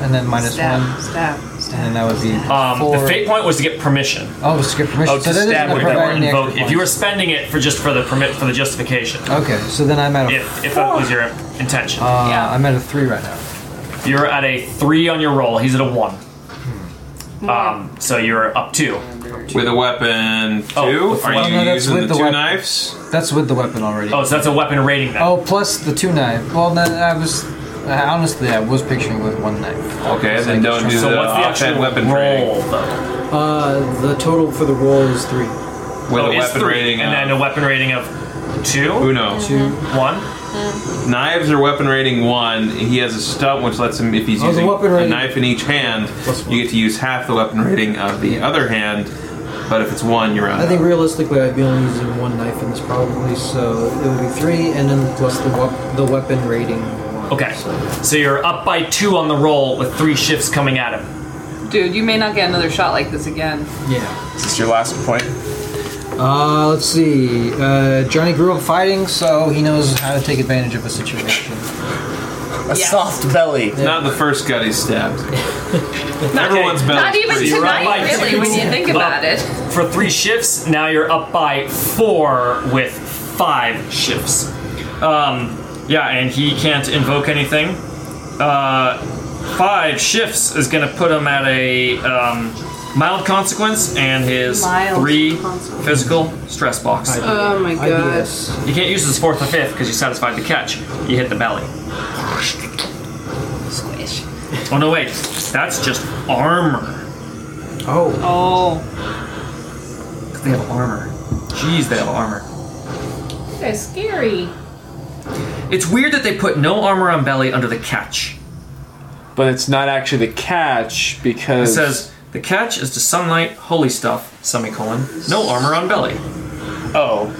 and then minus Stab, one, stab, stab. and then that would be Um, four. the fate point was to get permission. Oh, it's skip permission. Oh, so to that stab isn't with provide that one any extra vote. If you were points. spending it for just for the permit for the justification, okay, so then I'm Oh. at a. if, if that was your intention, uh, Yeah. I'm at a three right now. you're at a three on your roll. He's at a one. Um, so you're up two. With a weapon two? Oh, with the Are weapon. you No, that's using with the, the two weapon. knives? That's with the weapon already. Oh, so that's a weapon rating then. Oh, plus the two knife. Well, no, I was I honestly I was picturing with one knife. Okay, then don't do so the what's the actual offhand weapon rating. roll though? Uh, the total for the roll is three. With Oh, a it's weapon three, rating and then of a weapon rating of two, Uno. one. Knives are weapon rating one. He has a stub, which lets him, if he's Oh, the using weapon a rating- knife in each hand, Plus you get to use half the weapon rating of the other hand. But if it's one, you're out. I think realistically I'd be only using one knife in this probably, so it would be three, and then plus the wep- the weapon rating. one. Okay, So- so you're up by two on the roll with three shifts coming at him. Dude, you may not get another shot like this again. yeah. Is this your last point? Uh, let's see. Uh, Johnny grew up fighting, so he knows how to take advantage of a situation. A Yes. soft belly. Not the first gut he stabbed. Everyone's belly. Not even pretty tonight, Right. really, when you think about it. For three shifts, now you're up by four with five shifts. Um, yeah, and he can't invoke anything. Uh, five shifts is going to put him at a um, mild consequence and his Mild three consequence. physical stress box. Oh my IBS. You can't use this fourth or fifth because you satisfied the catch. You hit the belly. Squish. Oh no, wait, that's just armor. Oh, Oh. they have armor. Jeez, they have armor. They're scary. It's weird that they put no armor on belly under the catch. But it's not actually the catch It because says the catch is to sunlight, holy stuff, semicolon. No armor on belly. Oh.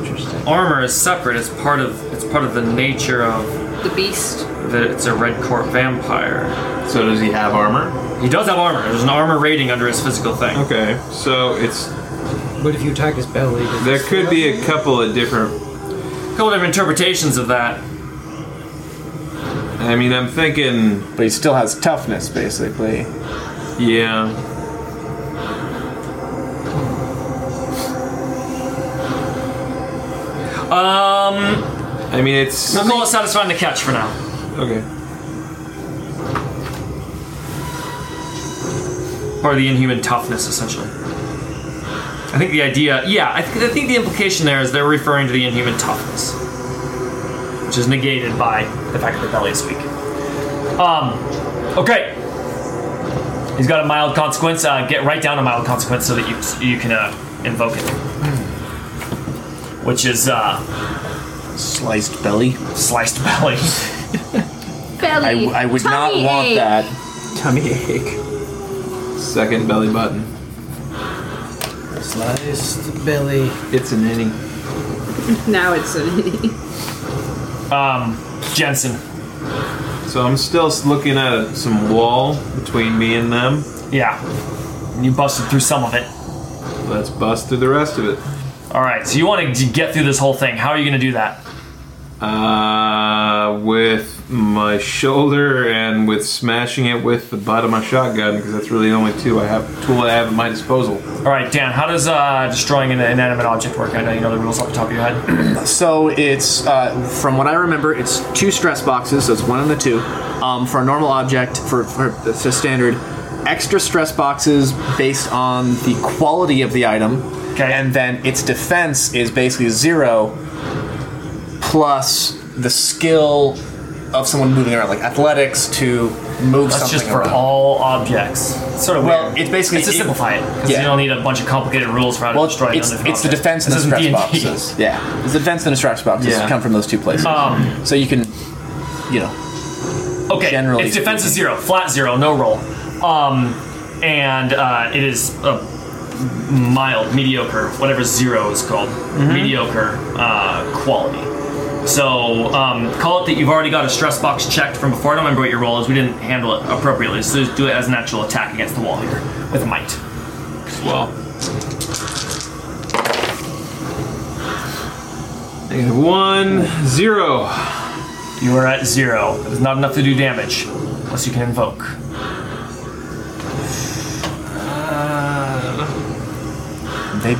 Interesting. Armor is separate, it's part of it's part of the nature of The beast. that it's a red corp vampire. So does he have armor? He does have armor. There's an armor rating under his physical thing. Okay, so it's But if you attack his belly, does there it could still- be a couple of different couple different interpretations of that. I mean, I'm thinking, But he still has toughness, basically. yeah. Um, I mean, it's we'll call it satisfying the catch for now. okay. Or the inhuman toughness, essentially. I think the idea, yeah, I think, I think the implication there is they're referring to the inhuman toughness, which is negated by the fact that the belly is weak. Um, okay. He's got a mild consequence. Uh, get right down to mild consequence so that you you can uh, invoke it, which is uh, Sliced belly. sliced belly. I, Belly. I would not tummy want ache. that. Tummy ache. Second belly button. Sliced belly. It's an inning. Now it's a. Um, Jensen. So I'm still looking at some wall between me and them. Yeah. You busted through some of it. Let's bust through the rest of it. All right, so you want to get through this whole thing. How are you going to do that? Uh, with my shoulder and with smashing it with the butt of my shotgun because that's really the only two I have tool I have at my disposal. All right, Dan, how does uh, destroying an inanimate object work? I know you know the rules off the top of your head. So it's uh, from what I remember, it's two stress boxes. So it's one and the two um, for a normal object for for the standard. Extra stress boxes based Um, on the quality of the item, Okay. and then its defense is basically zero plus the skill of someone moving around, like athletics to move That's something just for around. all objects. It's sort of Well, weird. it's basically- it's to it- simplify it. 'cause yeah. You don't need a bunch of complicated rules for how to well, destroy it's, an inanimate it's the object. defense and the This stress isn't D&D. boxes. Yeah, it's the defense and the stress boxes Yeah. come from those two places. Um, so you can, you know, okay, Generally its defense is zero, flat zero, no roll, um, and uh, it is a mild, mediocre, whatever zero is called, mediocre uh, quality. So um, call it that you've already got a stress box checked from before. I don't remember what your roll is. We didn't handle it appropriately, so just do it as an actual attack against the wall here with might. Well, negative one, zero. You are at zero. That is not enough to do damage, unless you can invoke. they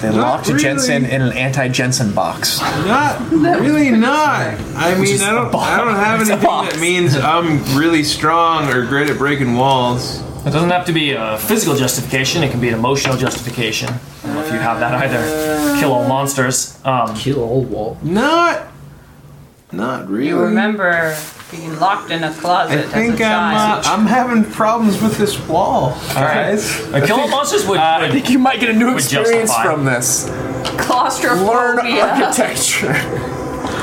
they locked Jensen in an anti-Jensen box. Not really, not. I mean, I don't. I don't have anything that means I'm really strong or great at breaking walls. It doesn't have to be a physical justification, it can be an emotional justification. I don't know if you have that either. Kill all monsters. Um, Kill old wall. Not. Not You really. remember being locked in a closet I think as a I'm. Uh, child. I'm having problems with this wall, guys. uh, kill all monsters would. I would think you might get a new Would experience justify. from this. Learn Oh, Claustrophobia. architecture.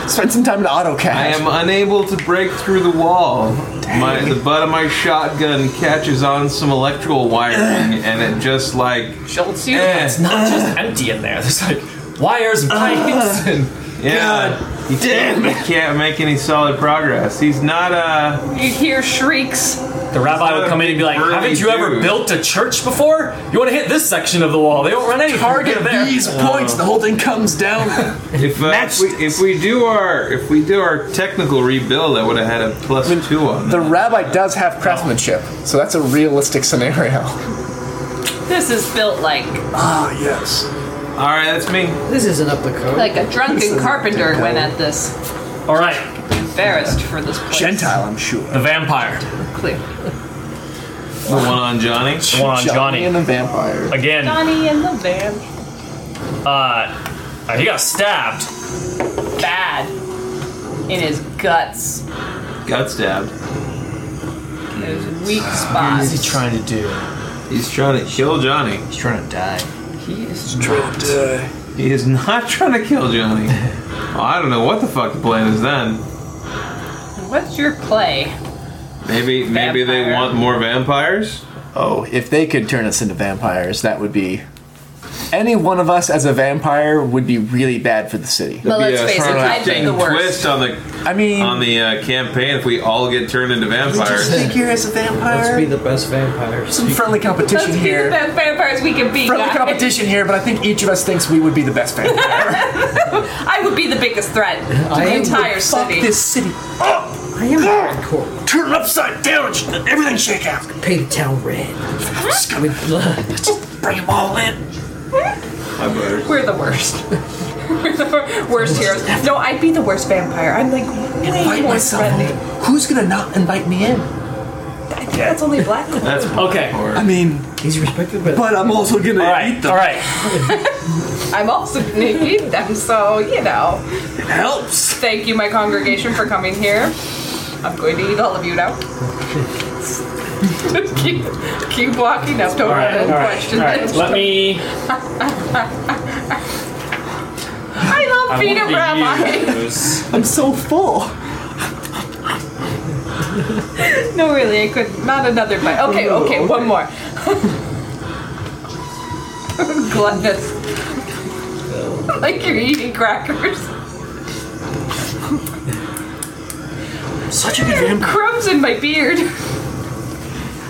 Spend some time in AutoCAD. I am unable to break through the wall. My, the butt of my shotgun catches on some electrical wiring, and it just like Jolts you. Eh. it's not just Uh. empty in there. There's like wires and pipes and. yeah. he damn it! Can't make any solid progress. He's not uh, a. You hear shrieks. The rabbi would come in and be like, Burly "Haven't you ever dude. built a church before? You want to hit this section of the wall? They don't run any Target there." Uh, these points, the whole thing comes down. If, uh, if, we, if we do our if we do our technical rebuild, I would have had a plus two on. the that. rabbi does have craftsmanship, so that's a realistic scenario. This is built like Ah, yes. All right, that's me. This isn't up the code. like a drunken carpenter went at this, All right, embarrassed for this place. Gentile, I'm sure. the vampire, Clear. The one on Johnny. the one on and Johnny the vampire. again. Johnny and the van. Uh, he got stabbed. Bad. In his guts. Got stabbed. Those weak spots. trying to do? He's trying to kill Johnny. He's trying to die. He is He is not trying to kill Johnny. Well, I don't know what the fuck the plan is then. What's your play? Maybe maybe they Vampire. want more vampires. Oh, if they could turn us into vampires, that would be any one of us as a vampire would be really bad for the city. But Be let's a face it, I've been interesting the worst. twist on the I mean, on the uh, campaign if we all get turned into vampires. here as a Let's vampire. be the best vampires. Some friendly Let's competition be the here. best vampires we can be. Friendly guys. competition here, but I think each of us thinks we would be the best vampire. I would be the biggest threat to I the am the entire Fuck city. this city. I am hardcore. Turn it upside down. Let everything shake out. Paint the town red. With blood. Bring them all in. We're the worst. We're the worst heroes. No, I'd be the worst vampire. I'm like way Invite more myself. threatening. over. Who's gonna not invite me in? I think that's only black. people. That's Okay. All I mean, He's respected by but I'm also gonna eat right. them. All right. I'm also gonna eat them, so you know. Helps. Thank you, my congregation, for coming here. I'm going to eat all of you now. keep, keep walking up. Don't All right. have All any right. All questions. right. Let me. I love I being a rabbi. want to use. I'm so full. No, really, I couldn't. Not another bite. Okay, okay, one more. Gluttonous. like you're eating crackers. Such a good vampire. Crumbs in my beard.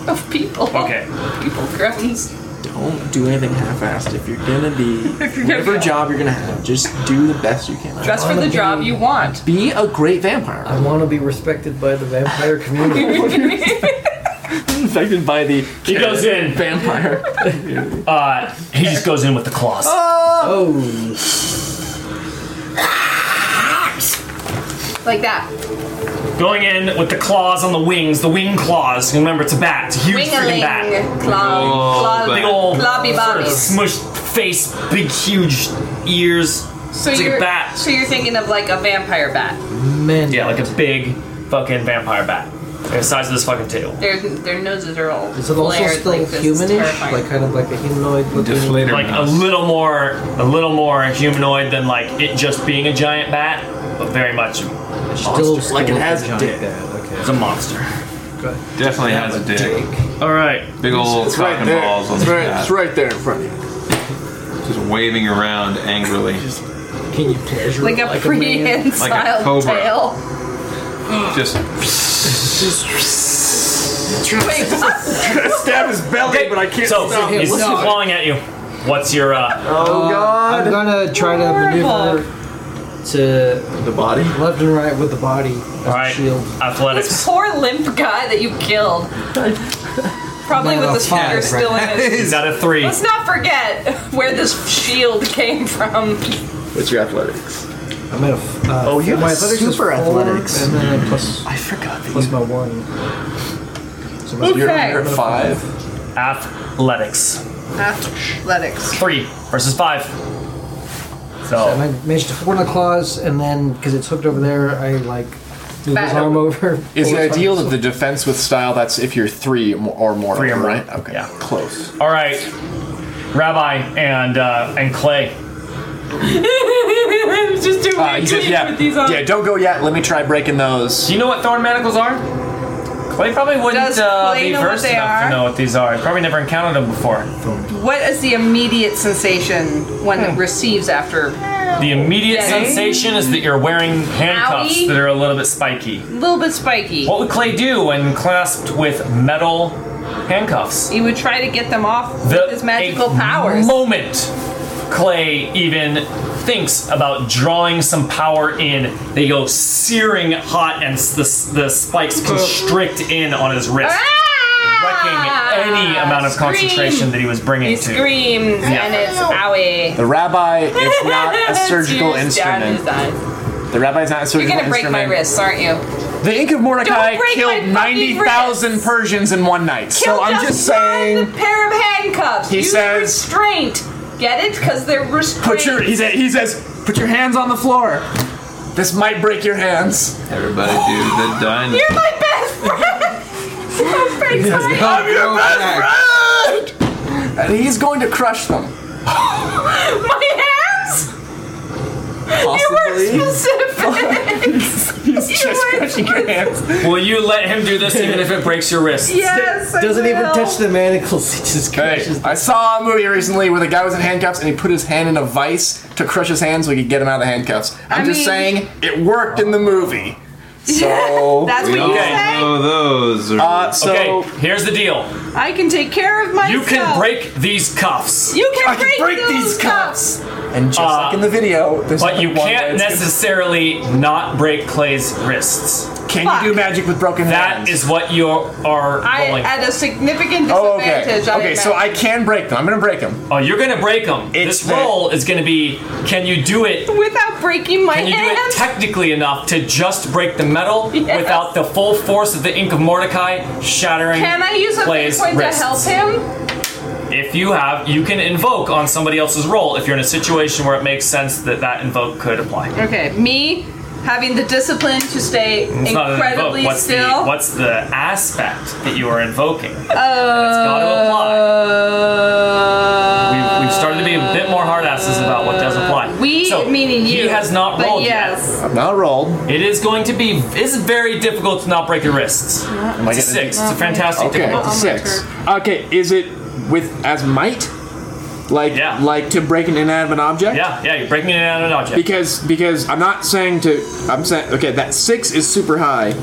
Of people. Okay. People crumbs. Don't do anything half-assed. If you're gonna be If you're gonna whatever be- job you're gonna have, just do the best you can. Dress for the job you want. Be a great vampire. I want to be respected by the vampire community. Infected by the He goes in. vampire. Uh, he just goes in with the claws. oh, like that. Going in with the claws on the wings, the wing claws. Remember, it's a bat. It's a huge freaking bat. Wing-a-ling. Claw. Oh, Claw. Big old uh, Blobby sort of bobbies. smushed face, big huge ears. So It's like a you're bat. so you're thinking of like a vampire bat. man. Yeah, like a big fucking vampire bat. Like the size of this fucking table. Their their noses are all Is it also flared still like this. It's humanish? terrifying. Like kind of like a humanoid looking. deflator. Like a little more, a little more humanoid than like it just being a giant bat, but very much Still, Monster, like it still has a giant dick. bad, Okay. it's a monster. Definitely has a dick. All right. Big old It's cock right and there. balls on it's, the right, back. it's right there in front of you. Just waving around angrily. Can you pleasure like a like a man? prehensile Like a cobra. tail. Just I stab his belly, but I can't So stop he's him. What's up? clawing at you. What's your uh? Oh, God. I'm gonna try to maneuver to the body. left and right with the body as All a right, shield. this athletics. poor limp guy that you killed. Probably Not with a the spear five, still in it. He's at a three. Let's not forget where this shield came from. What's your athletics? I'm at a. f- Uh, Oh, you my have athletics super is four, athletics. and then I plus I forgot that plus you my one. So my you're, Okay. you're at five. Athletics. Athletics. Three versus five. And Oh. So I managed to forward the claws, and then because it's hooked over there, I like move his Back. arm over. Is it Forward ideal arm. that the defense with style? That's if you're three mo- or more. Three or more. right? Okay, Yeah. close. all right, Rabbi and uh, and Clay. I'm just doing Uh, he weird says, tweets yeah, with these on. yeah. Don't go yet. Let me try breaking those. Do you know what thorn manacles are? Clay probably wouldn't Does uh, Clay be know what versed they enough are? to know what these are. He probably never encountered them before. What is the immediate sensation one Hmm. that receives after? The immediate Dang. sensation is that you're wearing handcuffs Owie. that are a little bit spiky. A little bit spiky. What would Clay do when clasped with metal handcuffs? He would try to get them off The with his magical a powers. moment Clay even thinks about drawing some power in, they go searing hot, and s- the, s- the spikes constrict in on his wrist, Ah! wrecking any amount of Scream. concentration that he was bringing He to. screams and it's owie. The rabbi is not a It's surgical used down his instrument. eyes. The rabbi is not a You're surgical gonna break my instrument. wrists, aren't you? The Ink of Mordecai Don't break killed my fucking 90,000 wrists. Persians in one night. so Kill I'm just saying, one pair of handcuffs. He Use says- restraint. Get it? Because they're restrained. put your he, said, he says, put your hands on the floor. This might break your hands. everybody do the dine. You're my best friend. I'm very sorry. Oh, your best friend! And he's going to crush them. My hands. You weren't specific. He's just crushing your hands. Will you let him do this even if it breaks your wrist? yes. I Doesn't even will. touch the manacles. He just Hey, crushes. I saw a movie recently where the guy was in handcuffs and he put his hand in a vice to crush his hand so he could get him out of the handcuffs. I'm I just mean- saying, it worked in the movie. So, That's what We all you say. know those. Are, uh, so Okay, here's the deal. I can take care of myself. You can break these cuffs, You can I can break, break those these cuffs. And just like in the video, there's but you only one can't way it's necessarily not break Clay's wrists. gonna- Can you Fuck. do magic with broken hands? That is what you are I rolling. at a significant Oh, okay. disadvantage. I Okay, so admit. I can break them. I'm gonna break them. oh, you're gonna break them. It's This that- roll is gonna be: can you do it? without breaking my Can you do hand. it technically enough to just break the metal Yes. without the full force of the Ink of Mordecai shattering can I use a fate Clay's point wrists? to help him? If you have, you can invoke on somebody else's roll if you're in a situation where it makes sense that that invoke could apply. Okay, me having the discipline to stay It's not an incredibly invoke. What's still. the what's the aspect that you are invoking? We've, to apply. Uh, Uh, we've started to be a bit more hard asses about what does apply. we so, meaning you. He has not but rolled yes. I've not rolled. yet. It is going to be is very difficult to not break your wrists. Am I It's a getting six. It's a fantastic Okay, difficulty. my six. Okay, is it with as might? Like Yeah. like to break an inanimate object? Yeah, yeah, you're breaking it out of an object. Because because I'm not saying to I'm saying okay, that six is super high.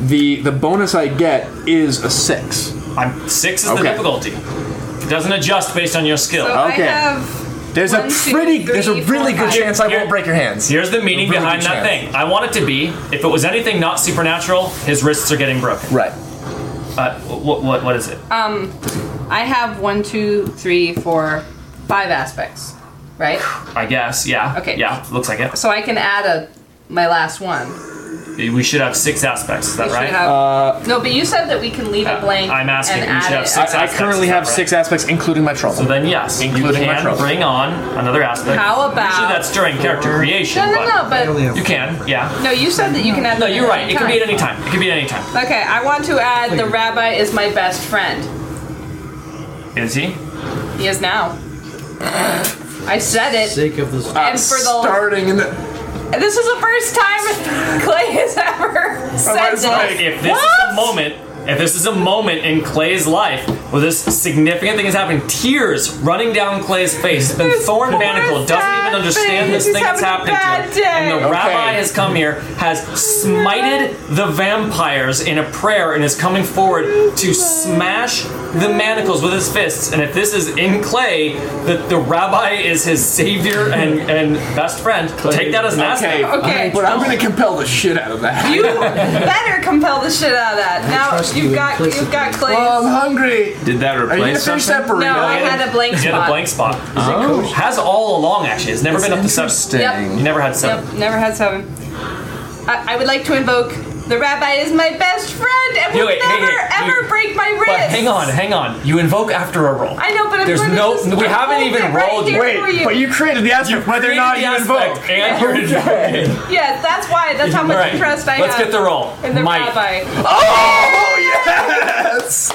The the bonus I get is a six. I'm six is the Okay. difficulty. It doesn't adjust based on your skill. So I Okay. have There's One, a two, pretty there's a three, really four, good five. chance I Here- won't break your hands. Here's the meaning Really behind good that chance. thing. I want it to be, if it was anything not supernatural, his wrists are getting broken. Right. Uh, what, what, what is it? Uh, I have one, two, three, four, five aspects, right? I guess, yeah. Okay. Yeah, looks like it. So I can add a my last one. We should have six aspects, is that We should right? have- no, but you said that we can leave Uh, it blank. I'm asking, And we add should have it. six. I, I aspects, currently is that have right? six aspects, including my trouble. so then, yes, Including you my can trouble. bring on another aspect. How about- Usually that's during character creation. No, no, no. but Barely You a- can, yeah. No, you said that you can add. No, them you're at right. any It can be at time. any time. It can be at any time. Okay, I want to add the rabbi is my best friend. Is he? He is now. I said it. Sake of this. Ah. And for the starting in the this is the first time Clay has ever said this. like, If this is What? a moment, if this is a moment in Clay's life where this significant thing is happening, tears running down Clay's face, then This Thorn poor Manacle doesn't sad even understand this face. thing He's that's having happening a to bad him. And the day. rabbi has come here, has smited the vampires in a prayer, and is coming forward to smash the manacles with his fists. And if this is in Clay, that the rabbi is his savior and, and best friend, take that as an okay, aspect. Okay. but I'm gonna compel the shit out of that. You better compel the shit out of that. Now trust you've you got implicitly. you've got Clay. Well, I'm hungry. did that Are you gonna replace finish that something? burrito? no, I had a blank He had spot. a blank spot. Has all along actually. It's never been up to seven. Interesting. You never had seven. Yep, never had seven. I, I would like to invoke the rabbi is my best friend and Yeah, will wait, hey, never hey, ever you- break my wrist. But hang on, hang on. You invoke after a roll. I know, but I'm There's gonna no- just we I haven't hold even it right rolled. here Wait, for you. but you created the aspect whether or not you Created the aspect, invoke. And you're invoking. Yeah, that's why. That's how All much right, trust I Let's have get the roll. in the Mike. rabbi. Oh yes!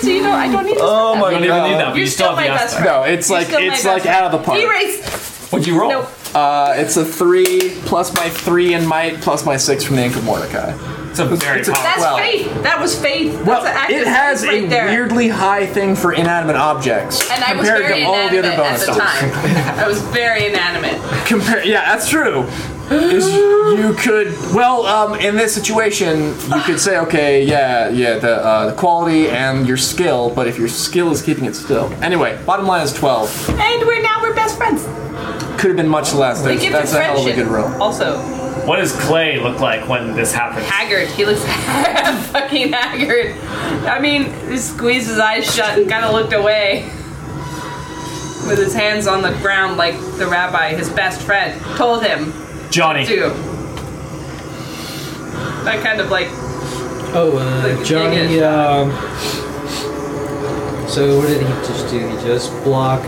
So you know, I don't need to. Oh You my don't even need that, but You're you still still have the my best aspect. friend. No, it's You're like still my it's like best out of the park. Erase. What'd you roll? Nope. Uh, it's a three plus my three and might plus my six from the Ink of Mordecai. It's a very It's a- powerful. That's Well- faith. That was faith. That's Well, an act it of has faith right a there. weirdly high thing for inanimate objects And I was compared very to all the inanimate other at bonus the stuff. time. I was very inanimate. Compare, yeah, that's true. Is you could well um, in this situation you could say okay yeah yeah the uh, the quality and your skill but if your skill is keeping it still anyway bottom line is twelve And we're now we're best friends. could have been much less The that's, gift that's of a hell of a friendship. good roll Also, What does Clay look like when this happens? haggard. He looks fucking haggard. I mean, he squeezed his eyes shut and kind of looked away. With his hands on the ground, like the rabbi, his best friend, told him Johnny. do. That kind of like Oh, uh, Like, dig Johnny. it. Um, so what did he just do? He just blocked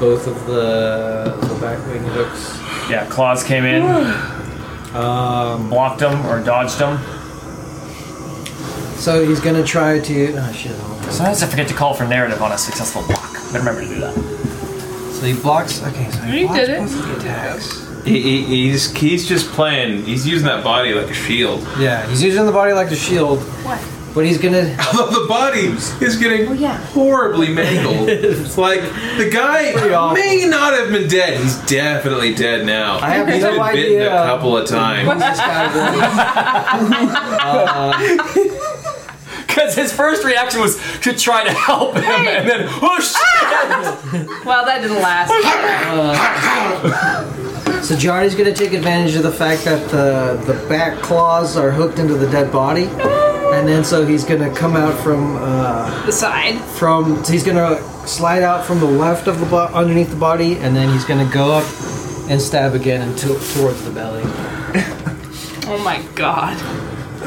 both of the the back wing hooks. Yeah, claws came in, Um, blocked him or dodged him. so he's gonna try to. Oh shit! hold on. Sometimes I forget to call for narrative on a successful block. But remember to do that. So he blocks. Okay, so he, He blocks did it. both of the attacks. He, he, he's he's just playing. He's using that body like a shield. Yeah, he's using the body like the shield, What? but he's gonna. Although the body is getting Well, yeah. horribly mangled. it's like the guy awful. may not have been dead. He's definitely dead now. I have he's no been bitten a idea. couple of times. This guy Because his first reaction was to try to help him, and then oh Ah! shit! Well, that didn't last. will- so Johnny's gonna take advantage of the fact that the the back claws are hooked into the dead body, and then so he's gonna come out from uh, The side. from so he's gonna slide out from the left of the bo- underneath the body, and then he's gonna go up and stab again and tilt towards the belly. Oh my god.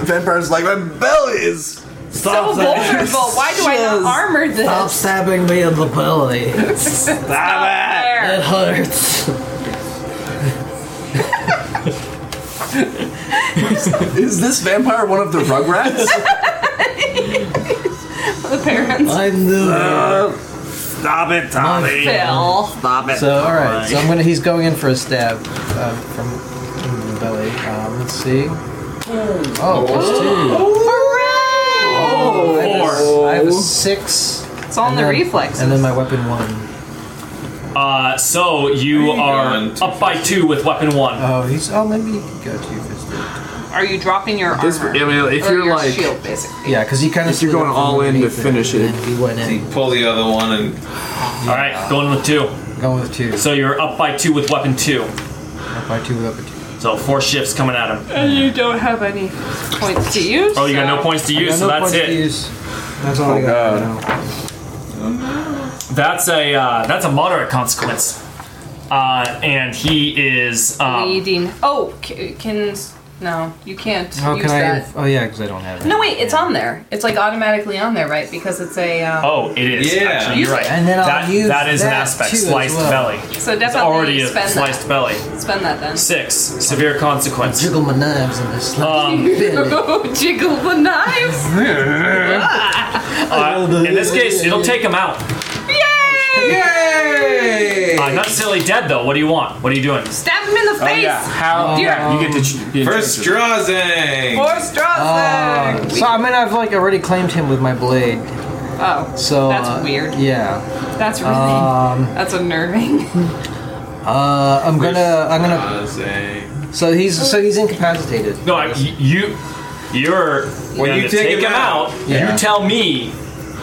Vampire's like, my belly is. So vulnerable. Why do I not armor this? Stop stabbing me in the belly. Ah, There. It hurts. Is this vampire one of the Rugrats? The parents. I'm new. Uh, Stop it, Tommy. Phil. Stop it. Oh So all right, so I'm gonna. He's going in for a stab uh, from in the belly. Um, let's see. Oh, plus two. Oh, I have a- I have a six. It's on and the then- reflexes. And then my weapon one. Uh, so you are going? up by two with weapon one. Oh, he's. Oh, maybe you could go two fisted. Are you dropping your armor? This- I mean, if or you're your like- shield, basically. Yeah, because he kind of. If you're going all in to finish it. he went in. Pull the other one and All right, going with two. Going with two. So you're up by two with weapon two. Up by two, up by two. So four shifts coming at him. And you don't have any points to use. Oh, you got so- no points to I use, got so no that's points to it. use. That's Oh, all I got. right now. That's a uh, that's a moderate consequence. Uh, and he is um, Bleeding. Oh, c- can no, you can't How use can I? that. Oh yeah, because I don't have it. No, wait, it's on there. It's like automatically on there, right? Because it's a. Um, oh, it is. Yeah. Actually, you're right. And then I'll that, use that is an that aspect. too as Sliced well. belly. so It's definitely already a spend sliced that. belly. Spend that then. Six severe consequence. Jiggle my knives and I slap Um, your belly. Oh, jiggle the knives! Uh, in this case, it'll take him out. Yay! yay! Uh, not necessarily dead though. What do you want? What are you doing? Stab him in the face! Oh, yeah. How Dear. you get to ch- be in First charge of Strazing! Or Strasbourg! Oh. Uh, So I mean, I've like already claimed him with my blade. oh, So That's uh, weird. Yeah. that's really. Um. that's unnerving. Uh, I'm gonna. I'm gonna. Strazing. So he's. So he's incapacitated. No, I, you, you're. When gonna you take him out, Yeah. you tell me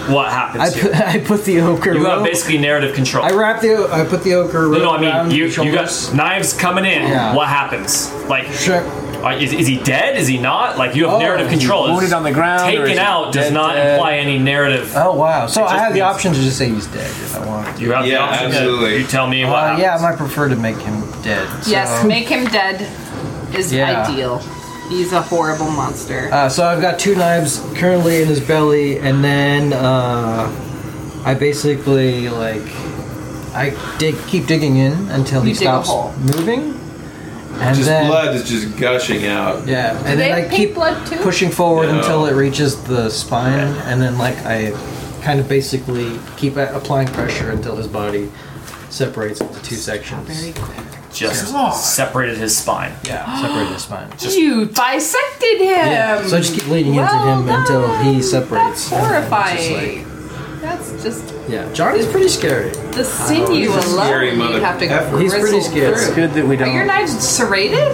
what happens. I here. put. I put the ochre. You have rope- basically narrative control. I wrap the. I put the ochre. no, rope no, I around mean you. his You got shoulders. knives coming in. Yeah. What happens? Like, Sure. uh, is, is he dead? Is he not? Like, you have Oh, narrative is he control. It's- wounded on the ground, or is Taken he out does dead, uh, not dead? imply any narrative. Oh wow. So I just have the means- option to just say he's dead if I want. You have the Yeah, option. to- absolutely. You tell me what. Uh, happens. yeah, I might prefer to make him dead. Yes, so- make him dead is Yeah. ideal. He's a horrible monster. Uh, so I've got two knives currently in his belly, and then uh, I basically like I dig, keep digging in until he You dig a stops hole. moving, and Just then blood is just gushing out. yeah, and they then I have pink keep blood too? pushing forward No. until it reaches the spine, and then like I kind of basically keep a- applying pressure until his body separates into two sections. Just separated his spine. Yeah, separate his spine. you dissected him! Yeah, so I just keep leaning Well into him until he done. separates. That's and then it's just horrifying. That's just like- Oh, yeah, Johnny's pretty scary. the sinew he's a scary alone you mother have to effer. He's pretty gristle scared. through. It's good that we Are your don't. knives serrated?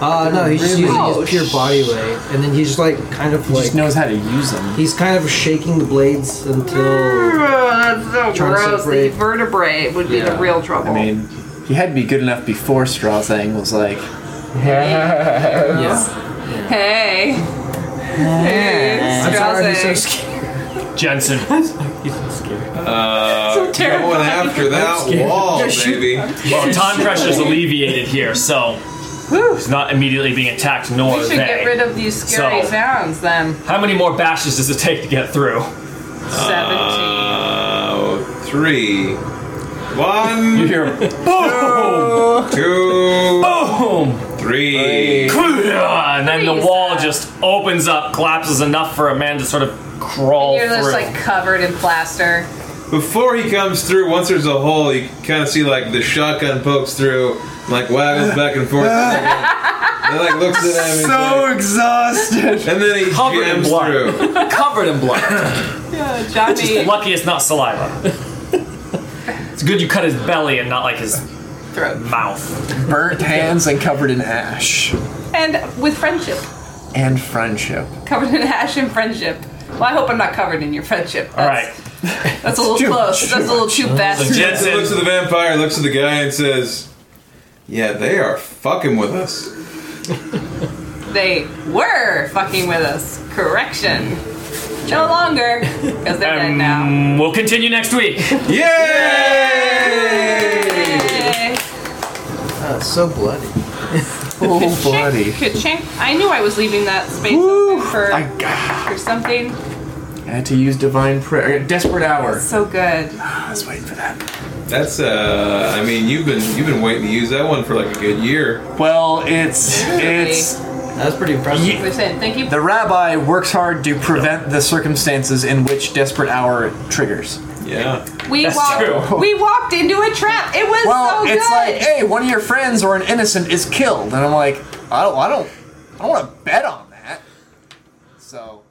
Uh, no, he's just using Oh, his pure body weight, and then he's like kind of He like just knows how to use them. he's kind of shaking the blades until That's so Trying to gross. Uh, The separate. vertebrae would be the Yeah. real trouble. I mean, he had to be good enough before Strazing was like, yeah. hey. Hey, I'm sorry, he's so Strasbourg. scared. Jensen. Uh, So terrifying. Going after that wall, Just shoot- baby. Well, time pressure is alleviated here, so he's not immediately being attacked, nor We are should they. get rid of these scary So- sounds then. How many more bashes does it take to get through? 17. Uh, three. One, You hear Oh! boom, two, boom, three. and then the Freeze. wall just opens up, collapses enough for a man to sort of crawl You're just through. like covered in plaster. Before he comes through, once there's a hole, you kind of see like the shotgun pokes through, like waggles back and forth. and like looks at him. and he's like- exhausted. and then he Covered in jams blood. through. Covered in blood. Yeah, Uh, Johnny Lucky it's not saliva. It's good you cut his belly and not like his throat. mouth. Burnt hands and covered in ash. And with friendship. And friendship. Covered in ash and friendship. Well, I hope I'm not covered in your friendship. That's, All right. That's a little close. That's a little too fast. Jensen looks at the vampire, looks at the guy, and says, "Yeah, they are fucking with us." They were fucking with us. Correction. No longer. Because they're dead now. Um, we'll continue next week. Yay! Yay. Uh, so bloody. Oh, bloody. Ka-chink, ka-chink. I knew I was leaving that space open for, I got- for something. I had to use divine prayer. Desperate hour. So good. I was waiting for that. That's uh, I mean, you've been you've been waiting to use that one for like a good year. Well, it's it's That was pretty impressive. Ye- We're saying thank you. the rabbi works hard to prevent the circumstances in which desperate hour triggers. Yeah. We That's walked. true. We walked into a trap. It was Well, so good. it's like, hey, one of your friends or an innocent is killed, and I'm like, I don't, I don't, I don't want to bet on that. So.